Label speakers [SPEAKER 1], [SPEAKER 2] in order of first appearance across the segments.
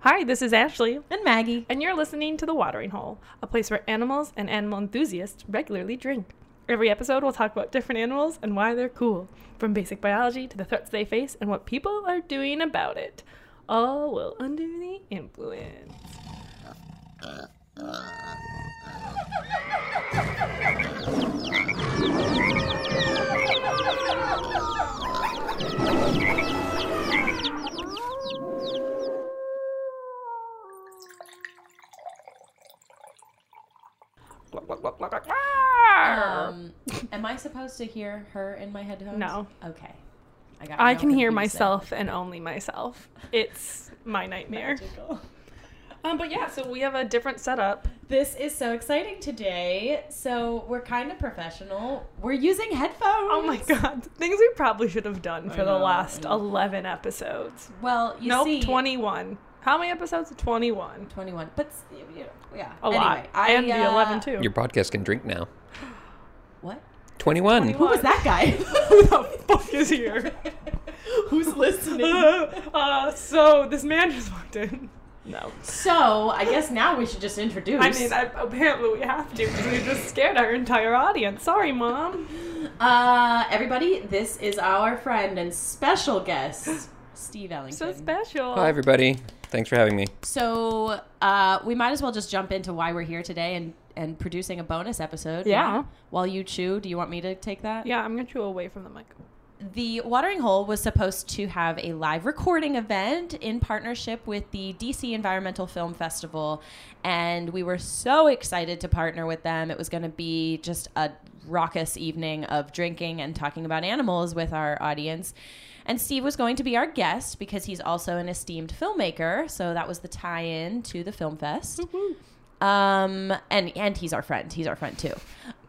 [SPEAKER 1] Hi, this is Ashley,
[SPEAKER 2] And Maggie.
[SPEAKER 1] and you're listening to The Watering Hole, a place where animals and animal enthusiasts regularly drink. Every episode, we'll talk about different animals and why they're cool, from basic biology to the threats they face and what people are doing about it. All while under the influence.
[SPEAKER 2] Um, am I supposed to hear her in my headphones?
[SPEAKER 1] No.
[SPEAKER 2] Okay. I got.
[SPEAKER 1] I
[SPEAKER 2] real
[SPEAKER 1] can hear
[SPEAKER 2] confused
[SPEAKER 1] myself and only myself. It's my nightmare.
[SPEAKER 2] there. Magical.
[SPEAKER 1] Um, but yeah, so we have a different setup.
[SPEAKER 2] This is so exciting today. So we're kind of professional. We're using headphones.
[SPEAKER 1] Oh my god, things we probably should have done for
[SPEAKER 2] I
[SPEAKER 1] the
[SPEAKER 2] know,
[SPEAKER 1] last
[SPEAKER 2] I know.
[SPEAKER 1] 11 episodes.
[SPEAKER 2] Well, you
[SPEAKER 1] nope,
[SPEAKER 2] see,
[SPEAKER 1] 21. How many episodes? 21.
[SPEAKER 2] 21. But s- you know, yeah.
[SPEAKER 1] A lot.
[SPEAKER 2] Anyway,
[SPEAKER 1] and the
[SPEAKER 2] uh,
[SPEAKER 1] 11 too.
[SPEAKER 3] Your podcast can drink now.
[SPEAKER 2] What?
[SPEAKER 3] 21.
[SPEAKER 1] 21.
[SPEAKER 2] Who was that guy?
[SPEAKER 1] Who the fuck is here?
[SPEAKER 2] Who's listening?
[SPEAKER 1] uh, so this man just walked in. No.
[SPEAKER 2] so I guess now we should just introduce.
[SPEAKER 1] I mean, I, apparently we have to because we just scared our entire audience. Sorry, mom.
[SPEAKER 2] Uh, everybody, this is our friend and special guest, Steve Ellington.
[SPEAKER 1] So special.
[SPEAKER 3] Hi, everybody. Thanks for having me.
[SPEAKER 2] So, uh, we might as well just jump into why we're here today and, and producing a bonus episode.
[SPEAKER 1] Yeah.
[SPEAKER 2] While you chew, do you want me to take that?
[SPEAKER 1] Yeah, I'm going to chew away from the mic.
[SPEAKER 2] The Watering Hole was supposed to have a live recording event in partnership with the DC Environmental Film Festival, and we were so excited to partner with them. It was going to be just a raucous evening of drinking and talking about animals with our audience. And Steve was going to be our guest because he's also an esteemed filmmaker, so that was the tie in to the Film Fest um, and and he's our friend. He's our friend too.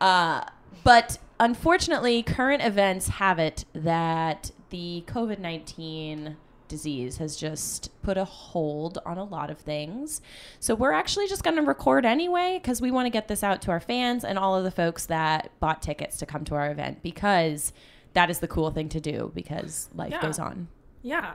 [SPEAKER 2] Uh, but unfortunately, current events have it that the COVID nineteen disease has just put a hold on a lot of things. So we're actually just going to record anyway because we want to get this out to our fans and all of the folks that bought tickets to come to our event because that is the cool thing to do because life
[SPEAKER 1] Yeah.
[SPEAKER 2] goes on.
[SPEAKER 1] Yeah.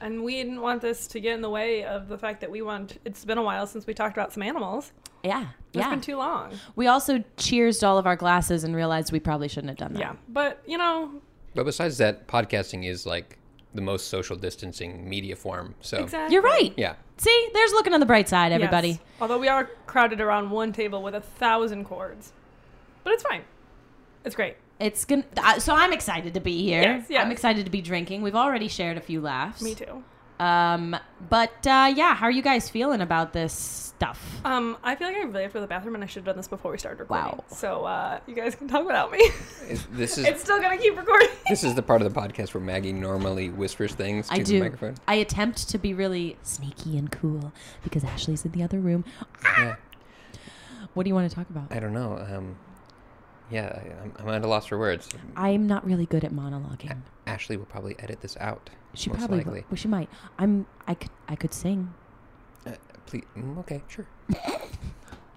[SPEAKER 1] And we didn't want this to get in the way of the fact that we want. It's been a while since we talked about some animals.
[SPEAKER 2] Yeah.
[SPEAKER 1] It's
[SPEAKER 2] Yeah.
[SPEAKER 1] been too long.
[SPEAKER 2] we also cheersed all of our glasses and realized we probably shouldn't have done that.
[SPEAKER 1] Yeah. But, you know,
[SPEAKER 3] But besides that, podcasting is like the most social distancing media form. So,
[SPEAKER 1] exactly.
[SPEAKER 2] You're right.
[SPEAKER 3] yeah.
[SPEAKER 2] See, there's looking on the bright side, everybody.
[SPEAKER 1] Yes. Although we are crowded around one table with a thousand cords. But it's fine. It's great.
[SPEAKER 2] It's gonna. Uh, so I'm excited to be here.
[SPEAKER 1] Yes, yes.
[SPEAKER 2] I'm excited to be drinking. We've already shared a few laughs.
[SPEAKER 1] Me too.
[SPEAKER 2] Um, but uh, yeah, how are you guys feeling about this stuff?
[SPEAKER 1] Um, I feel like I really have to go to the bathroom and I should have done this before we started recording.
[SPEAKER 2] Wow.
[SPEAKER 1] So uh, you guys can talk without me.
[SPEAKER 3] Is- This
[SPEAKER 1] it's
[SPEAKER 3] is
[SPEAKER 1] still going to keep recording.
[SPEAKER 3] this is the part of the podcast where Maggie normally whispers things to
[SPEAKER 2] I
[SPEAKER 3] the
[SPEAKER 2] do.
[SPEAKER 3] microphone.
[SPEAKER 2] I attempt to be really sneaky and cool because Ashley's in the other room.
[SPEAKER 3] Yeah.
[SPEAKER 2] What do you want to talk about?
[SPEAKER 3] I don't know. Um, yeah, I- I'm, I'm at a loss for words.
[SPEAKER 2] I'm not really good at monologuing.
[SPEAKER 3] Ashley will probably edit this out.
[SPEAKER 2] She
[SPEAKER 3] most
[SPEAKER 2] probably
[SPEAKER 3] likely.
[SPEAKER 2] will. Well, she might. I'm. I could. I could sing.
[SPEAKER 3] Uh, please. mm, Okay, sure.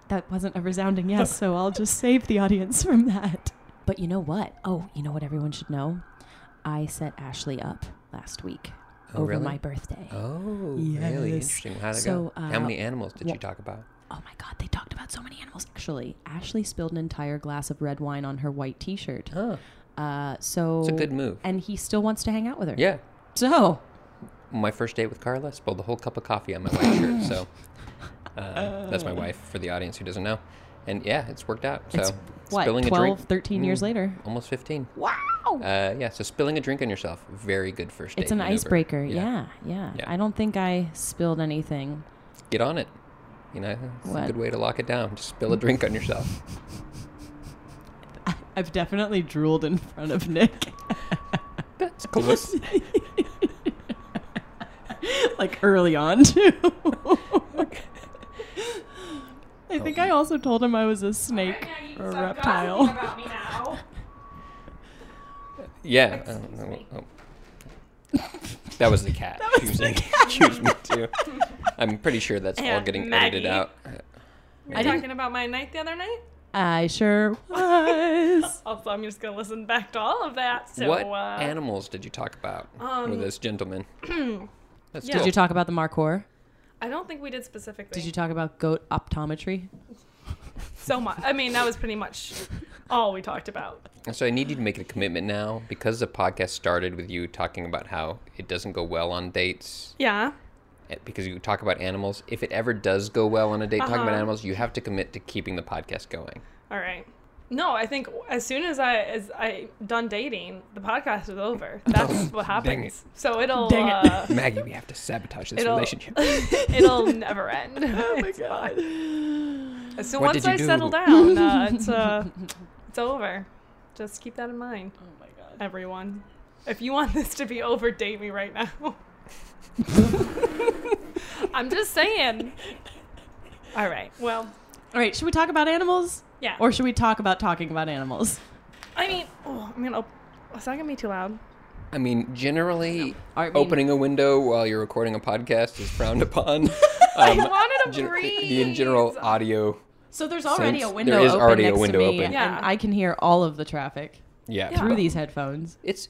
[SPEAKER 2] That wasn't a resounding yes, so I'll just save the audience from that. But you know what? Oh, you know what everyone should know? I set Ashley up last week
[SPEAKER 3] Oh,
[SPEAKER 2] over
[SPEAKER 3] really?
[SPEAKER 2] my birthday.
[SPEAKER 3] Oh, really
[SPEAKER 2] Yes.
[SPEAKER 3] interesting. How'd it
[SPEAKER 2] So,
[SPEAKER 3] go? How
[SPEAKER 2] uh,
[SPEAKER 3] many animals did
[SPEAKER 2] wha-
[SPEAKER 3] you talk about?
[SPEAKER 2] Oh my god, they talked about so many animals. Actually, Ashley spilled an entire glass of red wine on her white t shirt.
[SPEAKER 3] Oh,
[SPEAKER 2] Uh, so.
[SPEAKER 3] it's a good move.
[SPEAKER 2] And he still wants to hang out with her.
[SPEAKER 3] Yeah,
[SPEAKER 2] So.
[SPEAKER 3] my first date with Carla, spilled a whole cup of coffee on my white shirt. So uh, that's my wife for the audience who doesn't know. And yeah, it's worked out. So
[SPEAKER 2] It's, what, 12, 13 years later?
[SPEAKER 3] Mm, almost 15.
[SPEAKER 2] Wow!
[SPEAKER 3] Uh, yeah, so spilling a drink on yourself, very good first date.
[SPEAKER 2] it's an
[SPEAKER 3] maneuver.
[SPEAKER 2] icebreaker. Yeah. Yeah,
[SPEAKER 3] Yeah.
[SPEAKER 2] I don't think I spilled anything.
[SPEAKER 3] Get on it. You know, it's
[SPEAKER 2] What?
[SPEAKER 3] a good way to lock it down. Just spill a drink on yourself.
[SPEAKER 2] I've definitely drooled in front of Nick.
[SPEAKER 3] That's cool.
[SPEAKER 2] like early on too. I think I also told him I was a snake or a reptile.
[SPEAKER 3] yeah. uh, oh, oh. that was the cat. That was the cat. me too. I'm pretty sure that's all
[SPEAKER 1] And
[SPEAKER 3] getting
[SPEAKER 1] Maggie.
[SPEAKER 3] edited out.
[SPEAKER 1] We're
[SPEAKER 2] I didn't-
[SPEAKER 1] talking about my night the other night.
[SPEAKER 2] I sure was.
[SPEAKER 1] Also, I'm just going to listen back to all of that. So,
[SPEAKER 3] what
[SPEAKER 1] uh,
[SPEAKER 3] animals did you talk about
[SPEAKER 1] um,
[SPEAKER 3] with this gentleman? That's
[SPEAKER 1] yeah.
[SPEAKER 3] cool.
[SPEAKER 2] Did you talk about the Markor?
[SPEAKER 1] I don't think we did specifically.
[SPEAKER 2] Did you talk about goat optometry?
[SPEAKER 1] so much? I mean, that was pretty much all we talked about.
[SPEAKER 3] So I need you to make a commitment now because the podcast started with you talking about how it doesn't go well on dates
[SPEAKER 1] Yeah.
[SPEAKER 3] eh, because you talk about animals. If it ever does go well on a date talking about
[SPEAKER 1] Uh-huh.
[SPEAKER 3] animals, you have to commit to keeping the podcast going.
[SPEAKER 1] All right. No, I think as soon as I as I done dating, the podcast is over. That's what
[SPEAKER 3] Dang
[SPEAKER 1] happens. So it'll
[SPEAKER 2] Dang it.
[SPEAKER 1] uh,
[SPEAKER 3] Maggie, we have to sabotage this
[SPEAKER 1] It'll-
[SPEAKER 3] relationship.
[SPEAKER 1] it'll never end. Oh my god. So
[SPEAKER 3] What
[SPEAKER 1] once
[SPEAKER 3] did you
[SPEAKER 1] I
[SPEAKER 3] do?
[SPEAKER 1] settle down, uh, it's uh, it's over. Just keep that in mind,
[SPEAKER 2] Oh my god.
[SPEAKER 1] everyone. If you want this to be over, date me right now. I'm just saying. All right. Well,
[SPEAKER 2] All right, should we talk about animals
[SPEAKER 1] yeah.
[SPEAKER 2] or should we talk about talking about animals?
[SPEAKER 1] I mean, oh, I'm gonna. Op- is that gonna be too
[SPEAKER 3] Um,
[SPEAKER 1] loud?
[SPEAKER 3] I mean, generally,
[SPEAKER 2] I mean-
[SPEAKER 3] opening a window while you're recording a podcast is frowned upon.
[SPEAKER 1] I
[SPEAKER 3] Um,
[SPEAKER 1] wanted to
[SPEAKER 3] gen-
[SPEAKER 1] breathe.
[SPEAKER 3] the in general
[SPEAKER 1] uh,
[SPEAKER 3] audio.
[SPEAKER 2] So there's already
[SPEAKER 3] Since
[SPEAKER 2] a window
[SPEAKER 3] there is
[SPEAKER 2] open
[SPEAKER 3] already a
[SPEAKER 2] next
[SPEAKER 3] window
[SPEAKER 2] to me
[SPEAKER 3] open.
[SPEAKER 2] and
[SPEAKER 1] Yeah.
[SPEAKER 2] I can hear all of the traffic
[SPEAKER 3] Yeah,
[SPEAKER 1] Yeah.
[SPEAKER 2] through these headphones.
[SPEAKER 3] it's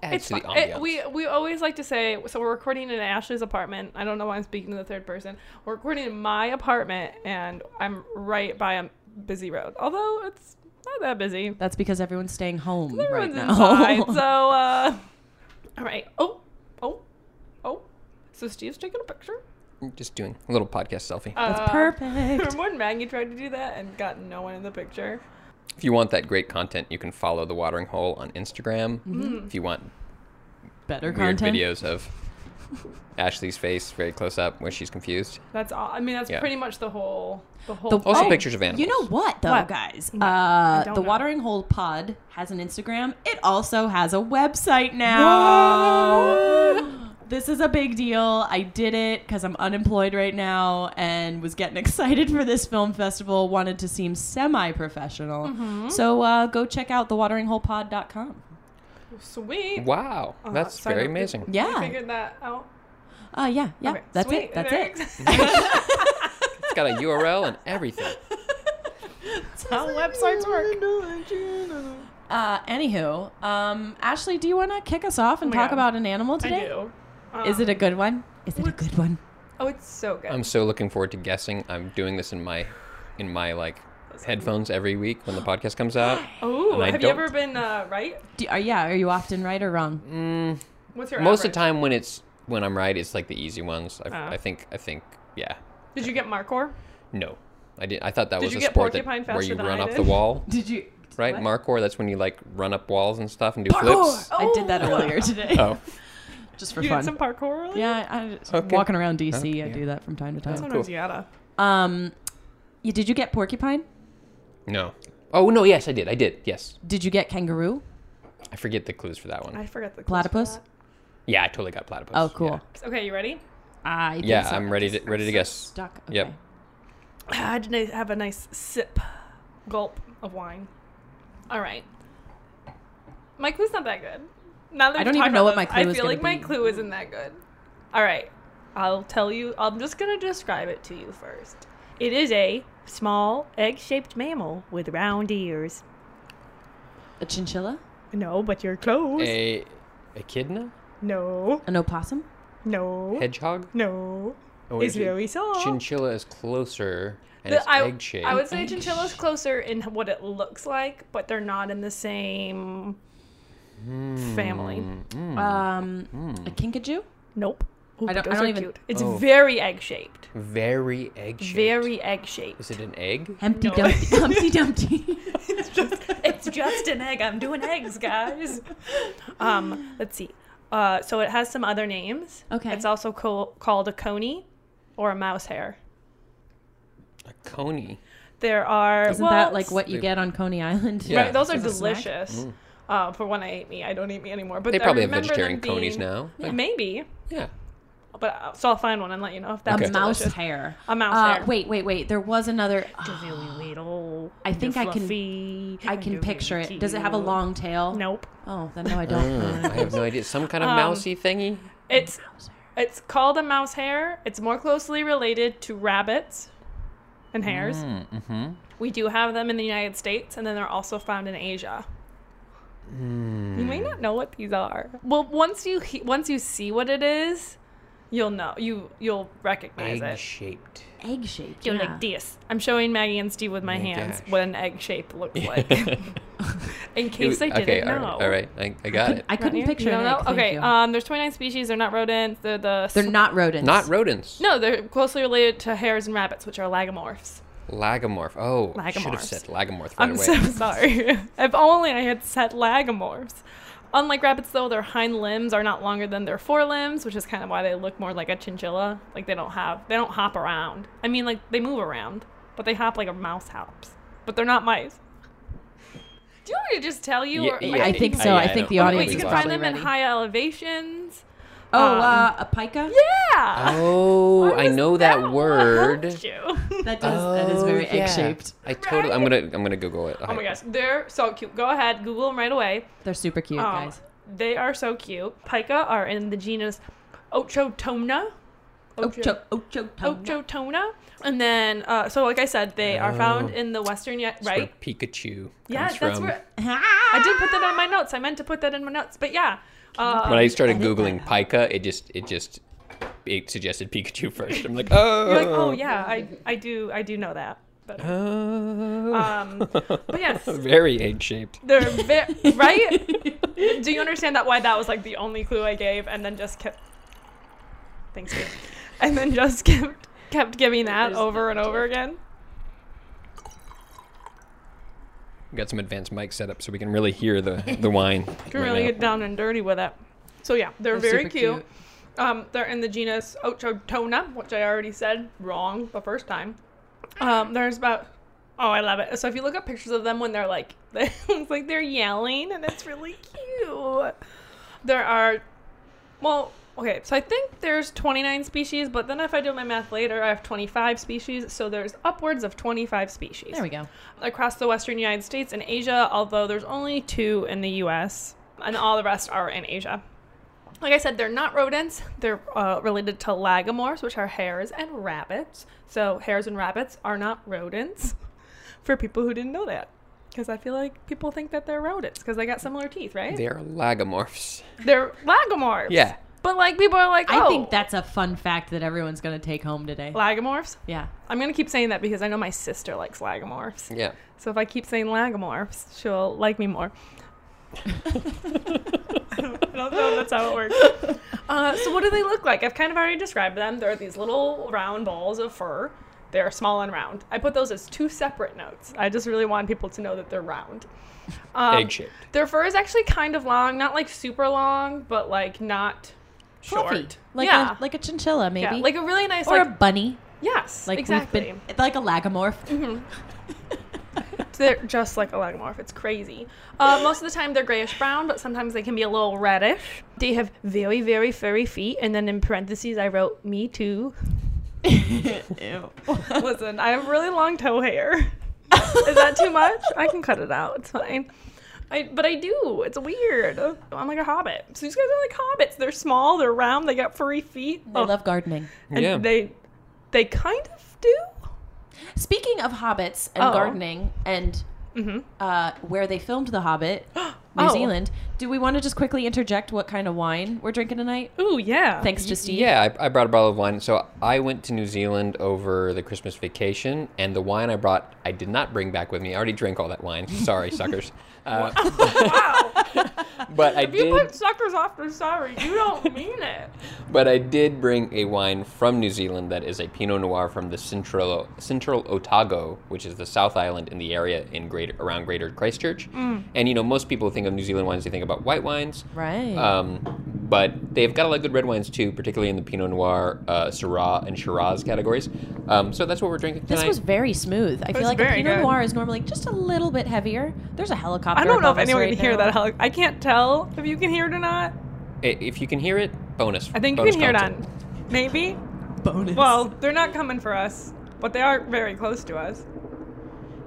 [SPEAKER 3] adds
[SPEAKER 1] It's
[SPEAKER 3] to the
[SPEAKER 1] fi- it-
[SPEAKER 3] ambiance.
[SPEAKER 1] we we always like to say so we're recording in Ashley's apartment. I don't know why I'm speaking to the third person. We're recording in my apartment, and I'm right by a busy road. Although it's not that busy.
[SPEAKER 2] That's because everyone's staying home right
[SPEAKER 1] Everyone's
[SPEAKER 2] now.
[SPEAKER 1] inside. So, uh, all right. Oh, oh, oh. So Steve's taking a picture.
[SPEAKER 3] Just doing a little podcast selfie.
[SPEAKER 1] That's
[SPEAKER 2] Perfect.
[SPEAKER 1] Remember when Maggie tried to do that and got no one in the picture?
[SPEAKER 3] If you want that great content, you can follow the Watering Hole on Instagram.
[SPEAKER 1] Mm-hmm.
[SPEAKER 3] If you want
[SPEAKER 2] Better
[SPEAKER 3] weird
[SPEAKER 2] content.
[SPEAKER 3] videos of Ashley's face very close up where she's confused.
[SPEAKER 1] That's all. I mean, that's
[SPEAKER 3] Yeah.
[SPEAKER 1] pretty much the whole. The whole.
[SPEAKER 2] The-
[SPEAKER 3] Also
[SPEAKER 2] Oh,
[SPEAKER 3] pictures of animals.
[SPEAKER 2] You know what, though,
[SPEAKER 1] What?
[SPEAKER 2] guys?
[SPEAKER 1] I
[SPEAKER 2] Uh,
[SPEAKER 1] don't
[SPEAKER 2] the
[SPEAKER 1] know.
[SPEAKER 2] Watering Hole Pod has an Instagram. It also has a website now. This is a big deal. I did it because I'm unemployed right now and was getting excited for this film festival. Wanted to seem semi professional.
[SPEAKER 1] Mm-hmm.
[SPEAKER 2] So uh, go check out thewateringholepod.com.
[SPEAKER 1] Sweet.
[SPEAKER 3] Wow,
[SPEAKER 1] Uh,
[SPEAKER 3] that's
[SPEAKER 1] sorry,
[SPEAKER 3] very
[SPEAKER 1] I
[SPEAKER 3] amazing.
[SPEAKER 1] figured-
[SPEAKER 2] Yeah.
[SPEAKER 1] I figured that out.
[SPEAKER 2] Uh, yeah, yeah.
[SPEAKER 1] Okay,
[SPEAKER 2] that's
[SPEAKER 1] sweet.
[SPEAKER 2] it. That's
[SPEAKER 1] Very
[SPEAKER 2] it.
[SPEAKER 1] exciting.
[SPEAKER 3] It's got a URL and everything.
[SPEAKER 1] how websites
[SPEAKER 2] work. Uh, anywho, um, Ashley, do you want to kick us off and
[SPEAKER 1] Oh my
[SPEAKER 2] talk
[SPEAKER 1] God.
[SPEAKER 2] about an animal
[SPEAKER 1] I
[SPEAKER 2] today?
[SPEAKER 1] do.
[SPEAKER 2] Is it a good one? Is it a
[SPEAKER 1] what's-
[SPEAKER 2] good one?
[SPEAKER 1] Uh, Oh, it's so good.
[SPEAKER 3] I'm so looking forward to guessing. I'm doing this in my in my like headphones every week when the podcast comes out.
[SPEAKER 1] oh,
[SPEAKER 3] and I
[SPEAKER 1] have you
[SPEAKER 3] don't-
[SPEAKER 1] ever been uh, right?
[SPEAKER 2] Do, are, yeah, are you often right or wrong?
[SPEAKER 1] What's your
[SPEAKER 3] Mm, Most of
[SPEAKER 1] average?
[SPEAKER 3] the time when it's when I'm right, it's like the easy ones. I,
[SPEAKER 1] Ah.
[SPEAKER 3] I think I think yeah.
[SPEAKER 1] Did you get Markor?
[SPEAKER 3] No. I did I thought that
[SPEAKER 1] Did
[SPEAKER 3] was
[SPEAKER 1] you
[SPEAKER 3] a
[SPEAKER 1] get
[SPEAKER 3] sport that,
[SPEAKER 1] porcupine
[SPEAKER 3] where you
[SPEAKER 1] faster than
[SPEAKER 3] run
[SPEAKER 1] I
[SPEAKER 3] up the
[SPEAKER 1] did?
[SPEAKER 3] wall,
[SPEAKER 2] Did you?
[SPEAKER 3] right?
[SPEAKER 2] what?
[SPEAKER 3] Markor, that's when you like run up walls and stuff and do flips.
[SPEAKER 2] I did that earlier today,
[SPEAKER 3] Oh.
[SPEAKER 2] just for
[SPEAKER 1] You
[SPEAKER 2] fun.
[SPEAKER 1] did some parkour earlier?
[SPEAKER 2] yeah, I, I just-
[SPEAKER 3] Okay.
[SPEAKER 2] walking around DC,
[SPEAKER 3] Okay,
[SPEAKER 2] I
[SPEAKER 3] yeah.
[SPEAKER 2] do that from time to time.
[SPEAKER 1] Sometimes
[SPEAKER 3] cool.
[SPEAKER 1] you gotta.
[SPEAKER 2] Um, you, did you get porcupine?
[SPEAKER 3] No. Oh no, yes, I did. I did. Yes.
[SPEAKER 2] Did you get kangaroo?
[SPEAKER 3] I forget the clues for that one.
[SPEAKER 1] I forget the clues for
[SPEAKER 2] Platypus?
[SPEAKER 1] that.
[SPEAKER 3] Yeah, I totally got platypus.
[SPEAKER 2] Oh, cool.
[SPEAKER 1] Okay, you ready?
[SPEAKER 2] I think
[SPEAKER 3] Yeah,
[SPEAKER 2] so.
[SPEAKER 3] I'm ready to ready to guess.
[SPEAKER 2] Duck. Okay.
[SPEAKER 3] Yep.
[SPEAKER 1] I had to have a nice sip, gulp of wine. All right. My clue's not that good. Now that
[SPEAKER 2] I
[SPEAKER 1] we've
[SPEAKER 2] don't
[SPEAKER 1] talked
[SPEAKER 2] even know
[SPEAKER 1] about
[SPEAKER 2] what my
[SPEAKER 1] this,
[SPEAKER 2] clue
[SPEAKER 1] I
[SPEAKER 2] is
[SPEAKER 1] feel
[SPEAKER 2] gonna
[SPEAKER 1] like my
[SPEAKER 2] be.
[SPEAKER 1] clue isn't that good. All right. I'll tell you. I'm just going to describe it to you first. It is a small, egg shaped mammal with round ears.
[SPEAKER 2] A chinchilla?
[SPEAKER 1] No, but you're close.
[SPEAKER 3] A echidna?
[SPEAKER 1] No,
[SPEAKER 2] An opossum?
[SPEAKER 1] no,
[SPEAKER 3] Hedgehog?
[SPEAKER 1] no.
[SPEAKER 3] Oh,
[SPEAKER 1] It's
[SPEAKER 3] is it-
[SPEAKER 1] very soft.
[SPEAKER 3] Chinchilla is closer and
[SPEAKER 1] The-
[SPEAKER 3] it's
[SPEAKER 1] I,
[SPEAKER 3] egg shaped.
[SPEAKER 1] I would
[SPEAKER 2] Egg
[SPEAKER 1] say chinchilla's closer in what it looks like, but they're not in the same family.
[SPEAKER 3] Hmm. Mm-hmm.
[SPEAKER 2] Um, a kinkajou?
[SPEAKER 1] Nope. Ooh,
[SPEAKER 2] I
[SPEAKER 1] but
[SPEAKER 2] don't- I
[SPEAKER 1] those
[SPEAKER 2] don't
[SPEAKER 1] are
[SPEAKER 2] even-
[SPEAKER 1] Cute. It's
[SPEAKER 3] Oh.
[SPEAKER 1] very egg shaped.
[SPEAKER 3] Very egg shaped.
[SPEAKER 1] Very egg shaped.
[SPEAKER 3] Is it an egg?
[SPEAKER 2] Humpty
[SPEAKER 1] No.
[SPEAKER 2] Dumpty. Humpty Dumpty.
[SPEAKER 1] it's just an egg. I'm doing eggs, guys. Um, let's see. Uh, so it has some other names.
[SPEAKER 2] Okay.
[SPEAKER 1] It's also co- called a coney or a mouse hare.
[SPEAKER 3] A coney.
[SPEAKER 1] There are
[SPEAKER 2] Isn't
[SPEAKER 1] well,
[SPEAKER 2] that like what you get on Coney Island?
[SPEAKER 3] Yeah.
[SPEAKER 1] Right, those are
[SPEAKER 2] As a snack?
[SPEAKER 1] delicious. Uh, for when I ate me, I don't eat me anymore. But
[SPEAKER 3] Mm. They
[SPEAKER 1] I
[SPEAKER 3] probably have
[SPEAKER 1] remember
[SPEAKER 3] vegetarian
[SPEAKER 1] them
[SPEAKER 3] conies
[SPEAKER 1] being-
[SPEAKER 3] now. Like,
[SPEAKER 1] Maybe,
[SPEAKER 3] yeah.
[SPEAKER 1] but uh, so I'll find one and let you know if
[SPEAKER 2] A
[SPEAKER 1] that's
[SPEAKER 3] Okay.
[SPEAKER 2] mouse
[SPEAKER 1] delicious.
[SPEAKER 2] hair.
[SPEAKER 1] A mouse
[SPEAKER 2] uh,
[SPEAKER 1] hair.
[SPEAKER 2] Wait, wait, wait. There was another. I think I can- I can picture it. Does it have a long tail?
[SPEAKER 1] Nope.
[SPEAKER 2] Oh, then no, I don't.
[SPEAKER 3] Mm, I have no idea. Some kind
[SPEAKER 1] Um,
[SPEAKER 3] of mousy thingy?
[SPEAKER 1] It's it's called a mouse hare. It's more closely related to rabbits and hares.
[SPEAKER 2] Mm.
[SPEAKER 3] Mm-hmm.
[SPEAKER 1] We do have them in the United States, and then they're also found in Asia.
[SPEAKER 2] Mm.
[SPEAKER 1] You may not know what these are. Well, once you he- once you see what it is, You'll know. You you'll recognize
[SPEAKER 3] Egg
[SPEAKER 1] it.
[SPEAKER 3] shaped.
[SPEAKER 2] Egg shaped.
[SPEAKER 1] You're like this. I'm showing Maggie and Steve with my
[SPEAKER 3] My
[SPEAKER 1] hands
[SPEAKER 3] gosh.
[SPEAKER 1] what an egg shape looks like. In case they didn't
[SPEAKER 3] okay, all
[SPEAKER 1] know.
[SPEAKER 3] right, all right. I, I got it.
[SPEAKER 2] I couldn't
[SPEAKER 1] Right?
[SPEAKER 2] picture
[SPEAKER 1] You
[SPEAKER 2] an
[SPEAKER 1] don't
[SPEAKER 2] egg.
[SPEAKER 1] know?
[SPEAKER 2] thank
[SPEAKER 1] Okay.
[SPEAKER 2] you.
[SPEAKER 1] Um, there's 29 species. They're not rodents. They're the.
[SPEAKER 2] They're not rodents.
[SPEAKER 3] Not rodents.
[SPEAKER 1] No, they're closely related to hares and rabbits, which are lagomorphs.
[SPEAKER 3] Lagomorph. Oh, I should
[SPEAKER 1] Lagomorphs.
[SPEAKER 3] have said lagomorph right
[SPEAKER 1] I'm
[SPEAKER 3] away.
[SPEAKER 1] so sorry. if only I had said lagomorphs. Unlike rabbits, though, their hind limbs are not longer than their forelimbs, which is kind of why they look more like a chinchilla. Like they don't have, they don't hop around. I mean, like they move around, but they hop like a mouse hops. But they're not mice. Do you want me to just tell you?
[SPEAKER 3] Yeah,
[SPEAKER 1] or,
[SPEAKER 3] yeah,
[SPEAKER 1] like,
[SPEAKER 2] I think
[SPEAKER 3] I-
[SPEAKER 2] so.
[SPEAKER 3] yeah,
[SPEAKER 2] I
[SPEAKER 3] I
[SPEAKER 2] think
[SPEAKER 3] don't-
[SPEAKER 2] the
[SPEAKER 3] I don't
[SPEAKER 2] audience
[SPEAKER 1] you
[SPEAKER 2] is
[SPEAKER 1] can
[SPEAKER 3] think
[SPEAKER 2] probably
[SPEAKER 1] find them
[SPEAKER 2] ready.
[SPEAKER 1] in high elevations.
[SPEAKER 2] oh,
[SPEAKER 1] um,
[SPEAKER 2] uh, a pica.
[SPEAKER 1] Yeah.
[SPEAKER 3] Oh,
[SPEAKER 1] Why
[SPEAKER 3] I
[SPEAKER 1] was
[SPEAKER 3] know
[SPEAKER 1] that
[SPEAKER 3] that
[SPEAKER 1] one?
[SPEAKER 3] word.
[SPEAKER 1] Helped you.
[SPEAKER 2] That does. that is
[SPEAKER 3] Oh,
[SPEAKER 2] very
[SPEAKER 3] yeah.
[SPEAKER 2] egg shaped.
[SPEAKER 3] I totally. I'm gonna. I'm gonna Google it.
[SPEAKER 1] Oh my gosh, they're so cute. Go ahead, Google them right away.
[SPEAKER 2] They're super cute,
[SPEAKER 1] Um,
[SPEAKER 2] guys.
[SPEAKER 1] They are so cute. Pica are in the genus Ochotona. Ocho-
[SPEAKER 2] Ocho, ocho,
[SPEAKER 1] oh,
[SPEAKER 3] Oh,
[SPEAKER 2] ocho.
[SPEAKER 1] Ochotona. And then, uh, so like I said, they are found
[SPEAKER 3] Oh.
[SPEAKER 1] in the western, yet,
[SPEAKER 3] That's
[SPEAKER 1] right?
[SPEAKER 3] Where Pikachu. Comes
[SPEAKER 1] Yeah, that's
[SPEAKER 3] from.
[SPEAKER 1] where I did put that on my notes. I meant to put that in my notes, but yeah.
[SPEAKER 3] When
[SPEAKER 1] Uh,
[SPEAKER 3] I started
[SPEAKER 2] Edit that
[SPEAKER 3] googling
[SPEAKER 2] out.
[SPEAKER 3] Pika, it just it just it suggested Pikachu first. I'm like, oh.
[SPEAKER 1] you're like, oh yeah, I, I do I do know that. But
[SPEAKER 3] Oh.
[SPEAKER 1] Um, but yes.
[SPEAKER 3] Very egg shaped.
[SPEAKER 1] they're ve- right. Do you understand that why that was like the only clue I gave, and then just kept. Thanks, babe. and then just kept kept giving that
[SPEAKER 2] There's
[SPEAKER 1] over
[SPEAKER 2] no
[SPEAKER 1] and over again.
[SPEAKER 3] Got some advanced mic setup so we can really hear the the wine.
[SPEAKER 1] Can
[SPEAKER 3] right
[SPEAKER 1] really
[SPEAKER 3] now.
[SPEAKER 1] get down and dirty with it. So yeah, they're,
[SPEAKER 2] They're
[SPEAKER 1] very
[SPEAKER 2] super
[SPEAKER 1] cute. Um, they're in the genus Ochotona, which I already said wrong the first time. Um, there's about oh, I love it. So if you look up pictures of them when they're like, it's like they're yelling, and it's really cute. There are, well, okay. So I think there's 29 species, but then if I do my math later, I have 25 species. So there's upwards of 25 species
[SPEAKER 2] There we go.
[SPEAKER 1] across the western United States and Asia, although there's only two in the US, and all the rest are in Asia. Like I said, they're not rodents. They're uh, related to lagomorphs, which are hares and rabbits. So, hares and rabbits are not rodents for people who didn't know that. Because I feel like people think that they're rodents because they got similar teeth, right? They're,
[SPEAKER 3] They're lagomorphs.
[SPEAKER 1] lagomorphs.
[SPEAKER 3] Yeah.
[SPEAKER 1] But, like, people are like, oh,
[SPEAKER 2] I think that's a fun fact that everyone's going to take home today.
[SPEAKER 1] Lagomorphs?
[SPEAKER 2] Yeah.
[SPEAKER 1] I'm going to keep saying that because I know my sister likes lagomorphs.
[SPEAKER 3] Yeah.
[SPEAKER 1] So if I keep saying lagomorphs, she'll like me more. I, don't, I don't know if that's how it works. Uh, so what do they look like? I've kind of already described them. They're these little round balls of fur. They're small and round. I put those as two separate notes. I just really want people to know that they're round. Um,
[SPEAKER 3] egg shaped.
[SPEAKER 1] Their fur is actually kind of long, not like super long, but like not short.
[SPEAKER 2] Fluffy. Like
[SPEAKER 1] yeah.
[SPEAKER 2] a like a chinchilla maybe.
[SPEAKER 1] yeah, like a really nice
[SPEAKER 2] or
[SPEAKER 1] like
[SPEAKER 2] a bunny.
[SPEAKER 1] yes,
[SPEAKER 2] Like
[SPEAKER 1] exactly.
[SPEAKER 2] we've been like a lagomorph.
[SPEAKER 1] They're just like a lagomorph. It's crazy. Uh, most of the time they're grayish brown, but sometimes they can be a little reddish. They have very, very furry feet. And then in parentheses, I wrote, me too. Listen, I have really long toe hair. Is that too much? I can cut it out. It's fine. I, but I do. It's weird. I'm like a hobbit. So these guys are like hobbits. They're small. They're round. They got furry feet. Oh,
[SPEAKER 2] I love gardening.
[SPEAKER 1] and
[SPEAKER 3] yeah.
[SPEAKER 1] they, they kind of do.
[SPEAKER 2] Speaking of hobbits and
[SPEAKER 1] Oh. Mm-hmm.
[SPEAKER 2] gardening and uh, where they filmed The Hobbit, New
[SPEAKER 1] Oh.
[SPEAKER 2] Zealand, do we want to just quickly interject what kind of wine we're drinking tonight?
[SPEAKER 1] Ooh, yeah.
[SPEAKER 2] Thanks to Steve.
[SPEAKER 3] Yeah, I, I brought a bottle of wine. So I went to New Zealand over the Christmas vacation, and the wine I brought, I did not bring back with me. I already drank all that wine. Sorry, suckers. Uh,
[SPEAKER 1] wow.
[SPEAKER 3] but I
[SPEAKER 1] If you
[SPEAKER 3] did.
[SPEAKER 1] put suckers after sorry, you don't mean it.
[SPEAKER 3] But I did bring a wine from New Zealand that is a Pinot Noir from the Central Central Otago, which is the South Island in the area in greater around Greater Christchurch.
[SPEAKER 1] Mm.
[SPEAKER 3] And you know, most people think of New Zealand wines, they think about white wines.
[SPEAKER 2] Right.
[SPEAKER 3] Um, but they've got a lot of good red wines too, particularly in the Pinot Noir, uh, Syrah, and Shiraz categories. Um, so that's what we're drinking tonight.
[SPEAKER 2] this was very smooth. I feel
[SPEAKER 1] was
[SPEAKER 2] like a
[SPEAKER 1] very
[SPEAKER 2] Pinot
[SPEAKER 1] good.
[SPEAKER 2] Noir is normally just a little bit heavier. There's a helicopter.
[SPEAKER 1] I don't know
[SPEAKER 2] above
[SPEAKER 1] if
[SPEAKER 2] us
[SPEAKER 1] anyone
[SPEAKER 2] right
[SPEAKER 1] can hear
[SPEAKER 2] now.
[SPEAKER 1] that. Heli- I can't tell if you can hear it or not.
[SPEAKER 3] I- if you can hear it, bonus.
[SPEAKER 1] I think you
[SPEAKER 3] bonus
[SPEAKER 1] can hear
[SPEAKER 3] content.
[SPEAKER 1] it on. Maybe.
[SPEAKER 2] bonus.
[SPEAKER 1] Well, they're not coming for us, but they are very close to us.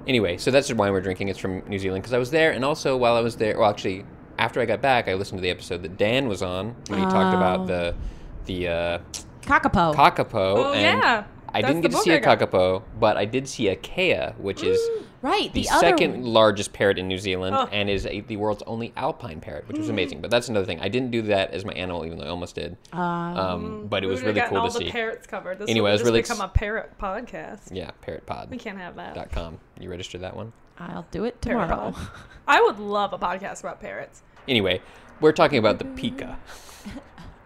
[SPEAKER 3] Anyway, so that's the wine we're drinking. It's from New Zealand because I was there, and also while I was there, well, actually, after I got back, I listened to the episode that Dan was on when he talked
[SPEAKER 2] Oh.
[SPEAKER 3] about the the uh,
[SPEAKER 2] Kakapo.
[SPEAKER 3] kakapo.
[SPEAKER 1] Oh,
[SPEAKER 3] and
[SPEAKER 1] yeah.
[SPEAKER 3] I
[SPEAKER 1] That's
[SPEAKER 3] didn't
[SPEAKER 1] the
[SPEAKER 3] get to see a
[SPEAKER 1] booger guy.
[SPEAKER 3] kakapo, but I did see a kea, which is
[SPEAKER 1] Mm,
[SPEAKER 2] Right.
[SPEAKER 3] the,
[SPEAKER 2] The, other
[SPEAKER 3] second
[SPEAKER 2] one.
[SPEAKER 3] largest parrot in New Zealand
[SPEAKER 1] Oh. Mm.
[SPEAKER 3] and is a, the world's only alpine parrot, which was amazing. But that's another thing. I didn't do that as my animal, even though I almost did.
[SPEAKER 2] uh,
[SPEAKER 3] Um, but it
[SPEAKER 1] Oh. We
[SPEAKER 3] was
[SPEAKER 1] would've
[SPEAKER 3] really
[SPEAKER 1] gotten
[SPEAKER 3] cool
[SPEAKER 1] all
[SPEAKER 3] to
[SPEAKER 1] the
[SPEAKER 3] see.
[SPEAKER 1] parrots covered. This
[SPEAKER 3] Anyway,
[SPEAKER 1] will
[SPEAKER 3] I was
[SPEAKER 1] just
[SPEAKER 3] really
[SPEAKER 1] become
[SPEAKER 3] ex-
[SPEAKER 1] a parrot podcast.
[SPEAKER 3] yeah,
[SPEAKER 1] We
[SPEAKER 3] parrotpod.com.
[SPEAKER 1] can't have that.
[SPEAKER 3] You registered that one?
[SPEAKER 2] I'll do it
[SPEAKER 1] Parrot
[SPEAKER 2] tomorrow.
[SPEAKER 1] pod. I would love a podcast about parrots.
[SPEAKER 3] Anyway, we're talking about the pika.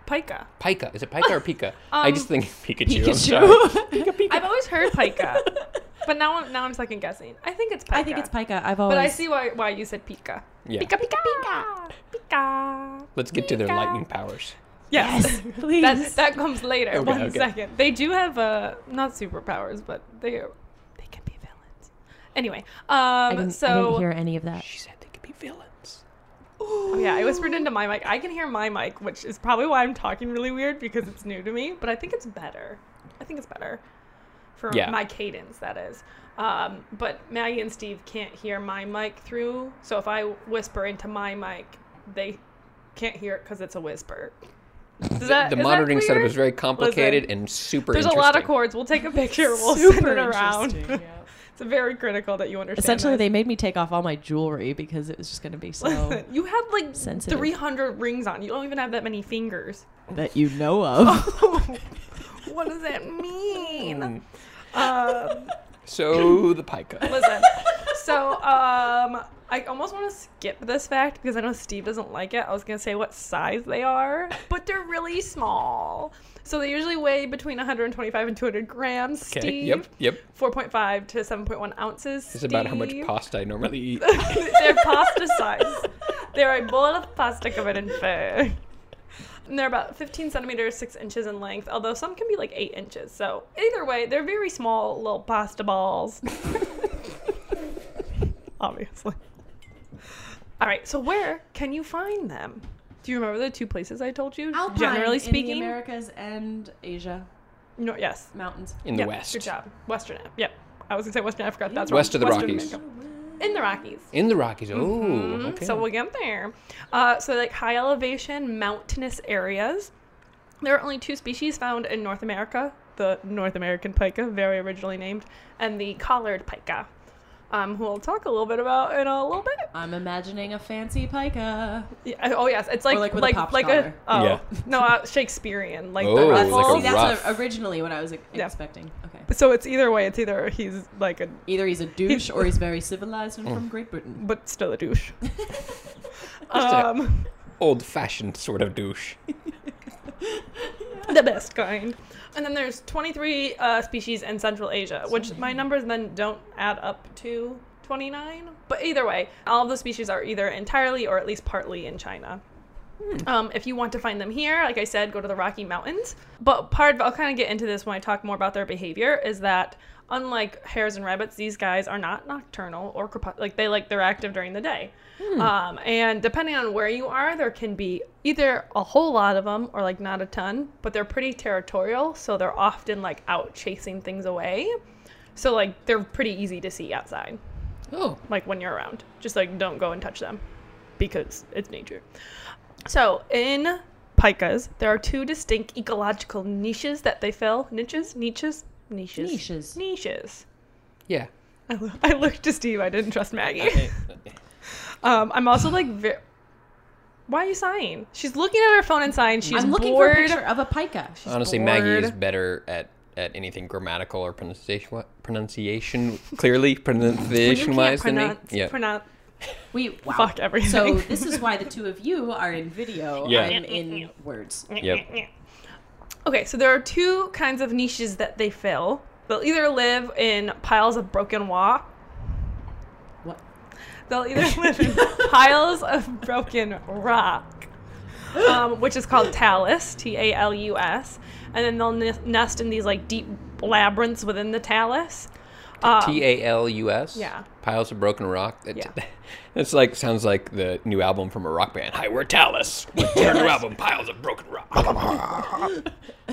[SPEAKER 1] Pika.
[SPEAKER 3] Pika. Is it pika or
[SPEAKER 1] Um,
[SPEAKER 3] pika? I just think Pikachu. I'm sorry.
[SPEAKER 2] Pikachu.
[SPEAKER 1] I've always heard pika, but now I'm now I'm second guessing. I think it's pika.
[SPEAKER 2] I think it's Pika. I've always.
[SPEAKER 1] But I see why why you said pika.
[SPEAKER 3] Yeah.
[SPEAKER 1] Pika pika pika pika.
[SPEAKER 3] Let's get to their
[SPEAKER 1] Pika.
[SPEAKER 3] lightning powers.
[SPEAKER 1] Yes.
[SPEAKER 2] please.
[SPEAKER 1] that that comes later.
[SPEAKER 3] Okay,
[SPEAKER 1] One second.
[SPEAKER 3] okay.
[SPEAKER 1] They do have uh not superpowers, but they are, they can be villains. Anyway, um
[SPEAKER 2] I, didn't,
[SPEAKER 1] so
[SPEAKER 2] I didn't hear any of that.
[SPEAKER 3] She said they could be villains.
[SPEAKER 1] Oh, yeah, I whispered into my mic. I can hear my mic, which is probably why I'm talking really weird because it's new to me, but I think it's better. I think it's better for
[SPEAKER 3] Yeah.
[SPEAKER 1] my cadence, that is. Um, but Maggie and Steve can't hear my mic through, so if I whisper into my mic, they can't hear it because it's a whisper. Does that,
[SPEAKER 3] the
[SPEAKER 1] Uh, is that
[SPEAKER 3] monitoring setup
[SPEAKER 1] clear?
[SPEAKER 3] is very complicated and super
[SPEAKER 1] There's a lot of
[SPEAKER 3] interesting.
[SPEAKER 1] cords. We'll take a picture. We'll send it
[SPEAKER 2] Super
[SPEAKER 1] around.
[SPEAKER 2] interesting,
[SPEAKER 1] it's very critical that you understand.
[SPEAKER 2] Essentially,
[SPEAKER 1] this.
[SPEAKER 2] they made me take off all my jewelry because it was just going to be so
[SPEAKER 1] Listen, you had like
[SPEAKER 2] Sensitive.
[SPEAKER 1] 300 rings on. You don't even have that many fingers.
[SPEAKER 2] that you know of.
[SPEAKER 1] what does that mean?
[SPEAKER 3] Mm.
[SPEAKER 1] Um,
[SPEAKER 3] So the pika.
[SPEAKER 1] listen, so um, I almost want to skip this fact because I know Steve doesn't like it. I was gonna say what size they are, but they're really small. So they usually weigh between 125 and 200 grams.
[SPEAKER 3] Okay.
[SPEAKER 1] Steve,
[SPEAKER 3] Yep. Yep.
[SPEAKER 1] 4.5 to 7.1 ounces.
[SPEAKER 3] It's about how much
[SPEAKER 1] Steve.
[SPEAKER 3] pasta I normally eat.
[SPEAKER 1] they're pasta size. They're a bowl of pasta covered in fur. And they're about 15 centimeters, 6 inches in length, although some can be like 8 inches. So, either way, they're very small little pasta balls. Obviously. All right, so where can you find them? Do you remember the two places I told you? Generally speaking?
[SPEAKER 2] Americas and Asia
[SPEAKER 1] no, yes.
[SPEAKER 2] mountains.
[SPEAKER 3] in
[SPEAKER 1] Yep,
[SPEAKER 3] the west.
[SPEAKER 1] Good job. Western. Af- Yep. I was going to say Western Africa. That's
[SPEAKER 3] West of
[SPEAKER 1] wrong.
[SPEAKER 3] the
[SPEAKER 1] Western
[SPEAKER 3] Rockies.
[SPEAKER 1] America. In the Rockies.
[SPEAKER 3] In the Rockies. Oh,
[SPEAKER 1] Mhm.
[SPEAKER 3] okay.
[SPEAKER 1] So we'll get there. Uh, so like high elevation mountainous areas. There are only two species found in North America: the North American pika, very originally named, and the collared pika, um, who we'll talk a little bit about in a little bit.
[SPEAKER 2] I'm imagining a fancy pika.
[SPEAKER 1] Yeah, oh yes, it's like
[SPEAKER 2] like with a
[SPEAKER 1] like
[SPEAKER 2] pop
[SPEAKER 1] like
[SPEAKER 2] collar.
[SPEAKER 1] a oh,
[SPEAKER 3] Yeah.
[SPEAKER 1] no uh, Shakespearean like the
[SPEAKER 3] Oh, like a
[SPEAKER 1] ruffles.
[SPEAKER 2] See, that's
[SPEAKER 3] rough.
[SPEAKER 2] what- originally what I was e-
[SPEAKER 1] Yeah.
[SPEAKER 2] expecting. Okay.
[SPEAKER 1] so it's either way. It's either he's like a
[SPEAKER 2] Either he's a douche or he's very civilized and
[SPEAKER 3] Mm.
[SPEAKER 2] from Great Britain.
[SPEAKER 1] but still a douche.
[SPEAKER 3] Just a-
[SPEAKER 1] um,
[SPEAKER 3] Old-fashioned sort of douche.
[SPEAKER 1] the best kind. And then there's 23 uh, species in Central Asia, which my numbers then don't add up to 29. But either way, all of the species are either entirely or at least partly in China. Um, if you want to find them here, like I said, go to the Rocky Mountains. But part of, I'll kind of get into this when I talk more about their behavior, is that unlike hares and rabbits, these guys are not nocturnal or crepus- like they like they're active during the day. Um, and depending on where you are, there can be either a whole lot of them or like not a ton, but they're pretty territorial, so they're often like out chasing things away. So like they're pretty easy to see outside
[SPEAKER 3] Oh,
[SPEAKER 1] like when you're around. Just like don't go and touch them because it's nature. So in pikas, there are two distinct ecological niches that they fill. Niches, niches, niches,
[SPEAKER 2] Niches.
[SPEAKER 1] niches.
[SPEAKER 3] yeah.
[SPEAKER 1] I, lo- I looked to Steve. I didn't trust Maggie.
[SPEAKER 3] Eh,
[SPEAKER 1] Um, I'm also like, ve- why are you sighing? She's looking at her phone and sighing. She's
[SPEAKER 2] I'm looking
[SPEAKER 1] bored.
[SPEAKER 2] for a picture of a pika. She's
[SPEAKER 3] Honestly, Maggie is better at, at anything grammatical or pronunciation wa- pronunciation clearly
[SPEAKER 1] Well, you
[SPEAKER 3] pronunciation
[SPEAKER 1] can't
[SPEAKER 3] wise than me.
[SPEAKER 1] pronounce-
[SPEAKER 3] Yeah.
[SPEAKER 1] pronounce-
[SPEAKER 2] We wow.
[SPEAKER 1] Fuck everything.
[SPEAKER 2] So this is why the two of you are in video.
[SPEAKER 3] Yeah.
[SPEAKER 2] I'm in words.
[SPEAKER 3] Yep.
[SPEAKER 1] Okay, so there are two kinds of niches that they fill. They'll either live in piles of broken rock.
[SPEAKER 2] What?
[SPEAKER 1] They'll either live in piles of broken rock, um, which is called talus, T A L U S, and then they'll n- nest in these like deep labyrinths within the talus. Um,
[SPEAKER 3] T A L U S.
[SPEAKER 1] Yeah.
[SPEAKER 3] Piles of broken rock. That,
[SPEAKER 1] Yeah.
[SPEAKER 3] That's like sounds like the new album from a rock band. Hi, we're Talus. What's their new album? Piles of broken rock.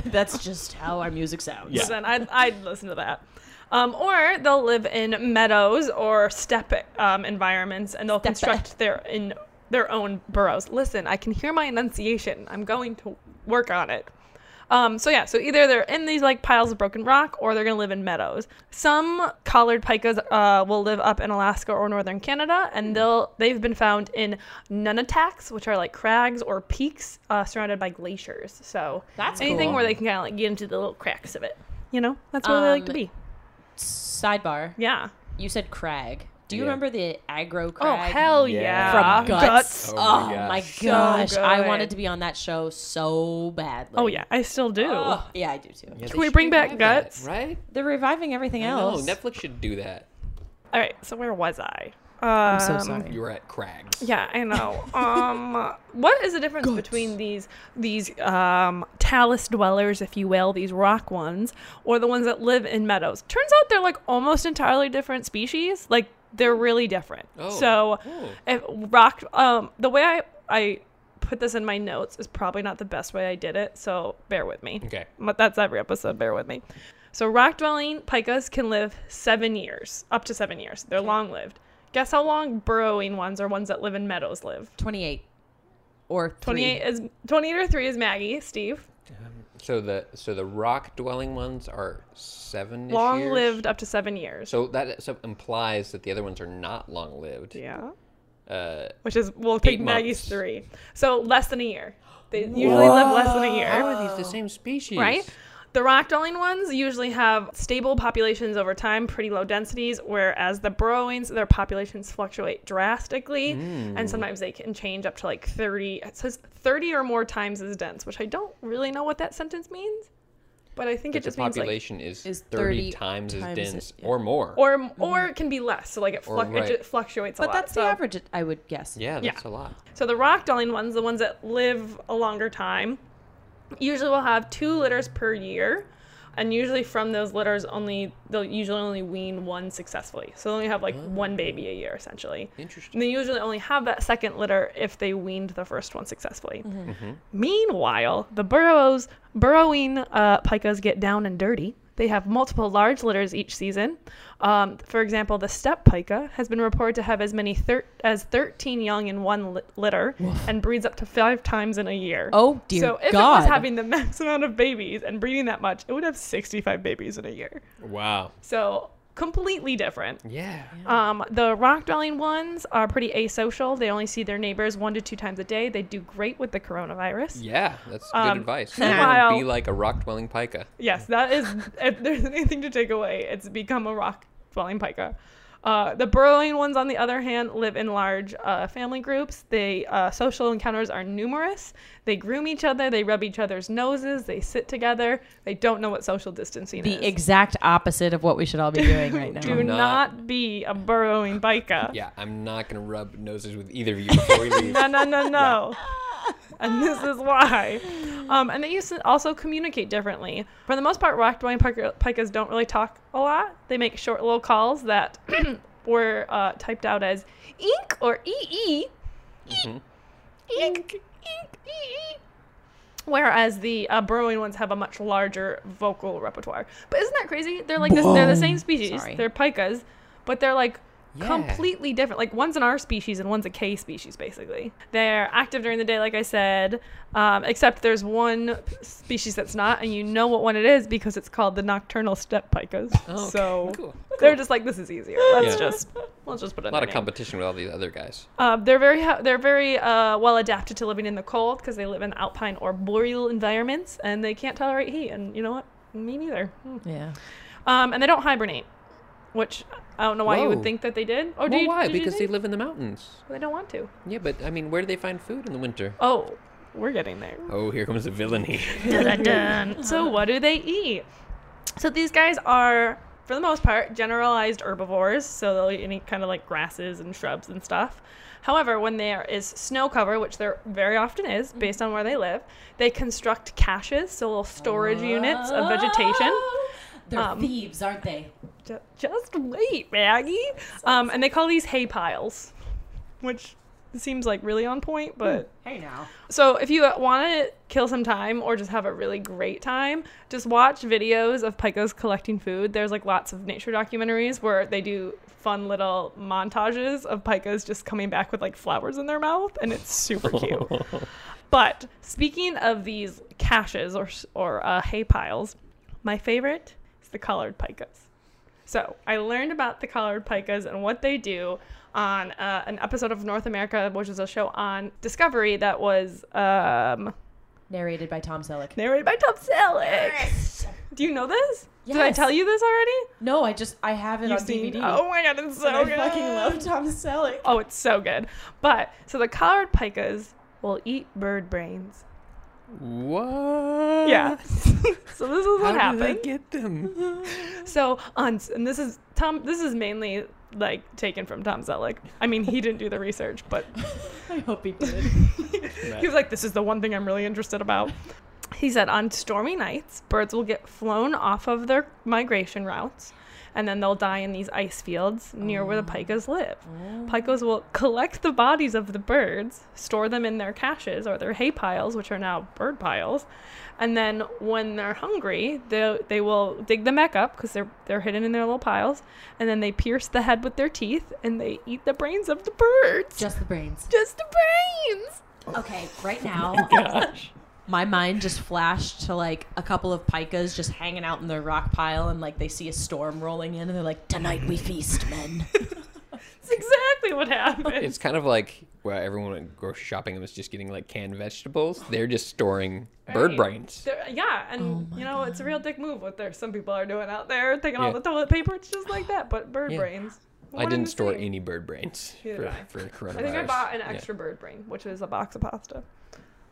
[SPEAKER 2] That's just how our music sounds.
[SPEAKER 3] Yeah.
[SPEAKER 1] then I'd, I'd listen to that. Um, or they'll live in meadows or steppe um, environments, and they'll construct their in their own burrows. Listen, I can hear my enunciation. I'm going to work on it. Um, so yeah, so either they're in these like piles of broken rock or they're gonna live in meadows. Some collared pikas uh, will live up in Alaska or northern Canada, and they'll they've been found in nunataks, which are like crags or peaks uh, surrounded by glaciers. So
[SPEAKER 2] That's
[SPEAKER 1] anything
[SPEAKER 3] cool.
[SPEAKER 1] where they can kind of like get into the little cracks of it. You know, that's where they like to
[SPEAKER 2] Um,
[SPEAKER 1] be.
[SPEAKER 2] Sidebar.
[SPEAKER 1] Yeah.
[SPEAKER 2] You said crag. Do you
[SPEAKER 3] Yeah.
[SPEAKER 2] remember the aggro
[SPEAKER 1] Oh
[SPEAKER 2] crag?
[SPEAKER 1] hell
[SPEAKER 3] Yeah.
[SPEAKER 1] yeah!
[SPEAKER 2] From Guts.
[SPEAKER 3] Guts.
[SPEAKER 2] Oh,
[SPEAKER 3] Oh my
[SPEAKER 2] my
[SPEAKER 3] gosh.
[SPEAKER 1] So
[SPEAKER 2] gosh. I
[SPEAKER 1] good.
[SPEAKER 2] wanted to be on that show so badly.
[SPEAKER 1] Oh yeah, I still do.
[SPEAKER 2] Oh, yeah, I do too.
[SPEAKER 3] Yeah, they
[SPEAKER 1] Can we
[SPEAKER 3] should
[SPEAKER 1] bring back
[SPEAKER 3] revive that,
[SPEAKER 1] Guts?
[SPEAKER 3] right?
[SPEAKER 2] They're reviving everything
[SPEAKER 3] No,
[SPEAKER 2] else.
[SPEAKER 3] Netflix should do that.
[SPEAKER 1] All right, so where was I? Um,
[SPEAKER 2] I'm so sorry.
[SPEAKER 3] You were at Crags.
[SPEAKER 1] Yeah, I know. Um, what is the difference between these these um, talus dwellers, if you will, these rock ones, or the ones that live in meadows? Turns out they're like almost entirely different species. Like they're really different.
[SPEAKER 3] Oh.
[SPEAKER 1] So,
[SPEAKER 3] Oh.
[SPEAKER 1] if rock, um, the way I I put this in my notes is probably not the best way I did it. So bear with me.
[SPEAKER 3] Okay.
[SPEAKER 1] But that's every episode. Bear with me. So rock dwelling pikas can live seven years, up to seven years. They're long lived. Guess how long burrowing ones or ones that live in meadows live?
[SPEAKER 2] 28 or three.
[SPEAKER 1] Twenty eight is twenty eight or three is Maggie, Steve.
[SPEAKER 3] So the so the rock dwelling ones are seven.
[SPEAKER 1] Long lived up to seven years.
[SPEAKER 3] So that so implies that the other ones are not long lived.
[SPEAKER 1] yeah.
[SPEAKER 3] Uh,
[SPEAKER 1] Which is we'll take
[SPEAKER 3] Eight
[SPEAKER 1] Maggie's
[SPEAKER 3] months.
[SPEAKER 1] three. So less than a year. They usually live less than a year.
[SPEAKER 3] how are these the same species?
[SPEAKER 1] right? The rock dwelling ones usually have stable populations over time, pretty low densities, whereas the burrowings, their populations fluctuate drastically,
[SPEAKER 3] Mm.
[SPEAKER 1] and sometimes they can change up to like 30. It says 30 or more times as dense, which I don't really know what that sentence means, but I think
[SPEAKER 3] But
[SPEAKER 1] it
[SPEAKER 3] the
[SPEAKER 1] just means like.
[SPEAKER 3] population is,
[SPEAKER 2] Is
[SPEAKER 3] 30,
[SPEAKER 2] 30
[SPEAKER 3] times, as
[SPEAKER 2] times it,
[SPEAKER 3] dense
[SPEAKER 2] yeah.
[SPEAKER 3] or more.
[SPEAKER 1] Or, or it can be less, so like it,
[SPEAKER 3] Mm. Or
[SPEAKER 1] fluc-
[SPEAKER 3] right.
[SPEAKER 1] it ju- fluctuates a
[SPEAKER 2] But
[SPEAKER 1] lot.
[SPEAKER 2] that's
[SPEAKER 1] so-
[SPEAKER 2] the average, I would guess.
[SPEAKER 3] yeah,
[SPEAKER 1] yeah.
[SPEAKER 3] that's a lot.
[SPEAKER 1] So the rock dwelling ones, the ones that live a longer time, usually will have two litters per year. And usually from those litters only they'll usually only wean one successfully. So they only have like one baby a year essentially.
[SPEAKER 3] Interesting.
[SPEAKER 1] And they usually only have that second litter if they weaned the first one successfully. Meanwhile, the burrows, burrowing uh, pikas get down and dirty. They have multiple large litters each season. Um, for example, the steppe pika has been reported to have as many thir- as 13 young in one lit- litter and breeds up to five times in a year.
[SPEAKER 2] Oh, dear
[SPEAKER 1] So if it
[SPEAKER 2] God.
[SPEAKER 1] was having the max amount of babies and breeding that much, it would have 65 babies in a year.
[SPEAKER 3] Wow.
[SPEAKER 1] So completely different.
[SPEAKER 3] Yeah.
[SPEAKER 1] Um, the rock dwelling ones are pretty asocial. They only see their neighbors one to two times a day. They do great with the coronavirus.
[SPEAKER 3] Yeah, that's
[SPEAKER 1] Um,
[SPEAKER 3] good advice. Everyone
[SPEAKER 1] meanwhile-
[SPEAKER 3] be like a rock dwelling pika.
[SPEAKER 1] Yes, that is. if there's anything to take away, it's become a rock dwelling pika. Uh, the burrowing ones, on the other hand, live in large uh, family groups. They uh, social encounters are numerous. They groom each other. They rub each other's noses. They sit together. They don't know what social distancing is.
[SPEAKER 2] The exact opposite of what we should all be doing right now.
[SPEAKER 1] Do
[SPEAKER 3] Do
[SPEAKER 1] not,
[SPEAKER 3] not-
[SPEAKER 1] be a burrowing biker.
[SPEAKER 3] Yeah, I'm not gonna rub noses with either of you before we leave.
[SPEAKER 1] no, no, no, no. and this is why. Um, and they used to also communicate differently. For the most part, rock dwelling pika- pikas don't really talk a lot. They make short little calls that were uh, typed out as ink or ee Ink, ink, ee Whereas the uh, burrowing ones have a much larger vocal repertoire. But isn't that crazy? They're like this, they're the same species.
[SPEAKER 2] Sorry.
[SPEAKER 1] They're pikas, but they're like
[SPEAKER 3] Yeah.
[SPEAKER 1] completely different. Like one's an R species and one's a K species, basically. They're active during the day, like I said, um, except there's one species that's not, and you know what one it is because it's called the nocturnal steppe pikas.
[SPEAKER 3] Oh, okay.
[SPEAKER 1] So
[SPEAKER 3] Cool.
[SPEAKER 1] they're just like, this is easier. Let's
[SPEAKER 3] Yeah.
[SPEAKER 1] just let's just put it.
[SPEAKER 3] A lot of competition with all these other guys.
[SPEAKER 1] Uh, they're very ha- they're very uh, well adapted to living in the cold because they live in alpine or boreal environments and they can't tolerate heat. And you know what? Me neither. Hmm.
[SPEAKER 2] yeah.
[SPEAKER 1] Um, and they don't hibernate, which I don't know why you would
[SPEAKER 3] Whoa.
[SPEAKER 1] think that they did. Or do
[SPEAKER 3] well,
[SPEAKER 1] you,
[SPEAKER 3] why?
[SPEAKER 1] did you
[SPEAKER 3] Because they
[SPEAKER 1] think?
[SPEAKER 3] live in the mountains.
[SPEAKER 1] they don't want to.
[SPEAKER 3] Yeah, but I mean, where do they find food in the winter?
[SPEAKER 1] Oh, we're getting there.
[SPEAKER 3] Oh, here comes the villainy.
[SPEAKER 1] So what do they eat? So these guys are, for the most part, generalized herbivores. So they'll eat any kind of like grasses and shrubs and stuff. However, when there is snow cover, which there very often is, based on where they live, they construct caches, so little storage units of vegetation.
[SPEAKER 2] Ah! They're
[SPEAKER 1] Um,
[SPEAKER 2] thieves, aren't they?
[SPEAKER 1] Ju- Just wait, Maggie. Um, and they call these hay piles, which seems like really on point, but
[SPEAKER 2] Hey now.
[SPEAKER 1] So if you want to kill some time or just have a really great time, just watch videos of pikas collecting food. There's like lots of nature documentaries where they do fun little montages of pikas just coming back with like flowers in their mouth and it's super cute. But speaking of these caches or s- or uh, hay piles, my favorite is the collared picas. So I learned about the collared picas and what they do on uh, an episode of North America, which is a show on Discovery that was um,
[SPEAKER 2] Narrated by Tom Selleck.
[SPEAKER 1] narrated by Tom Selleck. Do you know this? Did I
[SPEAKER 2] Yes.
[SPEAKER 1] tell you this already?
[SPEAKER 2] No, I just I have it
[SPEAKER 1] You've
[SPEAKER 2] on
[SPEAKER 1] seen-
[SPEAKER 2] DVD.
[SPEAKER 1] Oh my god, it's so
[SPEAKER 2] and I
[SPEAKER 1] good.
[SPEAKER 2] fucking love Tom Selleck.
[SPEAKER 1] Oh, it's so good. But so the collared picas will eat bird brains.
[SPEAKER 3] What?
[SPEAKER 1] Yeah. so this is
[SPEAKER 3] How
[SPEAKER 1] what
[SPEAKER 3] did
[SPEAKER 1] happened.
[SPEAKER 3] I get them?
[SPEAKER 1] So on, and this is Tom. This is mainly like taken from Tom Selleck. I mean, he didn't do the research, but
[SPEAKER 2] I hope he did.
[SPEAKER 1] he was like, "This is the one thing I'm really interested about." He said, "On stormy nights, birds will get flown off of their migration routes, and then they'll die in these ice fields near where the picas live. Picas will collect the bodies of the birds, store them in their caches or their hay piles, which are now bird piles, and then when they're hungry, they they will dig them back up because they're they're hidden in their little piles, and then they pierce the head with their teeth and they eat the brains of the birds."
[SPEAKER 2] Just the brains.
[SPEAKER 1] just the brains.
[SPEAKER 2] Okay, right now
[SPEAKER 3] Gosh.
[SPEAKER 2] my mind just flashed to like a couple of pikas just hanging out in the rock pile and like they see a storm rolling in and they're like, Tonight we feast, men.
[SPEAKER 1] That's exactly what happened.
[SPEAKER 3] It's kind of like where everyone went grocery shopping and was just getting like canned vegetables. They're just storing bird
[SPEAKER 1] Right.
[SPEAKER 3] brains.
[SPEAKER 1] They're- yeah, and you know it's a real dick move what there some people are doing out there, taking all
[SPEAKER 3] Yeah.
[SPEAKER 1] the toilet paper. It's just like that, but bird
[SPEAKER 3] Yeah.
[SPEAKER 1] brains. One
[SPEAKER 3] I
[SPEAKER 1] and
[SPEAKER 3] didn't
[SPEAKER 1] the
[SPEAKER 3] store
[SPEAKER 1] same.
[SPEAKER 3] any bird brains
[SPEAKER 1] Neither
[SPEAKER 3] for,
[SPEAKER 1] did I.
[SPEAKER 3] for coronavirus.
[SPEAKER 1] I think I bought an
[SPEAKER 3] Yeah.
[SPEAKER 1] extra bird brain, which is a box of pasta.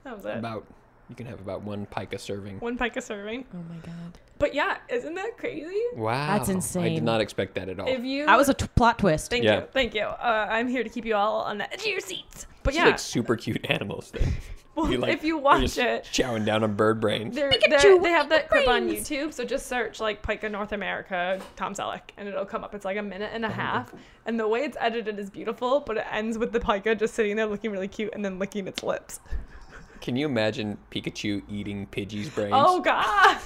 [SPEAKER 1] That was it.
[SPEAKER 3] About you can have about one pica serving.
[SPEAKER 1] One pike of serving.
[SPEAKER 2] Oh my god.
[SPEAKER 1] But yeah, isn't that crazy?
[SPEAKER 3] Wow, I
[SPEAKER 2] insane.
[SPEAKER 3] did not expect that at all.
[SPEAKER 1] If you
[SPEAKER 2] That was a t- plot twist.
[SPEAKER 1] thank
[SPEAKER 3] Yeah.
[SPEAKER 1] you, thank you. Uh, I'm here to keep you all on the edge of your seats. But
[SPEAKER 3] It's
[SPEAKER 1] yeah,
[SPEAKER 3] like super cute animals. Then
[SPEAKER 1] well, if you
[SPEAKER 3] are
[SPEAKER 1] watch
[SPEAKER 3] just
[SPEAKER 1] it,
[SPEAKER 3] chowing down on bird brains.
[SPEAKER 1] They're,
[SPEAKER 2] Pikachu,
[SPEAKER 1] they're-
[SPEAKER 2] we
[SPEAKER 1] they have
[SPEAKER 2] need
[SPEAKER 1] that
[SPEAKER 2] the
[SPEAKER 1] clip on
[SPEAKER 2] brains.
[SPEAKER 1] YouTube, so just search like Pika North America Tom Selleck, and it'll come up. It's like a minute and a half, and the way it's edited is beautiful, but it ends with the Pika just sitting there looking really cute and then licking its lips.
[SPEAKER 3] Can you imagine Pikachu eating Pidgey's brains?
[SPEAKER 1] Oh God!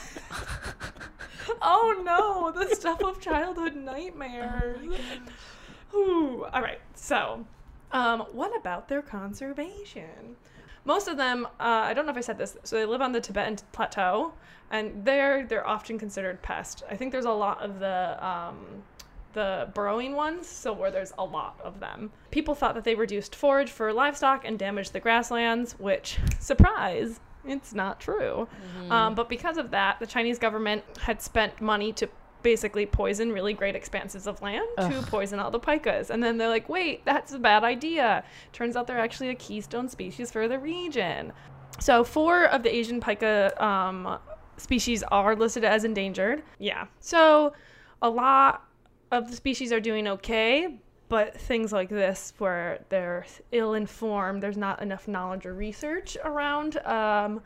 [SPEAKER 1] oh no, the stuff of childhood nightmares. Ooh, all right. So, um, what about their conservation? Most of them, uh, I don't know if I said this, so they live on the Tibetan plateau, and there they're often considered pests. I think there's a lot of the um, the burrowing ones, so where there's a lot of them. People thought that they reduced forage for livestock and damaged the grasslands, which, surprise, it's not true. Um, but because of that, the Chinese government had spent money to basically poison really great expanses of land to poison all the pikas. And then they're like, wait, that's a bad idea. Turns out they're actually a keystone species for the region. So four of the Asian pika um, species are listed as endangered. Yeah. So a lot of the species are doing okay, but things like this where they're ill-informed, there's not enough knowledge or research around um,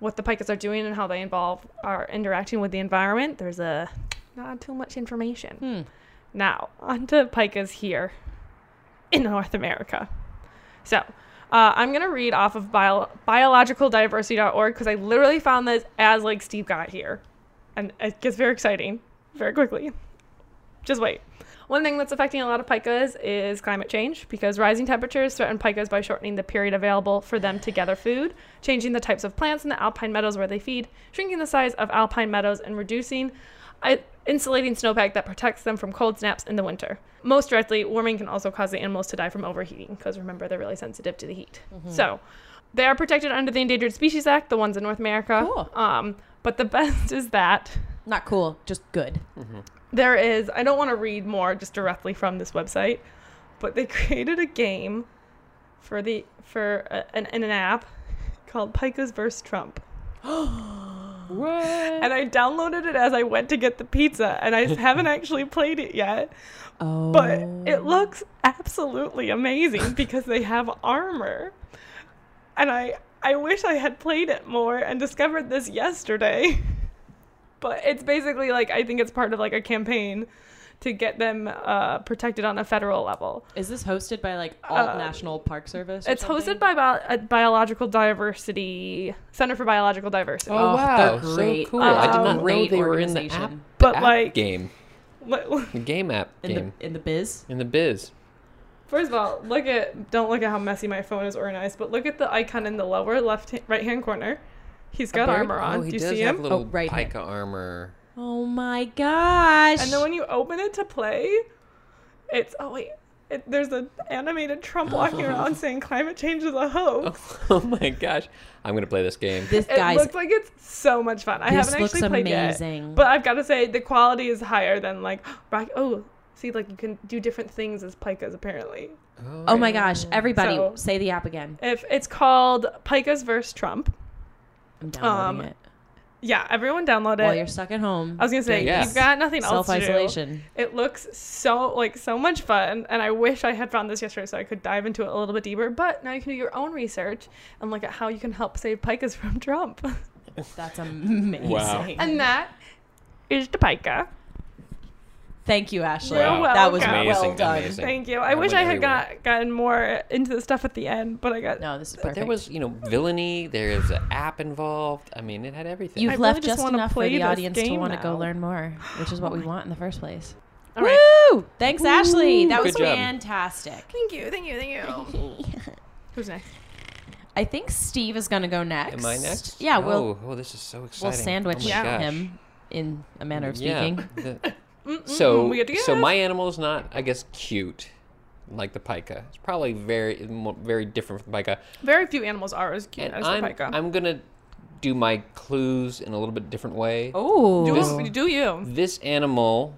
[SPEAKER 1] what the pikas are doing and how they involve are interacting with the environment. There's a not too much information. Now onto pikas here in North America. So uh, I'm gonna read off of bio- biologicaldiversity.org because I literally found this as like Steve got here, and it gets very exciting very quickly. Just wait. One thing that's affecting a lot of pikas is climate change because rising temperatures threaten pikas by shortening the period available for them to gather food, changing the types of plants in the alpine meadows where they feed, shrinking the size of alpine meadows, and reducing i- insulating snowpack that protects them from cold snaps in the winter. Most directly, warming can also cause the animals to die from overheating because remember, they're really sensitive to the heat. So, they are protected under the Endangered Species Act, the ones in North America.
[SPEAKER 2] Cool.
[SPEAKER 1] Um, but the best is that
[SPEAKER 2] Not cool, just good.
[SPEAKER 1] there is i don't want to read more just directly from this website but they created a game for the for uh, an, an app called picas vs trump
[SPEAKER 3] What?
[SPEAKER 1] and i downloaded it as i went to get the pizza and i haven't actually played it yet
[SPEAKER 2] Oh
[SPEAKER 1] but it looks absolutely amazing because they have armor and i i wish i had played it more and discovered this yesterday but it's basically like i think it's part of like a campaign to get them uh, protected on a federal level
[SPEAKER 2] Is this hosted by like Alt
[SPEAKER 1] Uh,
[SPEAKER 2] National Park Service? or
[SPEAKER 1] it's
[SPEAKER 2] something?
[SPEAKER 1] hosted by Bio- uh, biological diversity center for biological diversity
[SPEAKER 3] Oh,
[SPEAKER 2] Oh,
[SPEAKER 3] wow,
[SPEAKER 2] they're
[SPEAKER 3] so
[SPEAKER 2] great.
[SPEAKER 3] cool! I did
[SPEAKER 1] Um,
[SPEAKER 3] not know
[SPEAKER 2] great
[SPEAKER 3] they were in the app,
[SPEAKER 2] organization.
[SPEAKER 3] the
[SPEAKER 1] But,
[SPEAKER 3] app
[SPEAKER 1] like-
[SPEAKER 3] game,
[SPEAKER 1] Li-
[SPEAKER 3] the game app
[SPEAKER 2] in
[SPEAKER 3] game
[SPEAKER 2] the in the biz.
[SPEAKER 3] in the biz.
[SPEAKER 1] First of all, look at don't look at how messy my phone is organized, but look at the icon in the lower left right hand corner. He's got
[SPEAKER 2] bird?
[SPEAKER 1] armor on.
[SPEAKER 3] Oh, he
[SPEAKER 1] Do you
[SPEAKER 3] does
[SPEAKER 1] see
[SPEAKER 3] have
[SPEAKER 1] him?
[SPEAKER 3] little
[SPEAKER 2] Oh, right hand.
[SPEAKER 3] pica armor.
[SPEAKER 2] Oh my gosh.
[SPEAKER 1] And then when you open it to play, it's oh wait, it, there's an animated Trump walking around saying climate change is a hoax.
[SPEAKER 3] Oh my gosh. I'm going to play this game.
[SPEAKER 2] this
[SPEAKER 1] It
[SPEAKER 2] guy's
[SPEAKER 1] looks like it's so much fun. I
[SPEAKER 2] This
[SPEAKER 1] haven't
[SPEAKER 2] looks
[SPEAKER 1] actually played
[SPEAKER 2] amazing.
[SPEAKER 1] yet, but I've got to say the quality is higher than like rock. Oh, see, like you can do different things as pikas apparently.
[SPEAKER 2] Oh my gosh, everybody
[SPEAKER 1] So-
[SPEAKER 2] say the app again.
[SPEAKER 1] If it's called Pikas vs Trump,
[SPEAKER 2] I'm downloading
[SPEAKER 1] Um,
[SPEAKER 2] it.
[SPEAKER 1] yeah, everyone download
[SPEAKER 2] While
[SPEAKER 1] it.
[SPEAKER 2] you're stuck at home.
[SPEAKER 1] I was gonna say
[SPEAKER 2] doing
[SPEAKER 3] Yeah.
[SPEAKER 1] you've got nothing else to do.
[SPEAKER 2] self-isolation.
[SPEAKER 1] It looks so like so much fun, and I wish I had found this yesterday so I could dive into it a little bit deeper. But now you can do your own research and look at how you can help save pikas from Trump.
[SPEAKER 2] That's amazing.
[SPEAKER 3] Wow.
[SPEAKER 1] and that is the pika.
[SPEAKER 2] Thank you, Ashley.
[SPEAKER 1] You're
[SPEAKER 2] That was
[SPEAKER 1] welcome.
[SPEAKER 2] well
[SPEAKER 3] Amazing,
[SPEAKER 2] done.
[SPEAKER 3] amazing.
[SPEAKER 1] Thank you.
[SPEAKER 3] I
[SPEAKER 1] I wish I
[SPEAKER 3] went
[SPEAKER 1] had
[SPEAKER 3] everywhere.
[SPEAKER 1] got, gotten more into the stuff at the end, but I got.
[SPEAKER 2] No, this is perfect.
[SPEAKER 3] There was, you know, villainy. There is an app involved. I mean, it had everything.
[SPEAKER 2] You've
[SPEAKER 1] I really
[SPEAKER 2] left
[SPEAKER 1] just
[SPEAKER 2] just
[SPEAKER 1] wanna
[SPEAKER 2] enough for
[SPEAKER 1] play
[SPEAKER 2] the
[SPEAKER 1] this
[SPEAKER 2] audience to
[SPEAKER 1] game
[SPEAKER 2] want to go
[SPEAKER 1] now.
[SPEAKER 2] learn more, which is what we want in the first place.
[SPEAKER 1] All right.
[SPEAKER 2] Woo! Thanks, Ashley. That
[SPEAKER 3] Good
[SPEAKER 2] was
[SPEAKER 3] job.
[SPEAKER 2] fantastic.
[SPEAKER 1] Thank you. Thank you. Thank you. Who's next?
[SPEAKER 2] I think Steve is going to go next.
[SPEAKER 3] Am I next?
[SPEAKER 2] Yeah,
[SPEAKER 3] oh,
[SPEAKER 2] we'll
[SPEAKER 3] oh, this is so exciting.
[SPEAKER 2] we'll sandwich
[SPEAKER 3] oh my
[SPEAKER 1] Yeah.
[SPEAKER 3] gosh.
[SPEAKER 2] him in a manner of
[SPEAKER 3] Yeah.
[SPEAKER 2] speaking.
[SPEAKER 3] The- so,
[SPEAKER 1] we get to
[SPEAKER 3] so
[SPEAKER 1] guess.
[SPEAKER 3] my animal's not, I guess, cute, like the pika. It's probably very, mo- very different from the pika.
[SPEAKER 1] Very few animals are as cute
[SPEAKER 3] And
[SPEAKER 1] as
[SPEAKER 3] I'm,
[SPEAKER 1] the pika.
[SPEAKER 3] I'm gonna do my clues in a little bit different way.
[SPEAKER 2] Oh,
[SPEAKER 1] do, do you?
[SPEAKER 3] This animal,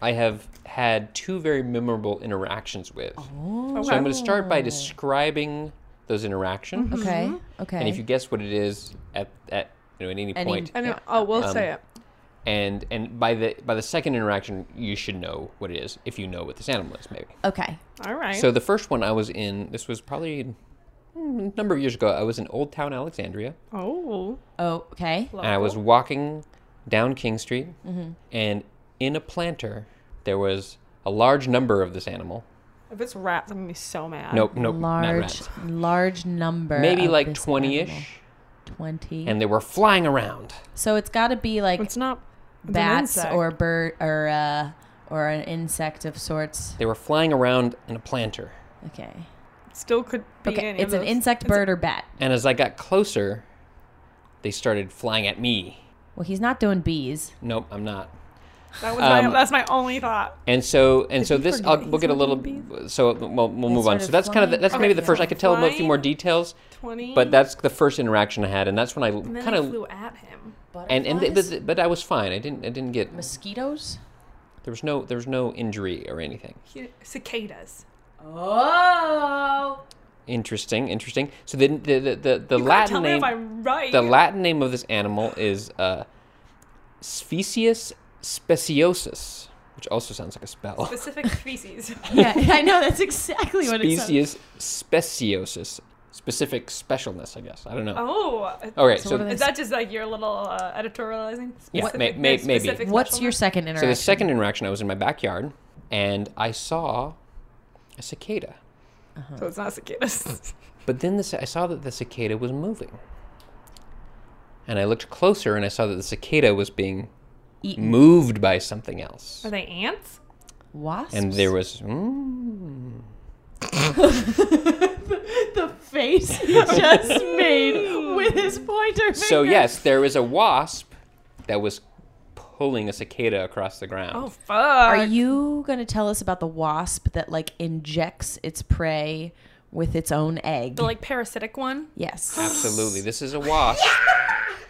[SPEAKER 3] I have had two very memorable interactions with. So I'm going to start
[SPEAKER 2] Oh.
[SPEAKER 3] by describing those interactions,
[SPEAKER 2] okay, Mm-hmm.
[SPEAKER 1] Mm-hmm.
[SPEAKER 2] okay.
[SPEAKER 3] and if you guess what it is at at you know at any
[SPEAKER 2] Any-
[SPEAKER 3] point,
[SPEAKER 1] I know. Oh, we'll
[SPEAKER 3] Um,
[SPEAKER 1] say it.
[SPEAKER 3] and and by the by the second interaction, you should know what it is if you know what this animal is, maybe.
[SPEAKER 2] okay,
[SPEAKER 1] All right.
[SPEAKER 3] So the first one I was in, this was probably mm, a number of years ago. I was in Old Town Alexandria,
[SPEAKER 1] oh.
[SPEAKER 2] oh, okay.
[SPEAKER 3] and I was walking down King Street,
[SPEAKER 2] Mm-hmm.
[SPEAKER 3] and in a planter there was a large number of this animal.
[SPEAKER 1] If it's rats, I'm gonna be so mad.
[SPEAKER 3] Nope, nope, not
[SPEAKER 2] large,
[SPEAKER 3] rats.
[SPEAKER 2] large number.
[SPEAKER 3] Maybe
[SPEAKER 2] of
[SPEAKER 3] like
[SPEAKER 2] this animal.
[SPEAKER 3] twenty-ish,
[SPEAKER 2] Twenty.
[SPEAKER 3] and they were flying around.
[SPEAKER 2] so it's got to be like
[SPEAKER 1] It's not it's an
[SPEAKER 2] bats
[SPEAKER 1] insect.
[SPEAKER 2] or bird or uh, or an insect of sorts.
[SPEAKER 3] They were flying around in a planter,
[SPEAKER 2] Okay.
[SPEAKER 1] Still could be
[SPEAKER 2] Okay.
[SPEAKER 1] any
[SPEAKER 2] It's
[SPEAKER 1] of
[SPEAKER 2] an
[SPEAKER 1] those.
[SPEAKER 2] insect, bird, or bat.
[SPEAKER 3] and as I got closer, they started flying at me.
[SPEAKER 2] Well, he's not doing bees.
[SPEAKER 3] Nope, I'm not.
[SPEAKER 1] That was my,
[SPEAKER 3] Um,
[SPEAKER 1] that's my only thought.
[SPEAKER 3] And so, and so
[SPEAKER 1] he
[SPEAKER 3] this,
[SPEAKER 1] forget
[SPEAKER 3] I'll,
[SPEAKER 1] he's
[SPEAKER 3] we'll get a
[SPEAKER 1] not
[SPEAKER 3] little.
[SPEAKER 1] gonna
[SPEAKER 3] So we'll, we'll move on.
[SPEAKER 2] started
[SPEAKER 3] So that's kind of the,
[SPEAKER 2] flying-
[SPEAKER 3] that's maybe the
[SPEAKER 2] Okay,
[SPEAKER 3] first.
[SPEAKER 2] yeah.
[SPEAKER 3] I could tell a few
[SPEAKER 1] Flying-
[SPEAKER 3] more details,
[SPEAKER 1] Twenty.
[SPEAKER 3] but that's the first interaction I had, and that's when I
[SPEAKER 1] and then
[SPEAKER 3] kind
[SPEAKER 1] they
[SPEAKER 3] of
[SPEAKER 1] flew at him.
[SPEAKER 3] and and th-
[SPEAKER 2] Butterflies?
[SPEAKER 3] but, but I was fine. I didn't I didn't get
[SPEAKER 2] mosquitoes.
[SPEAKER 3] there was no there was no injury or anything.
[SPEAKER 1] He, cicadas.
[SPEAKER 2] Oh.
[SPEAKER 3] Interesting, interesting. So the the the, the, the
[SPEAKER 1] You gotta
[SPEAKER 3] Latin
[SPEAKER 1] tell
[SPEAKER 3] name
[SPEAKER 1] me if I'm right.
[SPEAKER 3] the Latin name of this animal is uh, Sphesis speciosus, which also sounds like a spell.
[SPEAKER 1] Specific species.
[SPEAKER 2] Yeah, I know. That's exactly what it sounds.
[SPEAKER 3] Species speciosus, specific specialness, I guess. I don't know.
[SPEAKER 1] oh. it-
[SPEAKER 3] Okay,
[SPEAKER 2] So
[SPEAKER 3] so,
[SPEAKER 2] what are
[SPEAKER 1] Is that just like your little uh, editorializing?
[SPEAKER 3] Yeah,
[SPEAKER 1] Specific-
[SPEAKER 3] may- may- maybe.
[SPEAKER 1] specific
[SPEAKER 2] What's
[SPEAKER 1] special-
[SPEAKER 2] your second interaction?
[SPEAKER 3] so the second interaction, I was in my backyard and I saw a cicada.
[SPEAKER 1] So it's not cicadas.
[SPEAKER 3] But then this, I saw that the cicada was moving. And I looked closer and I saw that the cicada was being
[SPEAKER 2] Eaten.
[SPEAKER 3] moved by something else.
[SPEAKER 1] Are they ants?
[SPEAKER 2] Wasps.
[SPEAKER 3] And there was, mm,
[SPEAKER 2] the face he just made with his pointer.
[SPEAKER 3] so yes, there was a wasp that was pulling a cicada across the ground.
[SPEAKER 1] Oh fuck.
[SPEAKER 2] Are you going to tell us about the wasp that like injects its prey with its own egg?
[SPEAKER 1] the like parasitic one?
[SPEAKER 2] yes.
[SPEAKER 3] Absolutely. This is a wasp.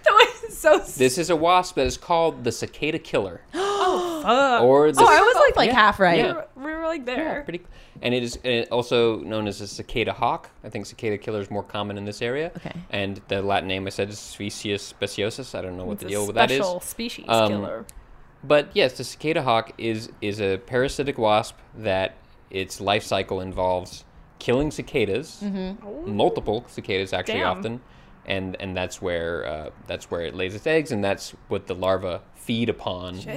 [SPEAKER 1] That was so
[SPEAKER 3] This is a wasp that is called the cicada killer.
[SPEAKER 1] fuck.
[SPEAKER 3] Or the
[SPEAKER 2] Oh, I was like, like half right.
[SPEAKER 3] yeah.
[SPEAKER 1] we were like there.
[SPEAKER 3] pretty and it is and it also known as a cicada hawk. I think cicada killer is more common in this area.
[SPEAKER 2] Okay.
[SPEAKER 3] And the Latin name I said is Sphesis speciosus. I don't know what
[SPEAKER 1] It's
[SPEAKER 3] the
[SPEAKER 1] a
[SPEAKER 3] deal with that is.
[SPEAKER 1] special species
[SPEAKER 3] Um,
[SPEAKER 1] killer.
[SPEAKER 3] But yes, the cicada hawk is is a parasitic wasp that its life cycle involves killing cicadas, multiple cicadas actually
[SPEAKER 1] Mm-hmm. Damn.
[SPEAKER 3] often, and and that's where uh, that's where it lays its eggs, and that's what the larvae feed upon until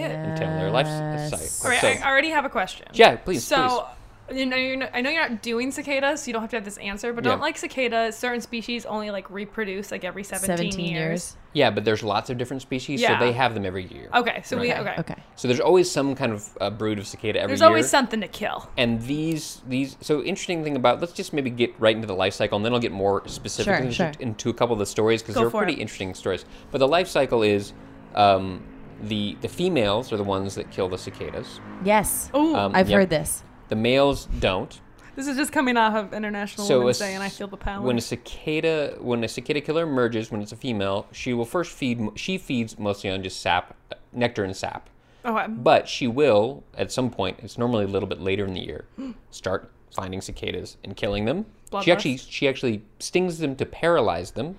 [SPEAKER 3] their life
[SPEAKER 2] Yes.
[SPEAKER 3] cycle.
[SPEAKER 1] All right,
[SPEAKER 3] so,
[SPEAKER 1] I already have a question.
[SPEAKER 3] yeah, please,
[SPEAKER 1] So, you know, you're not, I know you're not doing cicadas, so you don't have to have this answer. But don't
[SPEAKER 3] Yeah.
[SPEAKER 1] like cicadas, certain species only like reproduce like every 17,
[SPEAKER 2] 17 years.
[SPEAKER 1] years.
[SPEAKER 3] Yeah, but there's lots of different species,
[SPEAKER 1] Yeah.
[SPEAKER 3] so they have them every year.
[SPEAKER 1] Okay, so we
[SPEAKER 3] Right.
[SPEAKER 1] okay.
[SPEAKER 2] Okay.
[SPEAKER 3] So there's always some kind of uh, brood of cicada every
[SPEAKER 1] There's
[SPEAKER 3] year.
[SPEAKER 1] always something to kill.
[SPEAKER 3] and these these so interesting thing about let's just maybe get right into the life cycle and then I'll get more specific
[SPEAKER 2] Sure,
[SPEAKER 3] into,
[SPEAKER 2] sure.
[SPEAKER 3] into a couple of the stories because
[SPEAKER 1] Go
[SPEAKER 3] they're
[SPEAKER 1] for
[SPEAKER 3] pretty
[SPEAKER 1] it.
[SPEAKER 3] interesting stories. But the life cycle is um, the the females are the ones that kill the cicadas.
[SPEAKER 2] Yes.
[SPEAKER 1] Ooh,
[SPEAKER 3] Um,
[SPEAKER 2] I've
[SPEAKER 3] yep.
[SPEAKER 2] heard this.
[SPEAKER 3] The males don't.
[SPEAKER 1] this is just coming off of International
[SPEAKER 3] So
[SPEAKER 1] Women's
[SPEAKER 3] a
[SPEAKER 1] Day, and I
[SPEAKER 3] s-
[SPEAKER 1] feel the power.
[SPEAKER 3] When a cicada when a cicada killer emerges when it's a female, she will first feed m- she feeds mostly on just sap nectar and sap.
[SPEAKER 1] oh, I'm,
[SPEAKER 3] But she will, at some point, it's normally a little bit later in the year, start finding cicadas and killing them. she
[SPEAKER 1] Bloodlust.
[SPEAKER 3] actually she actually stings them to paralyze them,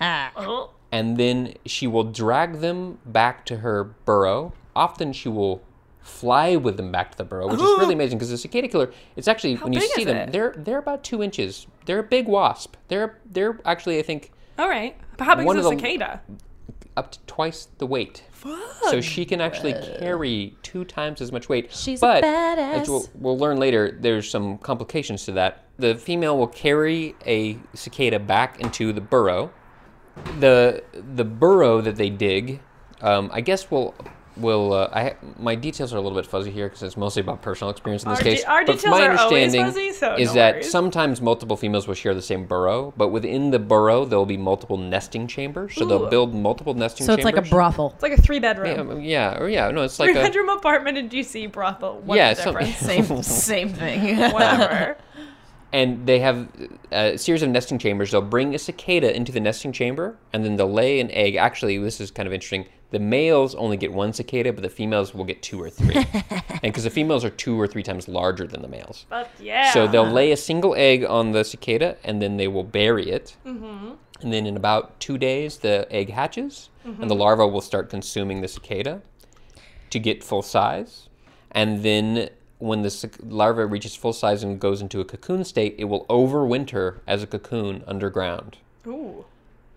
[SPEAKER 1] oh,
[SPEAKER 3] and then she will drag them back to her burrow. Often she will fly with them back to the burrow, which is really amazing because the cicada killer, it's actually when you
[SPEAKER 1] big
[SPEAKER 3] see
[SPEAKER 1] is
[SPEAKER 3] them,
[SPEAKER 1] it?
[SPEAKER 3] they're they're about two inches. They're a big wasp. They're they're actually I think
[SPEAKER 1] all right. But how big
[SPEAKER 3] One
[SPEAKER 1] is a
[SPEAKER 3] of the-
[SPEAKER 1] cicada?
[SPEAKER 3] up to twice the weight. So she can actually carry two times as much weight.
[SPEAKER 2] She's a
[SPEAKER 3] but,
[SPEAKER 2] badass.
[SPEAKER 3] As we'll, we'll learn later, there's some complications to that. The female will carry a cicada back into the burrow. The the burrow that they dig, um, I guess will will uh, I my details are a little bit fuzzy here because it's mostly about personal experience in this
[SPEAKER 1] Our de-
[SPEAKER 3] case.
[SPEAKER 1] our
[SPEAKER 3] but
[SPEAKER 1] details
[SPEAKER 3] my
[SPEAKER 1] are always
[SPEAKER 3] understanding
[SPEAKER 1] fuzzy, so
[SPEAKER 3] is
[SPEAKER 1] no
[SPEAKER 3] that
[SPEAKER 1] worries.
[SPEAKER 3] sometimes multiple females will share the same burrow, but within the burrow there will be multiple nesting chambers. So
[SPEAKER 1] Ooh.
[SPEAKER 3] they'll build multiple nesting.
[SPEAKER 2] So it's like a
[SPEAKER 3] chambers.
[SPEAKER 2] brothel.
[SPEAKER 1] It's like a three bedroom,
[SPEAKER 3] Yeah, um, yeah, or yeah, no, it's
[SPEAKER 1] three
[SPEAKER 3] like a
[SPEAKER 1] bedroom apartment in DC brothel. What's
[SPEAKER 3] Yeah,
[SPEAKER 1] the
[SPEAKER 3] some-
[SPEAKER 1] difference?
[SPEAKER 2] Same, same thing.
[SPEAKER 1] Whatever.
[SPEAKER 3] and they have uh, a series of nesting chambers. They'll bring a cicada into the nesting chamber, and then they'll lay an egg. Actually, this is kind of interesting. The males only get one cicada, but the females will get two or three, and because the females are two or three times larger than the males,
[SPEAKER 1] Fuck yeah.
[SPEAKER 3] so they'll lay a single egg on the cicada, and then they will bury it. Mm-hmm. And then in about two days, the egg hatches, and the larva will start consuming the cicada to get full size. And then when the cic- larva reaches full size and goes into a cocoon state, it will overwinter as a cocoon underground.
[SPEAKER 1] Ooh.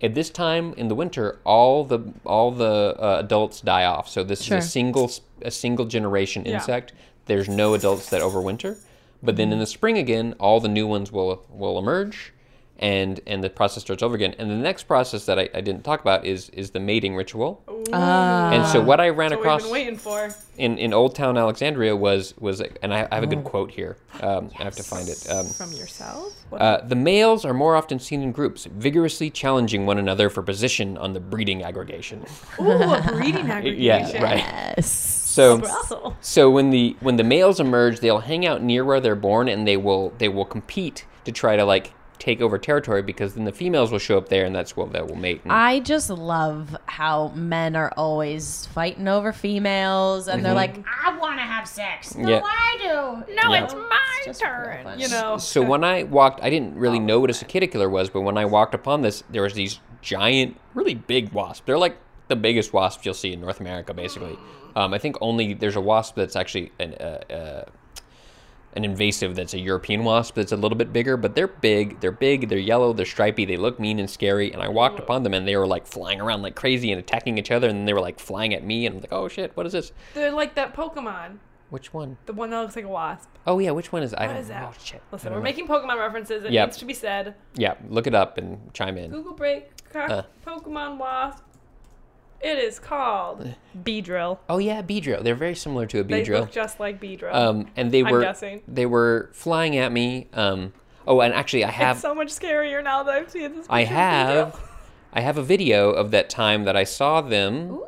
[SPEAKER 3] At this time in the winter, all the all the uh, adults die off. So this
[SPEAKER 2] Sure.
[SPEAKER 3] is a single s- a single generation
[SPEAKER 1] Yeah.
[SPEAKER 3] insect. There's no adults that overwinter. But then in the spring again, all the new ones will will emerge, and and the process starts over again. And the next process that I, I didn't talk about is is the mating ritual.
[SPEAKER 1] Ah.
[SPEAKER 3] and so what I
[SPEAKER 1] What
[SPEAKER 3] ran
[SPEAKER 1] we've
[SPEAKER 3] across
[SPEAKER 1] been waiting for.
[SPEAKER 3] in, in Old Town Alexandria was was and I, I have a
[SPEAKER 1] Oh.
[SPEAKER 3] good quote here. Um, I have to find it. Um,
[SPEAKER 1] From yourself? What
[SPEAKER 3] uh, the males are more often seen in groups, vigorously challenging one another for position on the breeding aggregation.
[SPEAKER 1] Ooh, a breeding aggregation.
[SPEAKER 3] yeah, right.
[SPEAKER 2] Yes.
[SPEAKER 3] So
[SPEAKER 1] Brothel.
[SPEAKER 3] so when the when the males emerge, they'll hang out near where they're born, and they will they will compete to try to like take over territory because then the females will show up there, and that's what that will mate. And,
[SPEAKER 2] I just love how men are always fighting over females, and they're like,
[SPEAKER 3] Mm-hmm.
[SPEAKER 2] "I want to have sex." No,
[SPEAKER 3] Yeah.
[SPEAKER 2] I do. No,
[SPEAKER 3] Yeah.
[SPEAKER 2] it's
[SPEAKER 1] My
[SPEAKER 2] just real
[SPEAKER 1] turn.
[SPEAKER 2] fun.
[SPEAKER 1] You know.
[SPEAKER 3] So when I walked, I didn't
[SPEAKER 1] Oh,
[SPEAKER 3] really know what a cicada killer was, but when I walked upon this, there was these giant, really big wasps. They're like the biggest wasps you'll see in North America, basically.
[SPEAKER 1] Hmm.
[SPEAKER 3] Um, I think only there's a wasp that's actually an uh, uh, an invasive that's a European wasp that's a little bit bigger, but they're big, they're big, they're yellow, they're stripy, they look mean and scary. And I walked upon them and they were like flying around like crazy and attacking each other, and then they were like flying at me, and I'm like, oh shit, what is this?
[SPEAKER 1] They're like that Pokemon,
[SPEAKER 3] Which one?
[SPEAKER 1] the one that looks like a wasp.
[SPEAKER 3] Oh yeah, which one is? I
[SPEAKER 1] What
[SPEAKER 3] don't
[SPEAKER 1] is that?
[SPEAKER 3] Oh shit.
[SPEAKER 1] Listen, we're making Pokemon references. It
[SPEAKER 3] Yep.
[SPEAKER 1] needs to be said.
[SPEAKER 3] Yeah, look it up and chime in.
[SPEAKER 1] Google break ca-
[SPEAKER 3] Uh.
[SPEAKER 1] Pokemon wasp. It is called Beedrill.
[SPEAKER 3] Oh yeah, Beedrill. They're very similar to a
[SPEAKER 1] They
[SPEAKER 3] Beedrill.
[SPEAKER 1] look just like Beedrill.
[SPEAKER 3] Um, and they
[SPEAKER 1] I'm
[SPEAKER 3] were
[SPEAKER 1] guessing.
[SPEAKER 3] they were flying at me. Um, oh, and actually, I have
[SPEAKER 1] it's so much scarier now that I've seen this.
[SPEAKER 3] I
[SPEAKER 1] picture of
[SPEAKER 3] have I have a video of that time that I saw them,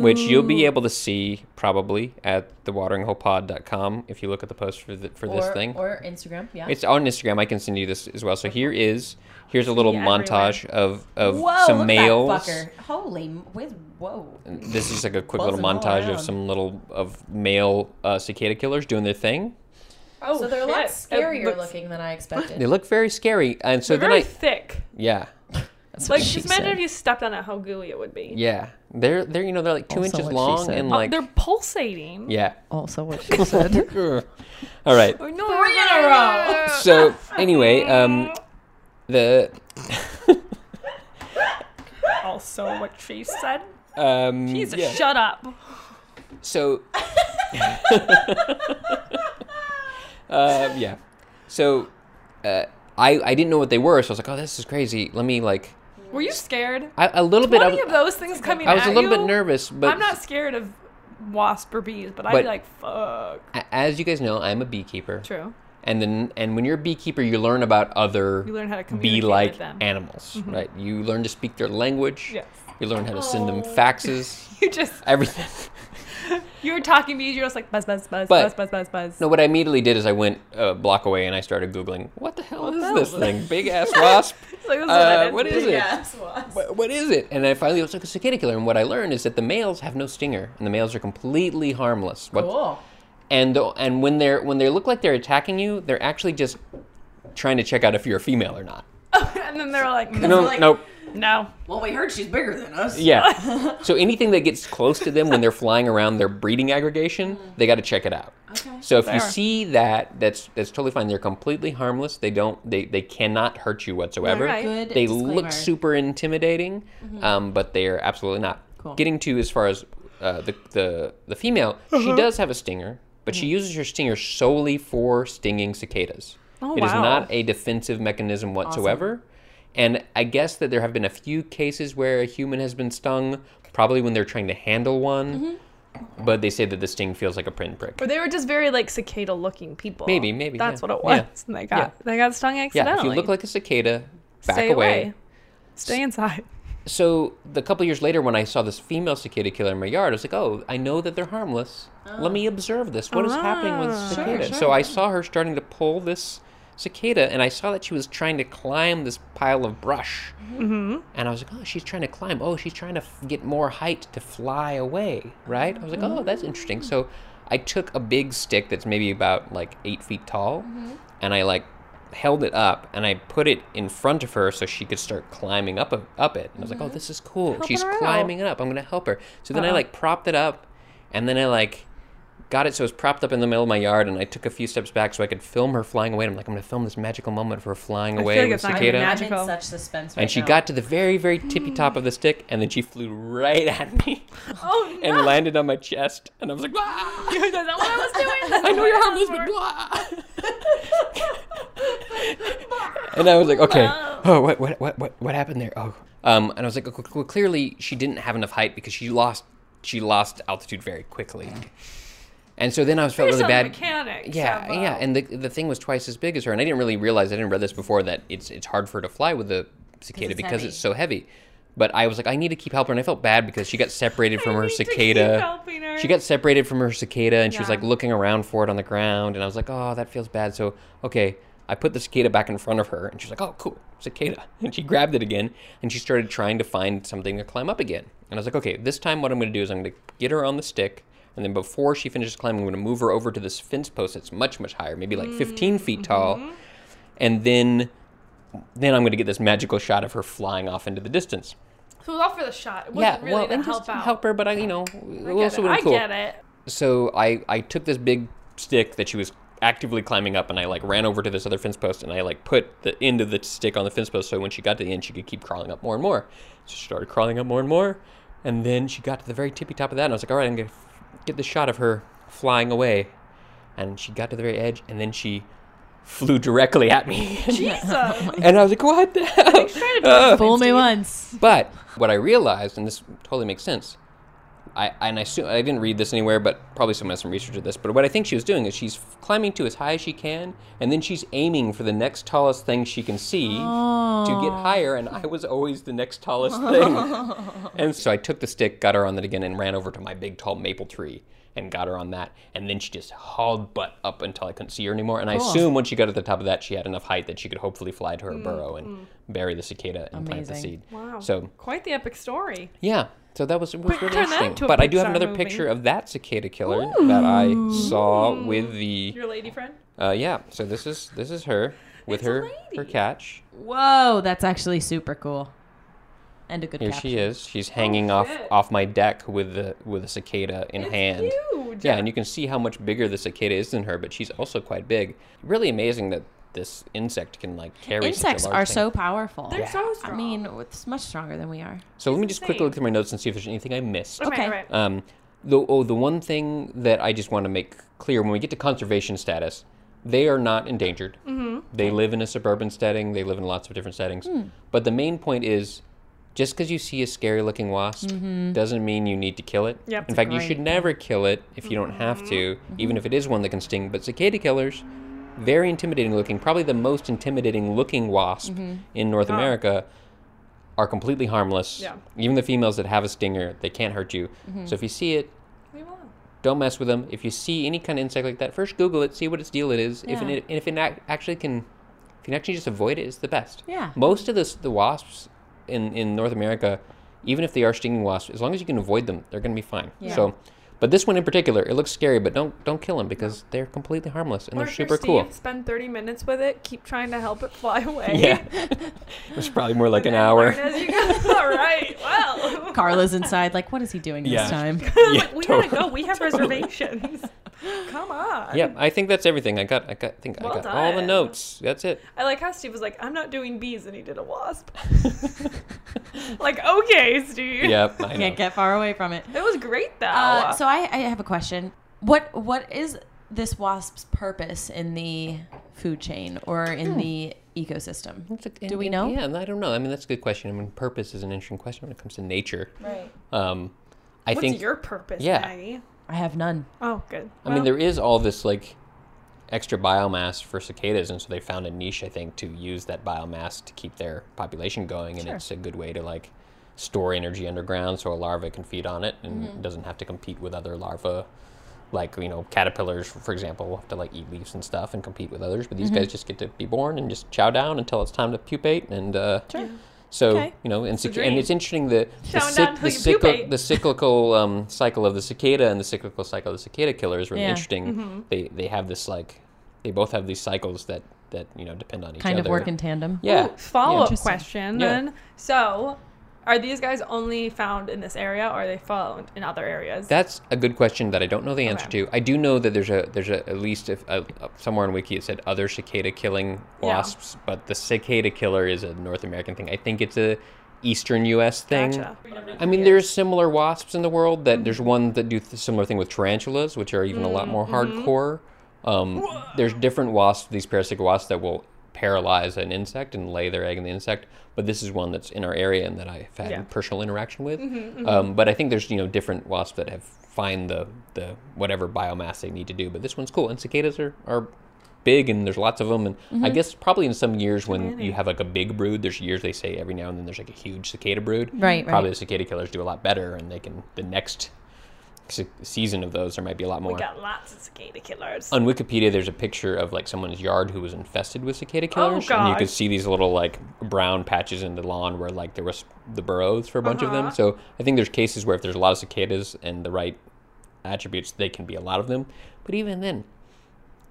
[SPEAKER 3] which you'll be able to see probably at thewateringhole.pod.com if you look at the post for the, for this
[SPEAKER 2] or,
[SPEAKER 3] thing.
[SPEAKER 2] or Instagram. Yeah.
[SPEAKER 3] it's on Instagram. I can send you this as well. So here is here's a little
[SPEAKER 1] Yeah,
[SPEAKER 3] montage of of
[SPEAKER 2] whoa,
[SPEAKER 3] some
[SPEAKER 2] look
[SPEAKER 3] males.
[SPEAKER 2] at that fucker. Holy, m- with whoa.
[SPEAKER 3] this is like a quick little
[SPEAKER 2] Buzzing all
[SPEAKER 3] montage
[SPEAKER 2] around.
[SPEAKER 3] of some little of male uh, cicada killers doing their thing.
[SPEAKER 1] Beedrill. Oh,
[SPEAKER 2] So they're a lot
[SPEAKER 3] Uh,
[SPEAKER 1] shit. It
[SPEAKER 2] scarier
[SPEAKER 1] looks-
[SPEAKER 2] looking than I
[SPEAKER 3] They
[SPEAKER 2] expected.
[SPEAKER 3] look very scary, and so
[SPEAKER 1] They're
[SPEAKER 3] then
[SPEAKER 1] very
[SPEAKER 3] I
[SPEAKER 1] thick.
[SPEAKER 3] yeah
[SPEAKER 2] That's what
[SPEAKER 1] Like,
[SPEAKER 2] she
[SPEAKER 1] just imagine
[SPEAKER 2] said.
[SPEAKER 1] if you stepped on it, how gooey it would be.
[SPEAKER 3] yeah they're they're you know they're like two
[SPEAKER 2] Also
[SPEAKER 3] inches
[SPEAKER 2] what she
[SPEAKER 3] long
[SPEAKER 2] said.
[SPEAKER 3] and
[SPEAKER 1] Oh,
[SPEAKER 3] like
[SPEAKER 1] they're pulsating.
[SPEAKER 3] yeah.
[SPEAKER 2] Also, what she said.
[SPEAKER 3] Ugh. All right.
[SPEAKER 1] Oh, no, three in a row.
[SPEAKER 3] So anyway, um, the
[SPEAKER 1] Also, what she said.
[SPEAKER 3] um
[SPEAKER 1] Jesus,
[SPEAKER 3] yeah.
[SPEAKER 1] shut up.
[SPEAKER 3] so um, yeah so uh, I I didn't know what they were, so I was like, oh, this is crazy. Let me like
[SPEAKER 1] Were you scared?
[SPEAKER 3] I, a little bit. I
[SPEAKER 1] Twenty of
[SPEAKER 3] was,
[SPEAKER 1] those things coming
[SPEAKER 3] I was a
[SPEAKER 1] at
[SPEAKER 3] little
[SPEAKER 1] you?
[SPEAKER 3] bit nervous, but
[SPEAKER 1] I'm not scared of wasp or bees, but I'd
[SPEAKER 3] But-
[SPEAKER 1] be like, fuck.
[SPEAKER 3] a- as you guys know, I'm a beekeeper.
[SPEAKER 1] True.
[SPEAKER 3] and then and when you're a beekeeper you learn about other
[SPEAKER 1] You learn how to communicate
[SPEAKER 3] bee-like
[SPEAKER 1] with them. Mm-hmm.
[SPEAKER 3] animals right you learn to speak their language
[SPEAKER 1] Yes.
[SPEAKER 3] you learn how to send them
[SPEAKER 2] Oh.
[SPEAKER 3] faxes
[SPEAKER 1] You just
[SPEAKER 3] everything
[SPEAKER 1] you were talking bees. You were just like buzz, buzz, buzz,
[SPEAKER 3] But-
[SPEAKER 1] buzz, buzz, buzz, buzz.
[SPEAKER 3] no what i immediately did is i went a block away and i started googling what the hell
[SPEAKER 1] What
[SPEAKER 3] is
[SPEAKER 1] the hell
[SPEAKER 3] this
[SPEAKER 1] is it?"
[SPEAKER 3] thing big ass wasp
[SPEAKER 1] It's like, this is
[SPEAKER 3] Uh,
[SPEAKER 1] did.
[SPEAKER 3] what is it?
[SPEAKER 2] wasp.
[SPEAKER 3] What, what is it? And I finally was like a cicada killer. And what I learned is that the males have no stinger, and the males are completely harmless. What,
[SPEAKER 2] Cool.
[SPEAKER 3] And and when they're when they look like they're attacking you, they're actually just trying to check out if you're a female or not.
[SPEAKER 1] and then they're like, no,
[SPEAKER 3] No,
[SPEAKER 2] like-
[SPEAKER 3] nope.
[SPEAKER 1] no.
[SPEAKER 2] Well, we heard she's bigger than us.
[SPEAKER 3] Yeah. so anything that gets close to them when they're flying around their breeding aggregation, they got to check it out.
[SPEAKER 2] Okay.
[SPEAKER 3] So if you
[SPEAKER 1] Fair.
[SPEAKER 3] see that, that's that's totally fine. They're completely harmless. They don't they they cannot hurt you whatsoever.
[SPEAKER 1] Right.
[SPEAKER 2] Good
[SPEAKER 3] They
[SPEAKER 2] disclaimer.
[SPEAKER 3] look super intimidating,
[SPEAKER 1] Mm-hmm.
[SPEAKER 3] um, but they are absolutely not.
[SPEAKER 2] Cool.
[SPEAKER 3] Getting to as far as uh, the the the female, she does have a stinger, but
[SPEAKER 1] Mm-hmm.
[SPEAKER 3] she uses her stinger solely for stinging cicadas.
[SPEAKER 1] Oh,
[SPEAKER 3] It is
[SPEAKER 1] wow.
[SPEAKER 3] not a defensive mechanism whatsoever. And I guess that there have been a few cases where a human has been stung, probably when they're trying to handle one.
[SPEAKER 1] Mm-hmm.
[SPEAKER 3] But they say that the sting feels like a pinprick.
[SPEAKER 1] Or they were just very like cicada looking people.
[SPEAKER 3] Maybe, maybe,
[SPEAKER 1] that's
[SPEAKER 3] yeah.
[SPEAKER 1] what it was.
[SPEAKER 3] Yeah.
[SPEAKER 1] And they got they got stung
[SPEAKER 3] Yeah,
[SPEAKER 1] accidentally.
[SPEAKER 3] if you look like a cicada, back
[SPEAKER 1] Stay
[SPEAKER 3] away.
[SPEAKER 1] Stay inside.
[SPEAKER 3] So the couple years later, when I saw this female cicada killer in my yard, I was like, "Oh, I know that they're harmless. Let me observe this. What is happening with
[SPEAKER 1] Ah.
[SPEAKER 3] this
[SPEAKER 1] Sure,
[SPEAKER 3] cicada?"
[SPEAKER 2] Oh. sure.
[SPEAKER 3] So I saw her starting to pull this cicada, and I saw that she was trying to climb this pile of brush. Mm-hmm. And I was like, "Oh, she's trying to climb. Oh, she's trying to f- get more height to fly away." Right? I was like,
[SPEAKER 1] Mm-hmm.
[SPEAKER 3] "Oh, that's interesting." So I took a big stick that's maybe about like eight feet tall,
[SPEAKER 1] Mm-hmm.
[SPEAKER 3] and I like held it up and I put it in front of her so she could start climbing up up it. And I was like, "Oh, this is cool. She's
[SPEAKER 1] Mm-hmm. her out. Uh-huh.
[SPEAKER 3] climbing it up. I'm gonna help her." So then I
[SPEAKER 1] Uh-oh.
[SPEAKER 3] like propped it up, and then I like got it so it was propped up in the middle of my yard, and I took a few steps back so I could film her flying away. And I'm like, "I'm gonna film this magical moment of her flying
[SPEAKER 1] feel
[SPEAKER 3] away
[SPEAKER 1] like
[SPEAKER 3] with
[SPEAKER 1] it's not gonna
[SPEAKER 3] cicada."
[SPEAKER 1] happen.
[SPEAKER 2] I'm
[SPEAKER 1] Magical.
[SPEAKER 2] in such suspense right
[SPEAKER 3] and she
[SPEAKER 2] now.
[SPEAKER 3] got to the very, very tippy top of the stick, and then she flew right at me
[SPEAKER 1] Oh no!
[SPEAKER 3] and landed on my chest. And I was like, "Ah!"
[SPEAKER 1] Is that what I was doing? That's
[SPEAKER 3] I know
[SPEAKER 1] what
[SPEAKER 3] you're
[SPEAKER 1] I
[SPEAKER 3] harmless,
[SPEAKER 1] was
[SPEAKER 3] but
[SPEAKER 1] doing.
[SPEAKER 3] blah. and I was like, okay, oh, what, what, what, what, what happened there? Oh, um, and I was like, okay, well, clearly she didn't have enough height because she lost, she lost altitude very quickly. And so then I was felt
[SPEAKER 1] You're
[SPEAKER 3] really
[SPEAKER 1] some
[SPEAKER 3] bad.
[SPEAKER 1] mechanic,
[SPEAKER 3] Yeah,
[SPEAKER 1] Sambo.
[SPEAKER 3] yeah, and the the thing was twice as big as her, and I didn't really realize I didn't read this before that it's it's hard for her to fly with a cicada
[SPEAKER 2] it's
[SPEAKER 3] because
[SPEAKER 2] heavy.
[SPEAKER 3] it's so heavy. But I was like, I need to keep helping her, and I felt bad because she got separated from
[SPEAKER 1] I
[SPEAKER 3] her
[SPEAKER 1] need to keep
[SPEAKER 3] cicada.
[SPEAKER 1] helping her.
[SPEAKER 3] She got separated from her cicada, and she was
[SPEAKER 1] Yeah.
[SPEAKER 3] like looking around for it on the ground, and I was like, oh, that feels bad. So okay, I put the cicada back in front of her, and she was like, oh, cool, cicada, and she grabbed it again, and she started trying to find something to climb up again. And I was like, okay, this time what I'm going to do is I'm going to get her on the stick. And then before she finishes climbing, I'm going to move her over to this fence post that's much, much higher, maybe like 15
[SPEAKER 1] Mm,
[SPEAKER 3] feet
[SPEAKER 1] mm-hmm.
[SPEAKER 3] tall. And then, then I'm going to get this magical shot of her flying off into the distance.
[SPEAKER 1] So it was all for the shot. It wasn't really to
[SPEAKER 3] and
[SPEAKER 1] help
[SPEAKER 3] just
[SPEAKER 1] out.
[SPEAKER 3] help her, but I, you know, it
[SPEAKER 1] I get
[SPEAKER 3] also
[SPEAKER 1] it.
[SPEAKER 3] would
[SPEAKER 1] I
[SPEAKER 3] be cool.
[SPEAKER 1] get it.
[SPEAKER 3] So I, I took this big stick that she was actively climbing up, and I like ran over to this other fence post, and I like put the end of the stick on the fence post, so when she got to the end, she could keep crawling up more and more. So she started crawling up more and more, and then she got to the very tippy top of that, and I was like, all right, I'm gonna f- get the shot of her flying away, and she got to the very edge, and then she flew directly at me,
[SPEAKER 1] Jesus. Try
[SPEAKER 3] and I was like, what the hell?
[SPEAKER 1] to do it.
[SPEAKER 2] Fool me once.
[SPEAKER 3] But what I realized, and this totally makes sense, I and I assume I didn't read this anywhere, but probably someone has some research of this. But what I think she was doing is she's climbing to as high as she can, and then she's aiming for the next tallest thing she can see to get higher. And I was always the next tallest thing, and so I took the stick, got her on that again, and ran over to my big tall maple tree. And got her on that, and then she just hauled butt up until I couldn't see her anymore. And I assume once she got at the top of that, she had enough height that she could hopefully fly to her burrow and bury the cicada and plant the
[SPEAKER 2] Amazing.
[SPEAKER 3] seed.
[SPEAKER 1] Wow.
[SPEAKER 3] So
[SPEAKER 1] Quite the epic story.
[SPEAKER 3] yeah. So that was, was really
[SPEAKER 1] turn that into
[SPEAKER 3] interesting.
[SPEAKER 1] a
[SPEAKER 3] But I do have
[SPEAKER 1] Pixar
[SPEAKER 3] another
[SPEAKER 1] movie.
[SPEAKER 3] picture of that cicada killer that I saw with the
[SPEAKER 1] Your lady friend?
[SPEAKER 3] uh, yeah. So this is this is her with
[SPEAKER 1] It's a
[SPEAKER 3] her her
[SPEAKER 1] lady.
[SPEAKER 3] catch.
[SPEAKER 2] Whoa, that's actually super cool. And a good
[SPEAKER 3] Here
[SPEAKER 2] cap.
[SPEAKER 3] she is. She's hanging off
[SPEAKER 1] Oh, shit.
[SPEAKER 3] off my deck with the with a cicada in hand.
[SPEAKER 1] Huge.
[SPEAKER 3] Yeah, and you can see how much bigger the cicada is than her, but she's also quite big. Really amazing that this insect can like carry such a
[SPEAKER 2] Insects
[SPEAKER 3] large
[SPEAKER 2] are
[SPEAKER 3] thing.
[SPEAKER 2] so powerful.
[SPEAKER 1] They're so strong.
[SPEAKER 2] I mean, it's much stronger than we are.
[SPEAKER 3] So let me just quickly
[SPEAKER 1] insane.
[SPEAKER 3] look through my notes and see if there's anything I missed.
[SPEAKER 1] okay.
[SPEAKER 2] okay.
[SPEAKER 1] Right.
[SPEAKER 3] Um, the, oh, the one thing that I just want to make clear when we get to conservation status, they are not endangered. They live in a suburban setting, they live in lots of different settings. But the main point is just because you see a scary looking wasp doesn't mean you need to kill it.
[SPEAKER 1] Yep.
[SPEAKER 3] In fact, you
[SPEAKER 2] great
[SPEAKER 3] should never kill it if you don't have to, even if it is one that can sting. But cicada killers, very intimidating looking, probably the most intimidating looking wasp in North
[SPEAKER 1] Oh.
[SPEAKER 3] America, are completely harmless.
[SPEAKER 1] Yeah. Mm-hmm.
[SPEAKER 3] Even the females that have a stinger, they can't hurt you. So if you see it,
[SPEAKER 1] Leave it alone.
[SPEAKER 3] don't mess with them. If you see any kind of insect like that, first Google it, see what its deal it is. If
[SPEAKER 2] Yeah.
[SPEAKER 3] it, and if it ac- actually can, if you can actually just avoid it, it's the best.
[SPEAKER 2] Yeah.
[SPEAKER 3] Most of this, the wasps in in North America, even if they are stinging wasps, as long as you can avoid them, they're going to be fine.
[SPEAKER 2] Yeah.
[SPEAKER 3] So, but this one in particular, it looks scary, but don't don't kill them because they're completely harmless and
[SPEAKER 1] Or
[SPEAKER 3] they're
[SPEAKER 1] if you're
[SPEAKER 3] super cool.
[SPEAKER 1] Steve, Spend 30 minutes with it. Keep trying to help it fly away.
[SPEAKER 3] Yeah, it was probably more like an
[SPEAKER 1] And
[SPEAKER 3] hour.
[SPEAKER 1] learn as you go. All right. Well.
[SPEAKER 2] Carla's inside, like, what is he doing
[SPEAKER 3] Yeah.
[SPEAKER 2] this time?
[SPEAKER 1] like, we
[SPEAKER 3] totally.
[SPEAKER 1] gotta go. We have reservations. Come on.
[SPEAKER 3] Yeah, I think that's everything. I got, I got, I think
[SPEAKER 1] Well
[SPEAKER 3] I got all the
[SPEAKER 1] done.
[SPEAKER 3] notes. That's it.
[SPEAKER 1] I like how Steve was like, "I'm not doing bees," and he did a wasp. like, okay, Steve.
[SPEAKER 3] Yep, I know.
[SPEAKER 2] Can't get far away from it.
[SPEAKER 1] It was great though.
[SPEAKER 2] Uh, so I, I have a question. What What is this wasp's purpose in the food chain or
[SPEAKER 3] Hmm.
[SPEAKER 2] in the ecosystem?
[SPEAKER 3] That's a-
[SPEAKER 2] Do we
[SPEAKER 3] and-
[SPEAKER 2] know?
[SPEAKER 3] Yeah, I don't know. I mean, that's a good question. I mean, purpose is an interesting question when it comes to nature.
[SPEAKER 2] Right.
[SPEAKER 3] Um, I
[SPEAKER 1] What's
[SPEAKER 3] think.
[SPEAKER 1] your purpose,
[SPEAKER 3] Yeah.
[SPEAKER 1] Maggie?
[SPEAKER 2] I have none.
[SPEAKER 1] Oh, good.
[SPEAKER 3] I mean, there is all this like extra biomass for cicadas, and so they found a niche, I think, to use that biomass to keep their population going, and
[SPEAKER 2] Sure.
[SPEAKER 3] it's a good way to like store energy underground, so a larva can feed on it and doesn't have to compete with other larvae. Like you know, caterpillars, for example, will have to like eat leaves and stuff and compete with others, but these guys just get to be born and just chow down until it's time to pupate and uh,
[SPEAKER 2] Sure.
[SPEAKER 3] So
[SPEAKER 2] Okay.
[SPEAKER 3] you know, and, cic-
[SPEAKER 1] dream.
[SPEAKER 3] and it's interesting the the,
[SPEAKER 1] Chowing
[SPEAKER 3] cyc-
[SPEAKER 1] down till
[SPEAKER 3] the,
[SPEAKER 1] you
[SPEAKER 3] cyclical,
[SPEAKER 1] pupate.
[SPEAKER 3] the cyclical um, cycle of the cicada and the cyclical cycle of the cicada killer is really
[SPEAKER 2] Yeah. Mm-hmm.
[SPEAKER 3] interesting. They they have this like they both have these cycles that that you know depend on each
[SPEAKER 2] Kind
[SPEAKER 3] other.
[SPEAKER 2] of work in tandem.
[SPEAKER 3] yeah.
[SPEAKER 1] Follow up
[SPEAKER 2] Interesting.
[SPEAKER 1] question
[SPEAKER 3] Yeah.
[SPEAKER 1] then. So, are these guys only found in this area, or are they found in other areas?
[SPEAKER 3] That's a good question that I don't know the answer
[SPEAKER 1] Okay.
[SPEAKER 3] to. I do know that there's a there's a at least if uh uh somewhere on Wiki it said other cicada killing
[SPEAKER 1] Yeah.
[SPEAKER 3] wasps, but the cicada killer is a North American thing. I think it's a Eastern U.S. thing.
[SPEAKER 1] Gotcha.
[SPEAKER 3] I mean, there's similar wasps in the world. That there's one that do the similar thing with tarantulas, which are even a lot more
[SPEAKER 1] Mm-hmm.
[SPEAKER 3] hardcore. Um, there's different wasps, these parasitic wasps that will paralyze an insect and lay their egg in the insect. But this is one that's in our area and that I've had
[SPEAKER 1] Yeah. Mm-hmm,
[SPEAKER 3] personal interaction with. Um, but I think there's you know different wasps that have find the the whatever biomass they need to do. But this one's cool. And cicadas are are big and there's lots of them and i guess probably in some years when
[SPEAKER 1] Mm-hmm. many.
[SPEAKER 3] you have like a big brood there's years they say every now and then there's like a huge cicada brood
[SPEAKER 2] Right, right.
[SPEAKER 3] probably the cicada killers do a lot better and they can the next se- season of those there might be a lot
[SPEAKER 1] we
[SPEAKER 3] more
[SPEAKER 1] got lots of cicada killers.
[SPEAKER 3] on wikipedia there's a picture of like someone's yard who was infested with cicada killers and you
[SPEAKER 1] Oh, God.
[SPEAKER 3] could see these little like brown patches in the lawn where like there was the burrows for a bunch of
[SPEAKER 1] Uh-huh.
[SPEAKER 3] them so i think there's cases where if there's a lot of cicadas and the right attributes they can be a lot of them but even then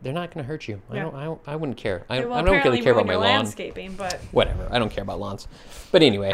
[SPEAKER 3] they're not going to hurt you I,
[SPEAKER 1] Yeah.
[SPEAKER 3] don't, I don't i wouldn't care i,
[SPEAKER 1] They will
[SPEAKER 3] I don't really
[SPEAKER 1] apparently
[SPEAKER 3] care about
[SPEAKER 1] ruin
[SPEAKER 3] my
[SPEAKER 1] your
[SPEAKER 3] lawn
[SPEAKER 1] landscaping, but
[SPEAKER 3] whatever i don't care about lawns but anyway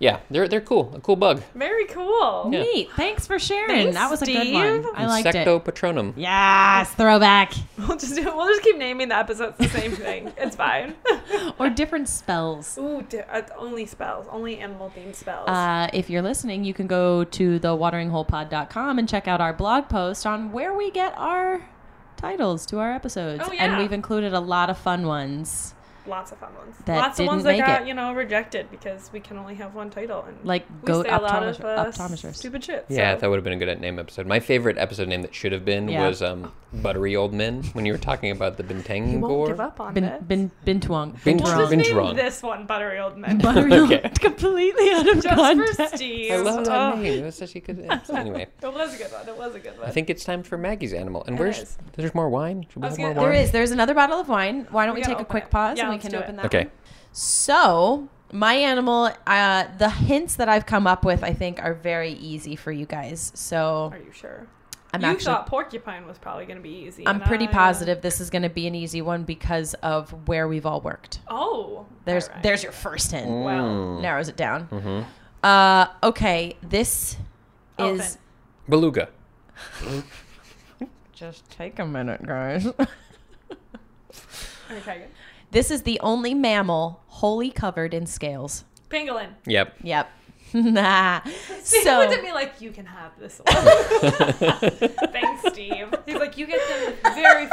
[SPEAKER 3] yeah they're, they're cool a cool bug
[SPEAKER 1] very cool.
[SPEAKER 3] Yeah.
[SPEAKER 2] Neat. Thanks for sharing.
[SPEAKER 1] Thanks,
[SPEAKER 2] that was a good
[SPEAKER 1] Steve.
[SPEAKER 2] one. I liked
[SPEAKER 3] Insecto
[SPEAKER 2] it.
[SPEAKER 3] patronum.
[SPEAKER 2] Yes, throwback
[SPEAKER 1] We'll just we'll just keep naming the episodes the same thing. It's fine.
[SPEAKER 2] or different spells.
[SPEAKER 1] Ooh, di- uh, only spells, only animal themed spells.
[SPEAKER 2] Uh, if you're listening, you can go to thewateringholepod.com and check out our blog post on where we get our titles to our episodes.
[SPEAKER 1] Oh, yeah.
[SPEAKER 2] And we've included a lot of fun ones,
[SPEAKER 1] Lots of fun ones.
[SPEAKER 2] That
[SPEAKER 1] Lots of ones
[SPEAKER 2] didn't
[SPEAKER 1] that
[SPEAKER 2] make
[SPEAKER 1] got
[SPEAKER 2] it.
[SPEAKER 1] you know rejected because we can only have one title and
[SPEAKER 2] like
[SPEAKER 1] we
[SPEAKER 2] goat
[SPEAKER 1] say a lot
[SPEAKER 2] optometri-
[SPEAKER 1] of uh,
[SPEAKER 2] optometrists.
[SPEAKER 1] stupid shit.
[SPEAKER 3] Yeah,
[SPEAKER 1] so-
[SPEAKER 3] that would have been a good name episode. My favorite episode name that should have been
[SPEAKER 2] Yeah.
[SPEAKER 3] was um, "Buttery Old Men" when you were talking about the bintang
[SPEAKER 1] you won't
[SPEAKER 3] gore.
[SPEAKER 1] give up on
[SPEAKER 2] Bin,
[SPEAKER 1] this.
[SPEAKER 2] bin, bintuang.
[SPEAKER 3] Bin-
[SPEAKER 1] We'll just
[SPEAKER 3] Been
[SPEAKER 1] name
[SPEAKER 3] drunk.
[SPEAKER 1] this one buttery old men.
[SPEAKER 2] Buttery
[SPEAKER 3] Okay.
[SPEAKER 2] completely out of
[SPEAKER 1] just for
[SPEAKER 2] context.
[SPEAKER 1] Steve.
[SPEAKER 3] I love that
[SPEAKER 1] Oh,
[SPEAKER 3] name. It was such a good episode. Anyway,
[SPEAKER 1] It was a good one. It was a good one.
[SPEAKER 3] I think it's time for Maggie's animal. And
[SPEAKER 1] It
[SPEAKER 3] where's
[SPEAKER 1] is.
[SPEAKER 3] there's more wine? Should we
[SPEAKER 1] I was
[SPEAKER 3] have more
[SPEAKER 1] gonna-
[SPEAKER 2] There
[SPEAKER 3] wine?
[SPEAKER 2] is. There's another bottle of wine. Why don't
[SPEAKER 1] We
[SPEAKER 2] we,
[SPEAKER 1] gotta
[SPEAKER 2] take a
[SPEAKER 1] open
[SPEAKER 2] quick
[SPEAKER 1] it.
[SPEAKER 2] pause
[SPEAKER 1] Yeah,
[SPEAKER 2] and we
[SPEAKER 1] let's
[SPEAKER 2] can
[SPEAKER 1] do it.
[SPEAKER 2] open that
[SPEAKER 3] Okay.
[SPEAKER 2] So, my animal, uh, the hints that I've come up with, I think, are very easy for you guys. So,
[SPEAKER 1] Are you sure?
[SPEAKER 2] I'm
[SPEAKER 1] you
[SPEAKER 2] actually.
[SPEAKER 1] thought porcupine was probably going to be easy.
[SPEAKER 2] I'm
[SPEAKER 1] and
[SPEAKER 2] pretty
[SPEAKER 1] I- uh,
[SPEAKER 2] positive this is going to be an easy one because of where we've all worked.
[SPEAKER 1] Oh,
[SPEAKER 2] There's
[SPEAKER 1] all right.
[SPEAKER 2] there's your first hint.
[SPEAKER 1] Wow.
[SPEAKER 3] Mm.
[SPEAKER 2] Narrows it down.
[SPEAKER 3] Mm-hmm.
[SPEAKER 2] Uh, okay, this is
[SPEAKER 1] Elephant.
[SPEAKER 3] Beluga.
[SPEAKER 2] just take a minute, guys.
[SPEAKER 1] Okay.
[SPEAKER 2] this is the only mammal wholly covered in scales.
[SPEAKER 1] Pangolin.
[SPEAKER 3] Yep.
[SPEAKER 2] Yep. nah.
[SPEAKER 1] Steve looked
[SPEAKER 2] So
[SPEAKER 1] at me like, you can have this one. Thanks, Steve. He's like, you get the very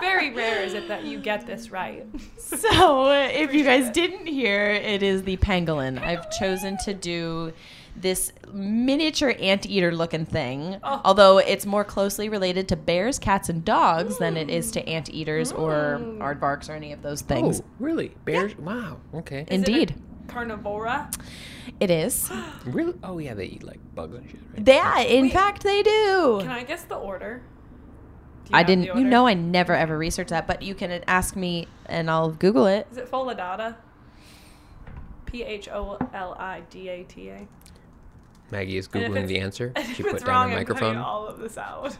[SPEAKER 1] Very rare is it that you get this right.
[SPEAKER 2] So, uh, if you guys didn't hear, it is the pangolin. I've chosen to do this miniature anteater looking thing,
[SPEAKER 1] Oh.
[SPEAKER 2] although it's more closely related to bears, cats, and dogs than it is to anteaters or
[SPEAKER 1] Mm.
[SPEAKER 2] aardvarks or any of those things.
[SPEAKER 3] Oh, really? Bears? Wow. Okay.
[SPEAKER 1] Is it a
[SPEAKER 2] Indeed,
[SPEAKER 1] Carnivora.
[SPEAKER 2] it is.
[SPEAKER 3] Really? Oh, yeah, they eat like bugs and shit, right?
[SPEAKER 2] Yeah, in
[SPEAKER 1] Wait.
[SPEAKER 2] fact, they do.
[SPEAKER 1] Can I guess the order? Do you
[SPEAKER 2] I
[SPEAKER 1] have the
[SPEAKER 2] didn't, you
[SPEAKER 1] order?
[SPEAKER 2] know, I never ever researched that, but you can ask me and I'll Google it.
[SPEAKER 1] Is it Folidata? P H O L I D A T A.
[SPEAKER 3] Maggie is
[SPEAKER 1] And if
[SPEAKER 3] Googling
[SPEAKER 1] it's-
[SPEAKER 3] the answer.
[SPEAKER 1] And
[SPEAKER 3] She
[SPEAKER 1] if
[SPEAKER 3] put
[SPEAKER 1] it's
[SPEAKER 3] down
[SPEAKER 1] wrong,
[SPEAKER 3] the
[SPEAKER 1] I'm cutting
[SPEAKER 3] microphone.
[SPEAKER 1] all of this out.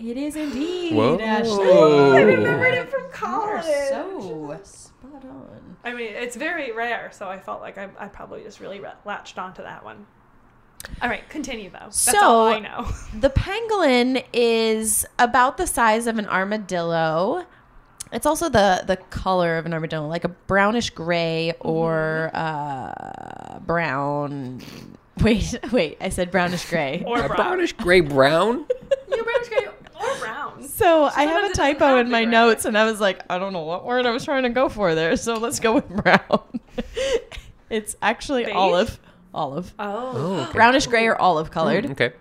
[SPEAKER 2] It is indeed.
[SPEAKER 3] Whoa.
[SPEAKER 2] Ashley.
[SPEAKER 1] I
[SPEAKER 3] Ooh.
[SPEAKER 1] remembered it from
[SPEAKER 2] You are
[SPEAKER 1] college.
[SPEAKER 2] so spot on.
[SPEAKER 1] I mean, it's very rare, so I felt like I, I probably just really re- latched onto that one. All right, continue though. That's
[SPEAKER 2] So-
[SPEAKER 1] all I know.
[SPEAKER 2] The pangolin is about the size of an armadillo. It's also the the color of an armadillo, like a brownish gray or
[SPEAKER 1] Mm-hmm.
[SPEAKER 2] uh, brown. Wait, wait, I said brownish gray.
[SPEAKER 1] Or
[SPEAKER 3] A
[SPEAKER 1] brown.
[SPEAKER 3] brownish gray brown?
[SPEAKER 1] New British gray or brown.
[SPEAKER 2] So I have a
[SPEAKER 1] Sometimes it doesn't
[SPEAKER 2] typo
[SPEAKER 1] have
[SPEAKER 2] in
[SPEAKER 1] to
[SPEAKER 2] my
[SPEAKER 1] be gray.
[SPEAKER 2] notes, and I was like, I don't know what word I was trying to go for there. So let's go with brown. it's actually
[SPEAKER 1] Beige?
[SPEAKER 2] olive, olive,
[SPEAKER 1] Oh.
[SPEAKER 3] Oh, okay.
[SPEAKER 2] brownish gray or olive colored.
[SPEAKER 3] Mm, Okay.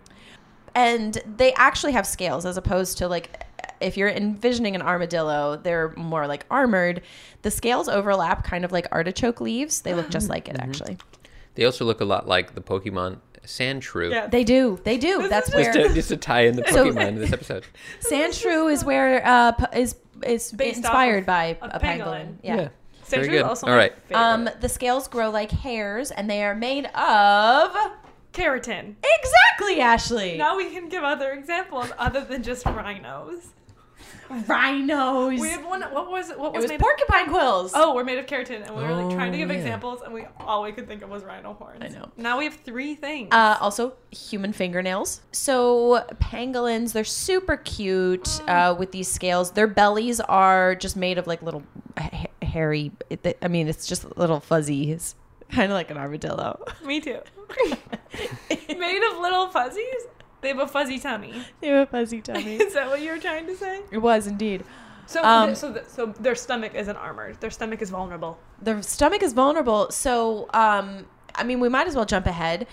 [SPEAKER 2] and they actually have scales as opposed to like if you're envisioning an armadillo they're more like armored the scales overlap kind of like artichoke leaves they look just like it actually
[SPEAKER 3] They also look a lot like the Pokemon Sandshrew.
[SPEAKER 1] Yeah.
[SPEAKER 2] they do they do that's
[SPEAKER 3] Just
[SPEAKER 2] where
[SPEAKER 3] to, just to tie in the
[SPEAKER 2] So-
[SPEAKER 3] Pokemon to this episode.
[SPEAKER 2] sandshrew is where uh p- is is
[SPEAKER 1] Based off
[SPEAKER 2] inspired
[SPEAKER 1] of
[SPEAKER 2] by
[SPEAKER 1] a
[SPEAKER 2] a pangolin
[SPEAKER 1] pangolin.
[SPEAKER 2] yeah,
[SPEAKER 1] Sandra
[SPEAKER 3] Very good.
[SPEAKER 1] Also
[SPEAKER 3] All right.
[SPEAKER 2] um the scales grow like hairs and they are made of
[SPEAKER 1] keratin.
[SPEAKER 2] exactly ashley
[SPEAKER 1] Now we can give other examples other than just rhinos.
[SPEAKER 2] rhinos
[SPEAKER 1] We had one. What was it? What
[SPEAKER 2] it
[SPEAKER 1] was,
[SPEAKER 2] was
[SPEAKER 1] made?
[SPEAKER 2] porcupine quills
[SPEAKER 1] oh, we're made of keratin, and we were like trying to
[SPEAKER 3] Oh,
[SPEAKER 1] give
[SPEAKER 3] yeah.
[SPEAKER 1] examples, and we all we could think of was rhino horns.
[SPEAKER 2] I know.
[SPEAKER 1] Now we have three things.
[SPEAKER 2] Uh, also, human fingernails. So, pangolins, they're super cute uh, with these scales. Their bellies are just made of like little ha- hairy, it- th- I mean, it's just little fuzzies. Kind of like an armadillo.
[SPEAKER 1] Me too.
[SPEAKER 2] they
[SPEAKER 1] made of little fuzzies. They have a fuzzy tummy.
[SPEAKER 2] have a fuzzy tummy.
[SPEAKER 1] Is that what you were trying to say?
[SPEAKER 2] It was indeed.
[SPEAKER 1] So,
[SPEAKER 2] Um,
[SPEAKER 1] th- so, th- so their stomach isn't armored. Their stomach is vulnerable.
[SPEAKER 2] Their stomach is vulnerable. So, um, I mean, we might as well jump ahead.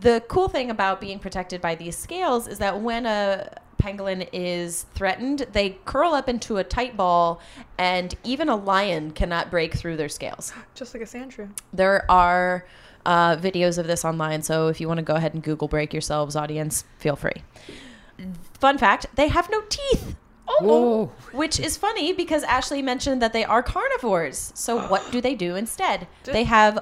[SPEAKER 2] The cool thing about being protected by these scales is that when a pangolin is threatened, they curl up into a tight ball, and even a lion cannot break through their scales.
[SPEAKER 1] Just like a sand shrew.
[SPEAKER 2] There are uh, videos of this online, so if you want to go ahead and Google break yourselves, audience, feel free. Fun fact they have no teeth.
[SPEAKER 1] Oh.
[SPEAKER 3] Whoa.
[SPEAKER 2] Which is funny because Ashley mentioned that they are carnivores. So what do they do instead?
[SPEAKER 1] Ah. Did-
[SPEAKER 2] They have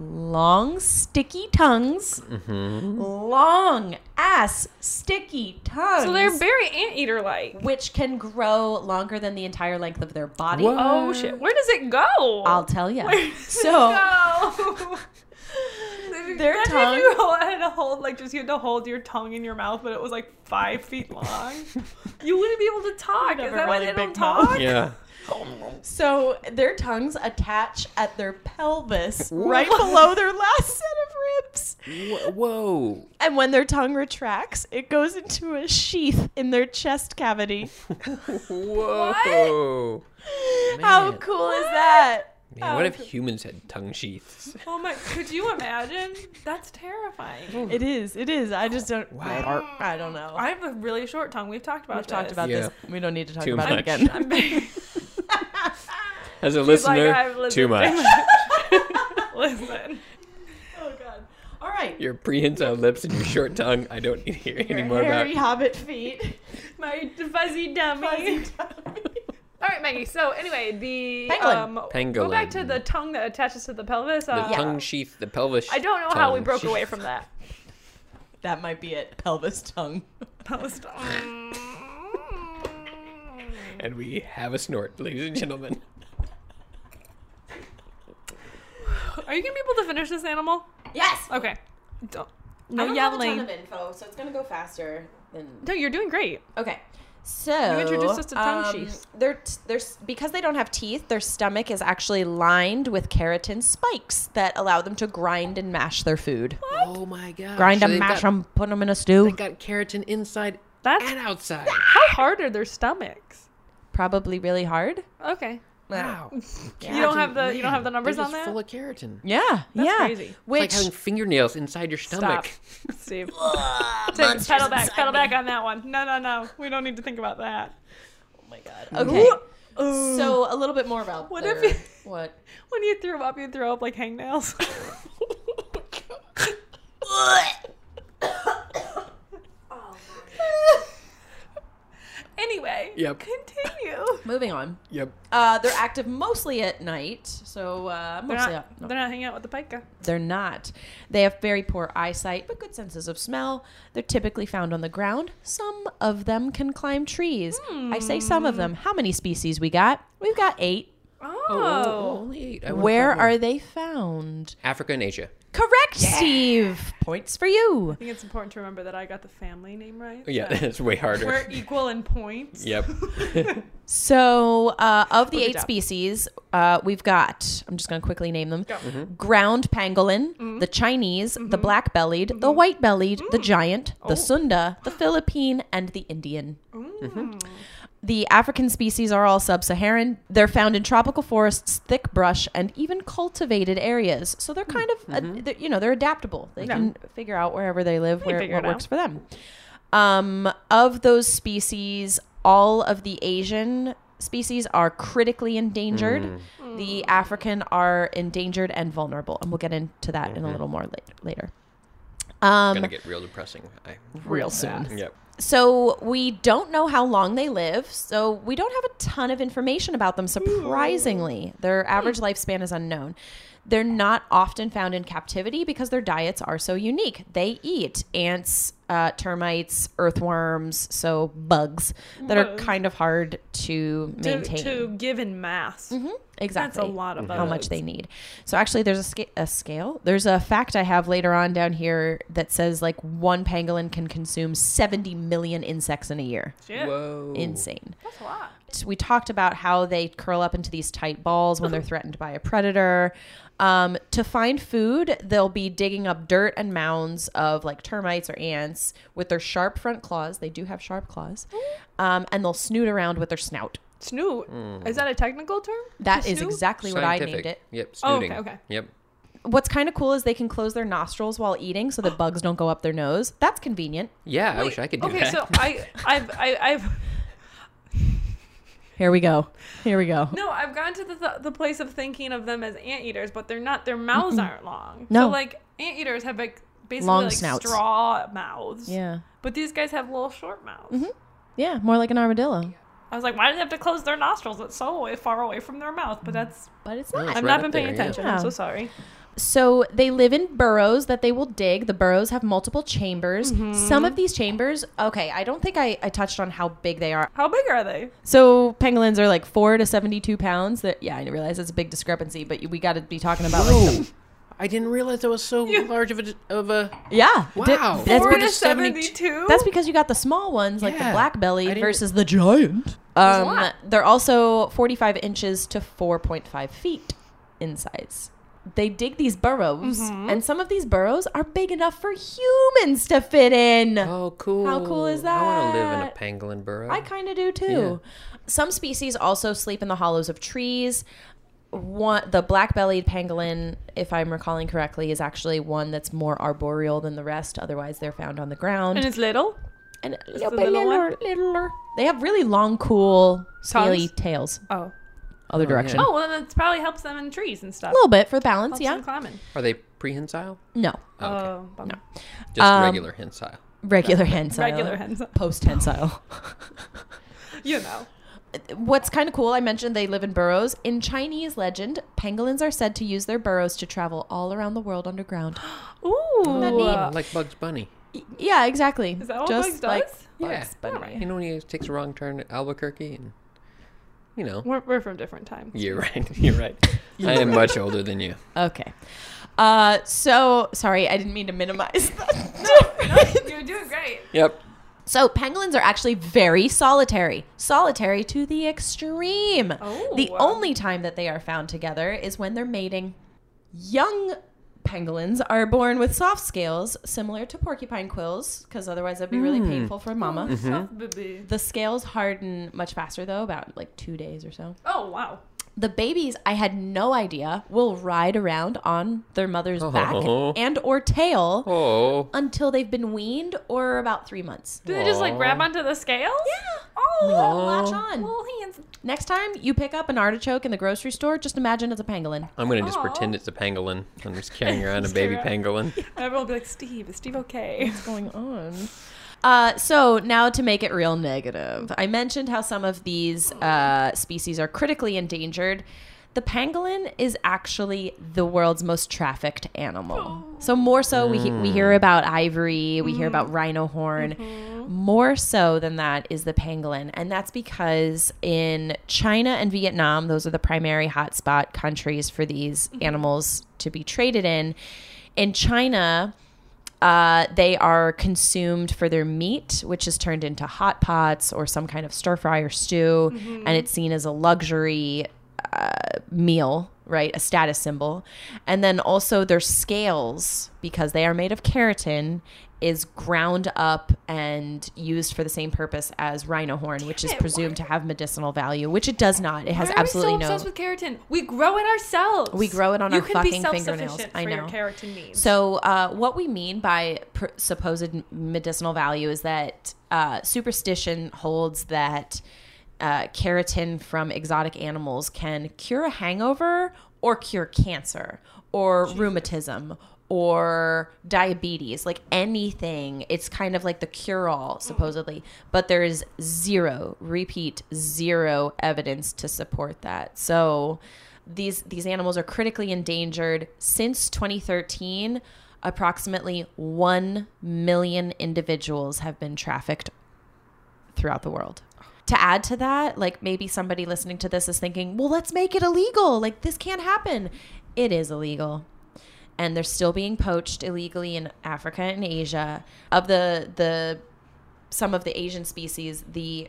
[SPEAKER 2] long sticky tongues.
[SPEAKER 1] Mm-hmm.
[SPEAKER 2] Long ass sticky tongues.
[SPEAKER 1] So they're very anteater like.
[SPEAKER 2] which can grow longer than the entire length of their body.
[SPEAKER 3] What?
[SPEAKER 1] Oh shit! Where does it go?
[SPEAKER 2] I'll tell you.
[SPEAKER 1] Where does it
[SPEAKER 2] So
[SPEAKER 1] go?
[SPEAKER 2] Their
[SPEAKER 1] Imagine
[SPEAKER 2] tongue-
[SPEAKER 1] If you hol- had to hold, like, just you had to hold your tongue in your mouth, but it was like five feet long. you wouldn't be able to talk. Is
[SPEAKER 2] Never
[SPEAKER 1] that why
[SPEAKER 2] really
[SPEAKER 1] they don't
[SPEAKER 2] big mouth.
[SPEAKER 1] talk?
[SPEAKER 3] Yeah.
[SPEAKER 2] so their tongues attach at their pelvis right below their last set of ribs.
[SPEAKER 3] Wh- Whoa.
[SPEAKER 2] And when their tongue retracts, it goes into a sheath in their chest cavity.
[SPEAKER 3] Whoa.
[SPEAKER 2] How
[SPEAKER 3] Man.
[SPEAKER 2] cool is that?
[SPEAKER 3] Man, what if
[SPEAKER 1] Um,
[SPEAKER 3] humans had tongue sheaths?
[SPEAKER 1] Oh my! Could you imagine? That's terrifying.
[SPEAKER 2] It is. It is. I just don't.
[SPEAKER 3] Wow.
[SPEAKER 2] I don't know.
[SPEAKER 1] I have a really short tongue. We've talked about
[SPEAKER 2] We've talked
[SPEAKER 1] this.
[SPEAKER 2] about
[SPEAKER 3] Yeah.
[SPEAKER 2] this. We don't need to talk
[SPEAKER 3] Too
[SPEAKER 2] about
[SPEAKER 3] much.
[SPEAKER 2] it again.
[SPEAKER 1] I'm very-
[SPEAKER 3] As
[SPEAKER 1] She's
[SPEAKER 3] a
[SPEAKER 1] like,
[SPEAKER 3] listener,
[SPEAKER 1] "I've listened
[SPEAKER 3] too much.
[SPEAKER 1] Listen.
[SPEAKER 2] oh God. All right.
[SPEAKER 3] Your prehensile lips and your short tongue. I don't need to hear any more about.
[SPEAKER 2] hairy hobbit feet.
[SPEAKER 1] My fuzzy dummy. All right, Maggie. So anyway, the
[SPEAKER 2] Pangolin.
[SPEAKER 1] Um,
[SPEAKER 3] Pangolin.
[SPEAKER 1] Go back to the tongue that attaches to the pelvis. Uh,
[SPEAKER 3] The tongue sheath, the pelvis.
[SPEAKER 1] I don't know how we
[SPEAKER 3] tongue
[SPEAKER 1] broke away
[SPEAKER 3] sheath.
[SPEAKER 1] from that.
[SPEAKER 2] that might be it. Pelvis tongue.
[SPEAKER 1] Pelvis
[SPEAKER 3] mm.
[SPEAKER 1] tongue.
[SPEAKER 3] And we have a snort, ladies and gentlemen.
[SPEAKER 1] Are you gonna be able to finish this animal?
[SPEAKER 2] Yes.
[SPEAKER 1] Okay. Don't. No
[SPEAKER 2] I don't have a
[SPEAKER 1] yelling.
[SPEAKER 2] ton of info, so it's gonna go faster than
[SPEAKER 1] no, you're doing great.
[SPEAKER 2] Okay. So
[SPEAKER 1] introduced us to tongue
[SPEAKER 2] um,
[SPEAKER 1] sheaths.
[SPEAKER 2] Their, t- their, s- because they don't have teeth, their stomach is actually lined with keratin spikes that allow them to grind and mash their food.
[SPEAKER 3] Oh my god.
[SPEAKER 2] Grind
[SPEAKER 3] So
[SPEAKER 2] them,
[SPEAKER 3] they've
[SPEAKER 2] mash
[SPEAKER 3] got-
[SPEAKER 2] them, put them in a stew.
[SPEAKER 3] They've got keratin inside
[SPEAKER 1] That's
[SPEAKER 3] and outside.
[SPEAKER 1] how hard are their stomachs?
[SPEAKER 2] Probably really hard.
[SPEAKER 1] Okay.
[SPEAKER 3] Wow.
[SPEAKER 1] You don't have the you don't have the numbers
[SPEAKER 3] They're
[SPEAKER 1] on
[SPEAKER 3] just
[SPEAKER 1] that.
[SPEAKER 3] full of keratin.
[SPEAKER 2] Yeah.
[SPEAKER 1] That's
[SPEAKER 2] yeah.
[SPEAKER 1] crazy. It's
[SPEAKER 3] It's
[SPEAKER 2] Which
[SPEAKER 3] like having fingernails inside your
[SPEAKER 1] Stop,
[SPEAKER 3] stomach.
[SPEAKER 1] Steve. Steve pedal back, pedal back on that one. No, no, no. We don't need to think about that.
[SPEAKER 2] Oh okay.
[SPEAKER 1] Ooh.
[SPEAKER 2] So a little bit more about
[SPEAKER 1] What
[SPEAKER 2] what
[SPEAKER 1] if
[SPEAKER 2] their,
[SPEAKER 1] it-
[SPEAKER 2] what
[SPEAKER 1] When you throw up, you throw up like hangnails. anyway,
[SPEAKER 3] Yep.
[SPEAKER 1] continue.
[SPEAKER 2] moving on.
[SPEAKER 3] Yep.
[SPEAKER 2] Uh, they're active mostly at night, so uh,
[SPEAKER 1] They're
[SPEAKER 2] mostly up.
[SPEAKER 1] not, they're not hanging out with the pika.
[SPEAKER 2] They're not. They have very poor eyesight, but good senses of smell. They're typically found on the ground. Some of them can climb trees. I say some
[SPEAKER 1] Hmm.
[SPEAKER 2] of them. How many species we got? We've got eight.
[SPEAKER 1] Oh.
[SPEAKER 3] only eight. I would've
[SPEAKER 2] Where
[SPEAKER 3] thought more.
[SPEAKER 2] are they found?
[SPEAKER 3] Africa and Asia?
[SPEAKER 2] Correct, Steve. Points for you.
[SPEAKER 1] I think it's important to remember that I got the family name right.
[SPEAKER 3] Yeah,
[SPEAKER 1] so
[SPEAKER 3] that's way harder.
[SPEAKER 1] We're equal in points.
[SPEAKER 3] Yep.
[SPEAKER 2] So, uh, of the
[SPEAKER 1] Look it
[SPEAKER 2] eight
[SPEAKER 1] up.
[SPEAKER 2] species, uh, we've got, I'm just going to quickly name them
[SPEAKER 1] Go.
[SPEAKER 3] Mm-hmm.
[SPEAKER 2] ground pangolin,
[SPEAKER 1] Mm-hmm.
[SPEAKER 2] the Chinese, the black bellied, the white bellied, the giant,
[SPEAKER 1] Oh.
[SPEAKER 2] the Sunda, the Philippine, and the Indian. Mm-hmm.
[SPEAKER 1] Mm.
[SPEAKER 2] The African species are all sub Saharan. They're found in tropical forests, thick brush, and even cultivated areas. So they're kind of, uh, they're, you know, they're adaptable. They
[SPEAKER 1] Mm-hmm. Yeah.
[SPEAKER 2] can figure out wherever they live,
[SPEAKER 1] They
[SPEAKER 2] where,
[SPEAKER 1] figure
[SPEAKER 2] what
[SPEAKER 1] it
[SPEAKER 2] works
[SPEAKER 1] out.
[SPEAKER 2] for them. Um, of those species, all of the Asian species are critically endangered. The African are endangered and vulnerable. And we'll get into that in a little more late, later. Um,
[SPEAKER 3] Gonna get real depressing. I,
[SPEAKER 2] real soon.
[SPEAKER 3] yep.
[SPEAKER 2] So we don't know how long they live, so we don't have a ton of information about them, surprisingly. Their
[SPEAKER 1] Hmm.
[SPEAKER 2] average lifespan is unknown. They're not often found in captivity because their diets are so unique. They eat ants, uh, termites, earthworms, so bugs that are
[SPEAKER 1] Bugs.
[SPEAKER 2] kind of hard to
[SPEAKER 1] To,
[SPEAKER 2] maintain.
[SPEAKER 1] to give in mass.
[SPEAKER 2] Mhm,
[SPEAKER 1] That's
[SPEAKER 2] Exactly
[SPEAKER 1] a lot of
[SPEAKER 3] Mm-hmm.
[SPEAKER 2] how much they need. So actually, there's a, sca- a scale. There's a fact I have later on down here that says like one pangolin can consume 70 million insects in a year.
[SPEAKER 1] Shit.
[SPEAKER 3] Whoa.
[SPEAKER 2] Insane.
[SPEAKER 1] That's a lot.
[SPEAKER 2] We talked about how they curl up into these tight balls when they're threatened by a predator. Um, to find food, they'll be digging up dirt and mounds of like termites or ants with their sharp front claws. They do have sharp claws, um, and they'll snoot around with their snout.
[SPEAKER 1] Snoot.
[SPEAKER 3] Mm.
[SPEAKER 1] Is that a technical term?
[SPEAKER 2] That
[SPEAKER 1] To
[SPEAKER 2] is
[SPEAKER 1] snoot?
[SPEAKER 2] exactly what I named it.
[SPEAKER 3] Yep.
[SPEAKER 1] Oh, okay,
[SPEAKER 3] Snooting.
[SPEAKER 1] okay.
[SPEAKER 3] Yep.
[SPEAKER 2] What's kind of cool is they can close their nostrils while eating so the bugs don't go up their nose. That's convenient.
[SPEAKER 3] Yeah, I
[SPEAKER 1] Wait,
[SPEAKER 3] wish I could do
[SPEAKER 1] okay,
[SPEAKER 3] that.
[SPEAKER 1] so I, I've, I, I've,
[SPEAKER 2] Here we go. Here we go.
[SPEAKER 1] no, I've gone to the, th- the place of thinking of them as anteaters, but they're not. Their mouths aren't long.
[SPEAKER 2] No.
[SPEAKER 1] so, like anteaters have like basically
[SPEAKER 2] Long
[SPEAKER 1] like
[SPEAKER 2] snouts.
[SPEAKER 1] straw mouths.
[SPEAKER 2] Yeah. Mm-hmm.
[SPEAKER 1] but these guys have little short mouths.
[SPEAKER 2] Yeah, more like an armadillo.
[SPEAKER 1] I was like, why do they have to close their nostrils? It's so away- far away from their mouth. But that's
[SPEAKER 2] But it's
[SPEAKER 3] No,
[SPEAKER 2] not.
[SPEAKER 3] it's
[SPEAKER 1] I've
[SPEAKER 3] right
[SPEAKER 1] not been
[SPEAKER 3] up
[SPEAKER 1] paying
[SPEAKER 3] there, yeah.
[SPEAKER 1] attention.
[SPEAKER 2] Mm. Yeah.
[SPEAKER 1] I'm so sorry.
[SPEAKER 2] So they live in burrows that they will dig. The burrows have multiple chambers. Some of these chambers, okay, I don't think I, I touched on how big they are.
[SPEAKER 1] How big are they?
[SPEAKER 2] So pangolins are like four to 72 pounds. That Yeah, I realize that's a big discrepancy, but we got to be talking about like the-
[SPEAKER 3] I didn't realize that was so
[SPEAKER 1] You-
[SPEAKER 3] large of a of a.
[SPEAKER 2] Yeah. di-
[SPEAKER 3] Wow.
[SPEAKER 2] that's
[SPEAKER 1] Four
[SPEAKER 2] big-
[SPEAKER 1] to
[SPEAKER 3] because 72
[SPEAKER 1] seventy-two.
[SPEAKER 2] That's because you got the small ones, like
[SPEAKER 3] Yeah.
[SPEAKER 2] the black
[SPEAKER 3] I
[SPEAKER 2] belly
[SPEAKER 3] didn't-
[SPEAKER 2] versus the giant.
[SPEAKER 1] a
[SPEAKER 2] Um,
[SPEAKER 1] lot.
[SPEAKER 2] they're also 45 inches to 4.5 feet in size. They dig these burrows,
[SPEAKER 3] Mm-hmm.
[SPEAKER 2] and some of these burrows are big enough for humans to fit in.
[SPEAKER 3] Oh, cool.
[SPEAKER 2] How cool is
[SPEAKER 3] I want to live in a
[SPEAKER 2] that?
[SPEAKER 3] pangolin burrow.
[SPEAKER 2] I kind of do too. Some species also sleep in the hollows of trees. One, the black-bellied pangolin, if I'm recalling correctly, is actually one that's more arboreal than the rest. Otherwise, they're found on the ground
[SPEAKER 1] and it's little.
[SPEAKER 2] and a little
[SPEAKER 1] the
[SPEAKER 2] bit
[SPEAKER 1] little one?
[SPEAKER 2] littler, littler. They have really long, cool, scaly
[SPEAKER 1] Tongues?
[SPEAKER 2] tails.
[SPEAKER 1] Oh,
[SPEAKER 2] Other direction.
[SPEAKER 1] oh, well, then it probably helps them in trees and stuff.
[SPEAKER 2] a little bit for balance.
[SPEAKER 1] Helps
[SPEAKER 2] Yeah.
[SPEAKER 1] them climbing.
[SPEAKER 3] Are they prehensile?
[SPEAKER 2] No,
[SPEAKER 3] Oh, okay.
[SPEAKER 1] Oh, bummer.
[SPEAKER 3] Just
[SPEAKER 2] um,
[SPEAKER 3] regular hensile.
[SPEAKER 2] regular hensile.
[SPEAKER 1] regular hens.
[SPEAKER 2] Post hensile.
[SPEAKER 1] You know.
[SPEAKER 2] What's kind of cool, I mentioned they live in burrows. In Chinese legend, pangolins are said to use their burrows to travel all around the world underground.
[SPEAKER 1] Ooh.
[SPEAKER 2] that neat?
[SPEAKER 3] Oh, like Bugs Bunny.
[SPEAKER 2] Y- yeah, exactly.
[SPEAKER 1] Is that what Bugs does?
[SPEAKER 3] Yeah.
[SPEAKER 2] Bugs Bunny.
[SPEAKER 1] Alright.
[SPEAKER 3] You know when he takes a wrong turn at Albuquerque and you know.
[SPEAKER 1] We're, we're from different times.
[SPEAKER 3] You're right. You're right. I am much older than you.
[SPEAKER 2] Okay. Uh, so, sorry, I didn't mean to minimize that.
[SPEAKER 1] You're doing great.
[SPEAKER 3] Yep.
[SPEAKER 2] So pangolins are actually very solitary, solitary to the extreme.
[SPEAKER 1] Oh.
[SPEAKER 2] The only time that they are found together is when they're mating. Young pangolins are born with soft scales similar to porcupine quills, because otherwise that'd be really painful for mama.
[SPEAKER 1] Hmm.
[SPEAKER 3] Mm-hmm.
[SPEAKER 2] The scales harden much faster though, about like two days or so.
[SPEAKER 1] Oh wow.
[SPEAKER 2] The babies, I had no idea, will ride around on their mother's back
[SPEAKER 3] Oh.
[SPEAKER 2] and or tail
[SPEAKER 3] Oh.
[SPEAKER 2] until they've been weaned or about three months.
[SPEAKER 1] Do they just like
[SPEAKER 3] Aw.
[SPEAKER 1] grab onto the scales?
[SPEAKER 2] Yeah.
[SPEAKER 1] Oh,
[SPEAKER 2] They'll
[SPEAKER 1] little-
[SPEAKER 2] latch on.
[SPEAKER 1] little hands.
[SPEAKER 2] Next time you pick up an artichoke in the grocery store, just imagine it's a pangolin.
[SPEAKER 3] I'm gonna just
[SPEAKER 1] Aw.
[SPEAKER 3] pretend it's a pangolin. I'm just carrying around a baby
[SPEAKER 1] carry
[SPEAKER 3] pangolin.
[SPEAKER 1] Everyone will be like, Steve, is Steve okay?
[SPEAKER 2] going on? Uh, so now to make it real negative, I mentioned how some of these uh, species are critically endangered. The pangolin is actually the world's most trafficked animal. So more so, we he- we hear about ivory, we hear about rhino horn. More so than that is the pangolin, and that's because in China and Vietnam, those are the primary hotspot countries for these animals to be traded in. In China, uh, they are consumed for their meat, which is turned into hot pots or some kind of stir fry or stew,
[SPEAKER 1] Mm-hmm.
[SPEAKER 2] and it's seen as a luxury uh, meal, right? A status symbol. And then also their scales, because they are made of keratin, is ground up and used for the same purpose as rhino horn, which is
[SPEAKER 1] Wait,
[SPEAKER 2] presumed to have medicinal value, which it does not. It has
[SPEAKER 1] Why are
[SPEAKER 2] absolutely
[SPEAKER 1] we so
[SPEAKER 2] no.
[SPEAKER 1] obsessed with keratin? We grow it ourselves.
[SPEAKER 2] We grow it on
[SPEAKER 1] you
[SPEAKER 2] our
[SPEAKER 1] can be
[SPEAKER 2] fucking
[SPEAKER 1] self-sufficient
[SPEAKER 2] fingernails.
[SPEAKER 1] For
[SPEAKER 2] I
[SPEAKER 1] Your
[SPEAKER 2] know.
[SPEAKER 1] keratin needs.
[SPEAKER 2] So, uh, what we mean by pr- supposed medicinal value is that uh, superstition holds that uh, keratin from exotic animals can cure a hangover or cure cancer or rheumatism or diabetes, like anything. It's kind of like the cure all, supposedly. But there is zero, repeat, zero evidence to support that. So, these these animals are critically endangered since 2013 approximately 1 million individuals have been trafficked throughout the world to add to that like maybe somebody listening to this is thinking well let's make it illegal like this can't happen it is illegal and they're still being poached illegally in Africa and Asia of the the some of the Asian species, the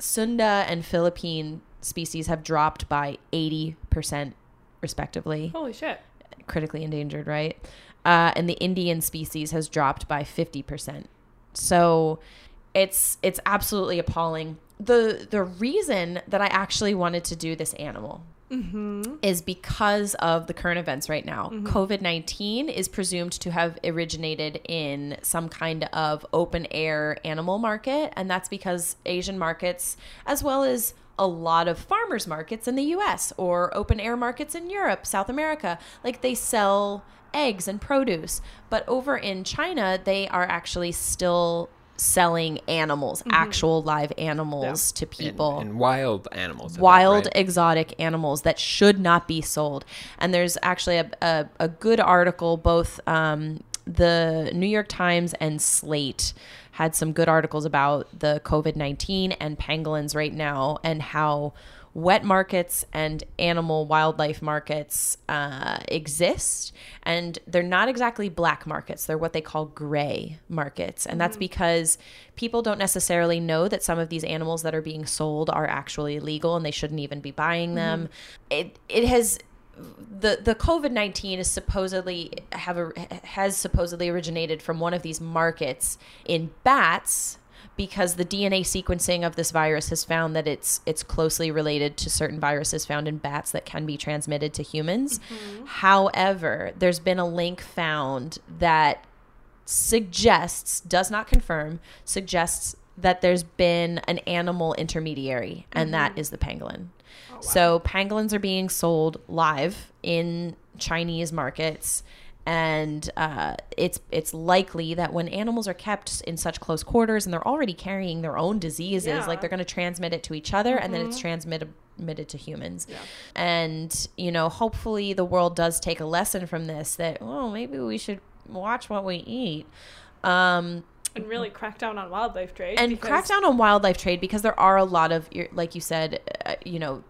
[SPEAKER 2] Sunda and Philippine species have dropped by 80%, respectively.
[SPEAKER 1] holy shit.
[SPEAKER 2] Critically endangered, right? Uh, and the Indian species has dropped by 50%. So it's it's absolutely appalling. The the reason that I actually wanted to do this animal is because of the current events right now. COVID 19 is presumed to have originated in some kind of open air animal market. And that's because Asian markets, as well as a lot of farmers markets in the US or open air markets in Europe, South America, like they sell eggs and produce. But over in China, they are actually still selling animals, actual live animals to people
[SPEAKER 3] And, and wild animals. at that,
[SPEAKER 2] wild
[SPEAKER 3] right?
[SPEAKER 2] exotic animals that should not be sold. And there's actually a, a, a good article, both um, the New York Times and Slate had some good articles about the COVID 19 and pangolins right now and how wet markets and animal wildlife markets uh, exist and they're not exactly black markets they're what they call gray markets and that's because people don't necessarily know that some of these animals that are being sold are actually illegal and they shouldn't even be buying them it it has the the COVID nineteen is supposedly have a, has supposedly originated from one of these markets in bats because the DNA sequencing of this virus has found that it's it's closely related to certain viruses found in bats that can be transmitted to humans. However, there's been a link found that suggests, does not confirm, suggests that there's been an animal intermediary, and that is the pangolin. So pangolins are being sold live in Chinese markets. And uh, it's it's likely that when animals are kept in such close quarters and they're already carrying their own diseases,
[SPEAKER 1] Yeah.
[SPEAKER 2] like they're going to transmit it to each other, and then it's transmitted transmitted to humans. And you know, hopefully the world does take a lesson from this that well, maybe we should watch what we eat. Um,
[SPEAKER 1] And really crack down on wildlife trade.
[SPEAKER 2] and
[SPEAKER 1] because-
[SPEAKER 2] crack down on wildlife trade because there are a lot of ir- like you said uh, you know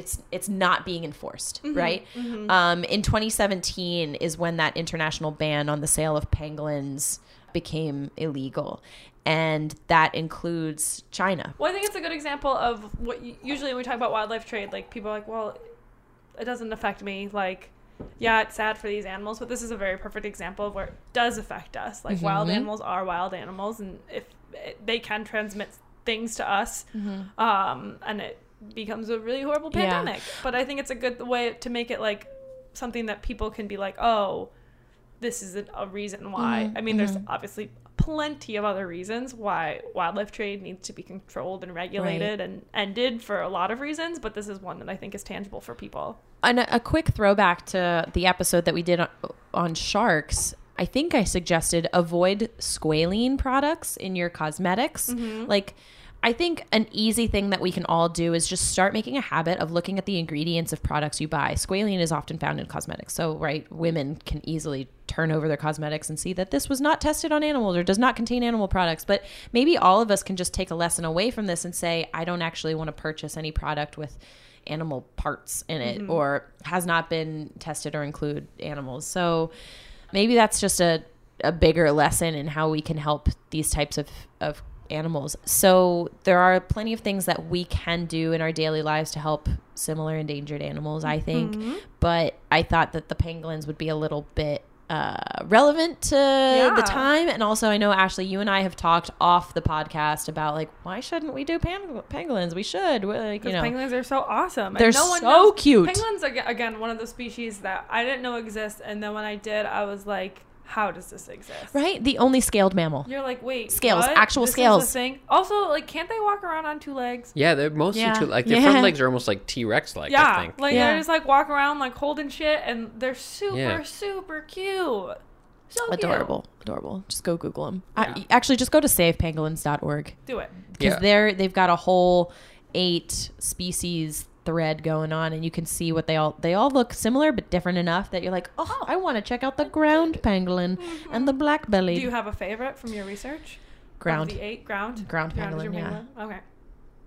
[SPEAKER 2] it's it's not being enforced right um in 2017 is when that international ban on the sale of pangolins became illegal and that includes china
[SPEAKER 1] Well, I think it's a good example of what you, usually when we talk about wildlife trade, like people are like, well, it doesn't affect me. Like, yeah, it's sad for these animals, but this is a very perfect example of where it does affect us. Like wild animals are wild animals, and if it, they can transmit things to us, um, and it becomes a really horrible
[SPEAKER 2] Yeah.
[SPEAKER 1] pandemic. But I think it's a good way to make it like something that people can be like, oh, this is a, a reason why. I mean, there's obviously plenty of other reasons why wildlife trade needs to be controlled and regulated and ended for a lot of reasons, but this is one that I think is tangible for people.
[SPEAKER 2] And a a quick throwback to the episode that we did on, on sharks. I think I suggested avoid squalene products in your cosmetics. Like, I think an easy thing that we can all do is just start making a habit of looking at the ingredients of products you buy. Squalene is often found in cosmetics. So, right, women can easily turn over their cosmetics and see that this was not tested on animals or does not contain animal products. But maybe all of us can just take a lesson away from this and say, I don't actually want to purchase any product with animal parts in it
[SPEAKER 1] Mm-hmm.
[SPEAKER 2] or has not been tested or include animals. So maybe that's just a, a bigger lesson in how we can help these types of, of animals. So there are plenty of things that we can do in our daily lives to help similar endangered animals, I think.
[SPEAKER 1] Mm-hmm.
[SPEAKER 2] But I thought that the penguins would be a little bit uh, relevant to the
[SPEAKER 1] Yeah.
[SPEAKER 2] time. And also, I know, Ashley, you and I have talked off the podcast about like, why shouldn't we do pan- penguins? We should. We're Like, you
[SPEAKER 1] Because
[SPEAKER 2] know.
[SPEAKER 1] penguins are so awesome.
[SPEAKER 2] They're
[SPEAKER 1] and no one
[SPEAKER 2] so
[SPEAKER 1] knows-
[SPEAKER 2] cute.
[SPEAKER 1] Penguins are, again one of those species that I didn't know exists, and then when I did, I was like, "How does this exist?"
[SPEAKER 2] Right? The only scaled mammal.
[SPEAKER 1] You're like, "Wait,
[SPEAKER 2] Scales,
[SPEAKER 1] what?
[SPEAKER 2] actual
[SPEAKER 1] This is a
[SPEAKER 2] scales.
[SPEAKER 1] thing. Also, like, can't they walk around on two legs?
[SPEAKER 3] Yeah, they're mostly
[SPEAKER 2] Yeah.
[SPEAKER 3] too, like their front
[SPEAKER 2] Yeah.
[SPEAKER 3] legs are almost like T Rex like. I
[SPEAKER 1] yeah,
[SPEAKER 3] think.
[SPEAKER 1] like
[SPEAKER 2] Yeah.
[SPEAKER 1] they just like walk around like holding shit, and they're super,
[SPEAKER 3] Yeah.
[SPEAKER 1] super cute. So cute.
[SPEAKER 2] Adorable. Adorable. Just go Google them. actually, just go to savepangolins.org
[SPEAKER 1] Do it.
[SPEAKER 2] because
[SPEAKER 3] Yeah.
[SPEAKER 2] they're they've got a whole eight species thread going on, and you can see what they all they all look similar but different enough that you're like, oh, I want to check out the ground pangolin and the black
[SPEAKER 1] Mm-hmm. Do
[SPEAKER 2] belly
[SPEAKER 1] you have a favorite from your research?
[SPEAKER 2] ground.
[SPEAKER 1] Of the eight ground.
[SPEAKER 2] Ground
[SPEAKER 1] is your
[SPEAKER 2] pangolin, yeah.
[SPEAKER 1] pangolin? Okay.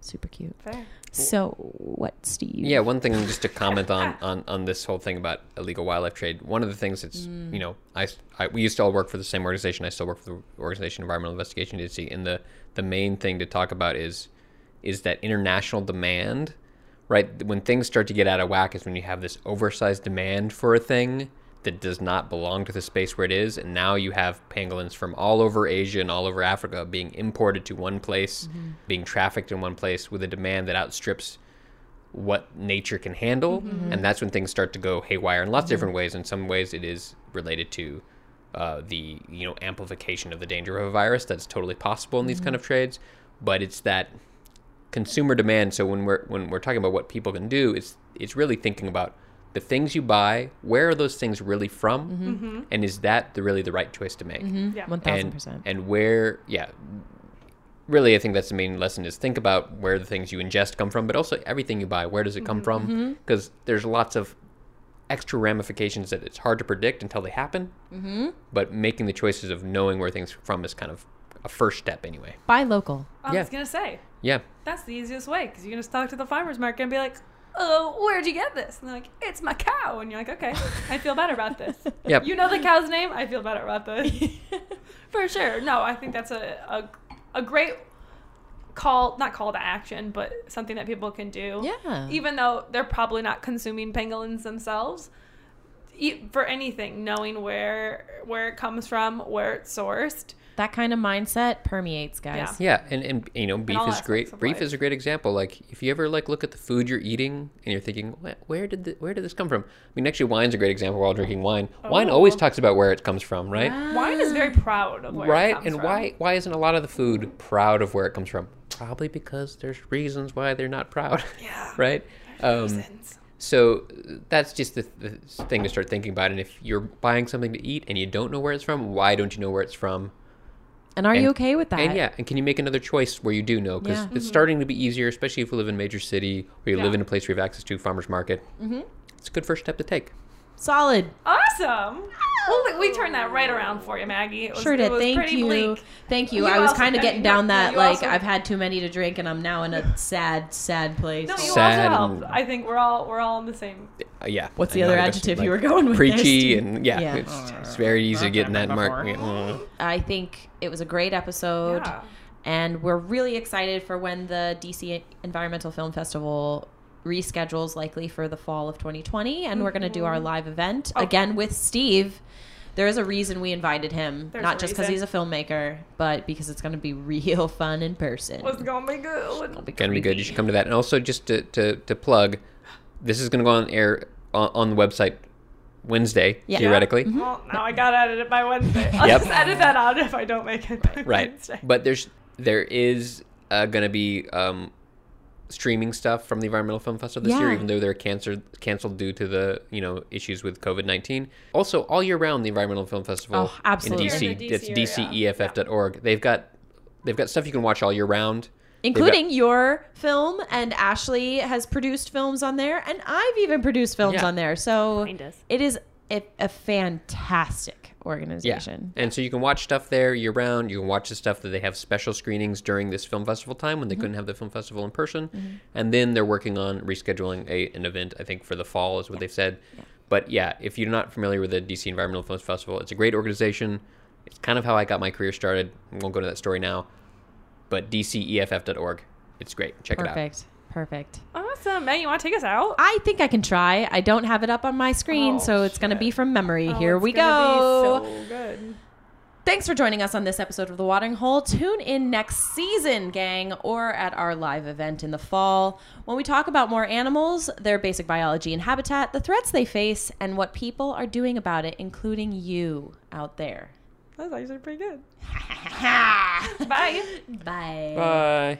[SPEAKER 2] Super cute.
[SPEAKER 1] Fair.
[SPEAKER 2] So what, Steve?
[SPEAKER 3] Yeah, one thing just to comment on, on on this whole thing about illegal wildlife trade. One of the things that's you know I, I- we used to all work for the same organization. I still work for the organization Environmental Investigation Agency, and the the main thing to talk about is is that international demand, right? When things start to get out of whack, is when you have this oversized demand for a thing that does not belong to the space where it is, and now you have pangolins from all over Asia and all over Africa being imported to one place, being trafficked in one place with a demand that outstrips what nature can handle and that's when things start to go haywire in lots of different ways in some ways it is related to uh, the you know amplification of the danger of a virus that's totally possible in these kind of trades but it's that consumer demand so when we're when we're talking about what people can do it's it's really thinking about the things you buy where are those things really from and is that the, really the right choice to make
[SPEAKER 1] Yeah.
[SPEAKER 2] Mm-hmm. one thousand
[SPEAKER 3] and
[SPEAKER 2] percent.
[SPEAKER 3] and where yeah really i think that's the main lesson is think about where the things you ingest come from but also everything you buy where does it come from because there's lots of extra ramifications that it's hard to predict until they happen mm-hmm. but making the choices of knowing where things are from is kind of a first step anyway
[SPEAKER 2] Buy local.
[SPEAKER 1] I
[SPEAKER 3] Yeah.
[SPEAKER 1] was gonna say
[SPEAKER 3] yeah
[SPEAKER 1] that's the easiest way because you can just talk to the farmers market and be like, "Oh, where'd you get this?" And they're like, "It's my cow," and you're like, "Okay, I feel better about this."
[SPEAKER 3] Yep.
[SPEAKER 1] You know the cow's name. I feel better about this for sure. No, I think that's a a, a great call, not call to action, but something that people can do.
[SPEAKER 2] Yeah.
[SPEAKER 1] Even though they're probably not consuming pangolins themselves. e- For anything, knowing where where it comes from, where it's sourced,
[SPEAKER 2] That kind of mindset permeates, guys.
[SPEAKER 3] yeah and, and you know beef
[SPEAKER 1] all
[SPEAKER 3] is great
[SPEAKER 1] aspects of
[SPEAKER 3] beef
[SPEAKER 1] life.
[SPEAKER 3] is a great example like if you ever like look at the food you're eating and you're thinking "Wh- where did the, where did this come from i mean actually wine's a great example while drinking wine wine always talks about where it comes from right
[SPEAKER 1] wine is very proud of where it
[SPEAKER 3] Mm. right
[SPEAKER 1] comes
[SPEAKER 3] and
[SPEAKER 1] from.
[SPEAKER 3] why why isn't a lot of the food proud of where it comes from probably because there's reasons why they're not proud
[SPEAKER 1] Yeah.
[SPEAKER 3] right um,
[SPEAKER 1] Reasons.
[SPEAKER 3] so uh, that's just the, the thing to start thinking about and if you're buying something to eat and you don't know where it's from why don't you know where it's from
[SPEAKER 2] And are you
[SPEAKER 3] And-
[SPEAKER 2] okay with that?
[SPEAKER 3] and yeah and can you make another choice where you do know because
[SPEAKER 2] Yeah.
[SPEAKER 3] it's starting to be easier especially if you live in a major city or you live
[SPEAKER 1] Mm-hmm. Yeah.
[SPEAKER 3] in a place where you have access to a farmers market mm-hmm. it's a good first step to take
[SPEAKER 2] Solid.
[SPEAKER 1] Awesome. Well, look, we turned that right around for you, Maggie. It was,
[SPEAKER 2] Sure
[SPEAKER 1] it
[SPEAKER 2] did.
[SPEAKER 1] was
[SPEAKER 2] Thank
[SPEAKER 1] pretty
[SPEAKER 2] you.
[SPEAKER 1] bleak.
[SPEAKER 2] Thank you.
[SPEAKER 1] You
[SPEAKER 2] I was
[SPEAKER 1] also-
[SPEAKER 2] kind of
[SPEAKER 1] and
[SPEAKER 2] getting
[SPEAKER 1] you-
[SPEAKER 2] down
[SPEAKER 1] no,
[SPEAKER 2] that
[SPEAKER 1] you
[SPEAKER 2] like
[SPEAKER 1] also-
[SPEAKER 2] I've had too many to drink and I'm now in a sad, sad place.
[SPEAKER 1] No, you
[SPEAKER 3] Sad
[SPEAKER 1] also
[SPEAKER 3] and-
[SPEAKER 1] helped. I think we're all we're all in the same.
[SPEAKER 3] Uh, yeah
[SPEAKER 2] What's the
[SPEAKER 3] I'm
[SPEAKER 2] other
[SPEAKER 3] not aggressive,
[SPEAKER 2] adjective
[SPEAKER 3] like,
[SPEAKER 2] you were going with? there,
[SPEAKER 3] preachy
[SPEAKER 2] Steve?
[SPEAKER 3] and yeah,
[SPEAKER 2] Yeah.
[SPEAKER 3] It's, it's very easy to get in that mark Yeah.
[SPEAKER 2] I think it was a great episode.
[SPEAKER 1] Yeah.
[SPEAKER 2] And we're really excited for when the DC Environmental Film Festival reschedules likely for the fall of 2020, and we're going to do
[SPEAKER 1] Mm-hmm.
[SPEAKER 2] our live event
[SPEAKER 1] Oh.
[SPEAKER 2] again with Steve. There is a reason we invited him,
[SPEAKER 1] There's
[SPEAKER 2] not
[SPEAKER 1] a
[SPEAKER 2] just because
[SPEAKER 1] reason.
[SPEAKER 2] he's a filmmaker, but because it's going to be real fun in person.
[SPEAKER 1] What's gonna be good?
[SPEAKER 3] Gonna be good. You should come to that. And also, just to, to, to plug, this is gonna go on air on, on the website Wednesday,
[SPEAKER 2] Yeah.
[SPEAKER 3] theoretically.
[SPEAKER 1] Well, now I gotta edit it by Wednesday. I'll
[SPEAKER 3] Yep.
[SPEAKER 1] just edit that out if I don't make it by
[SPEAKER 3] Right.
[SPEAKER 1] Wednesday.
[SPEAKER 3] But there's there is uh, gonna be um, streaming stuff from the Environmental Film Festival this year,
[SPEAKER 2] Yeah.
[SPEAKER 3] even though they're canceled canceled due to the you know issues with COVID nineteen. Also, all year round, the Environmental Film Festival
[SPEAKER 2] Oh, absolutely.
[SPEAKER 3] in
[SPEAKER 1] Here in
[SPEAKER 3] DC,
[SPEAKER 1] the
[SPEAKER 3] that's
[SPEAKER 1] DC
[SPEAKER 3] E
[SPEAKER 1] area.
[SPEAKER 3] DCEFF.org. They've got they've got stuff you can watch all year round. They've got-
[SPEAKER 2] including your film and Ashley has produced films on there and I've even produced films
[SPEAKER 3] Yeah.
[SPEAKER 2] on there. So
[SPEAKER 1] Find us.
[SPEAKER 2] it is a, a fantastic organization.
[SPEAKER 3] And so you can watch stuff there year round. You can watch the stuff that they have special screenings during this film festival time when they couldn't have the film festival in person. And then they're working on rescheduling a, an event, I think, for the fall, is what they've said. But yeah, if you're not familiar with the DC Environmental Film Festival, it's a great organization. It's kind of how I got my career started. I won't go to that story now. But E DCEFF.org. It's great. Check it out.
[SPEAKER 2] Perfect. Perfect.
[SPEAKER 1] Awesome, man. You want to take us out?
[SPEAKER 2] I think I can try. I don't have it up on my screen,
[SPEAKER 1] Oh,
[SPEAKER 2] so it's going to
[SPEAKER 1] shit.
[SPEAKER 2] be from memory.
[SPEAKER 1] Oh,
[SPEAKER 2] Here
[SPEAKER 1] it's
[SPEAKER 2] we
[SPEAKER 1] gonna
[SPEAKER 2] go.
[SPEAKER 1] Be so good.
[SPEAKER 2] Thanks for joining us on this episode of The Watering Hole. Tune in next season, gang, or at our live event in the fall when we talk about more animals, their basic biology and habitat, the threats they face, and what people are doing about it, including you out there.
[SPEAKER 1] That was actually pretty good.
[SPEAKER 2] Bye.
[SPEAKER 1] Bye.
[SPEAKER 2] Bye.
[SPEAKER 3] Bye.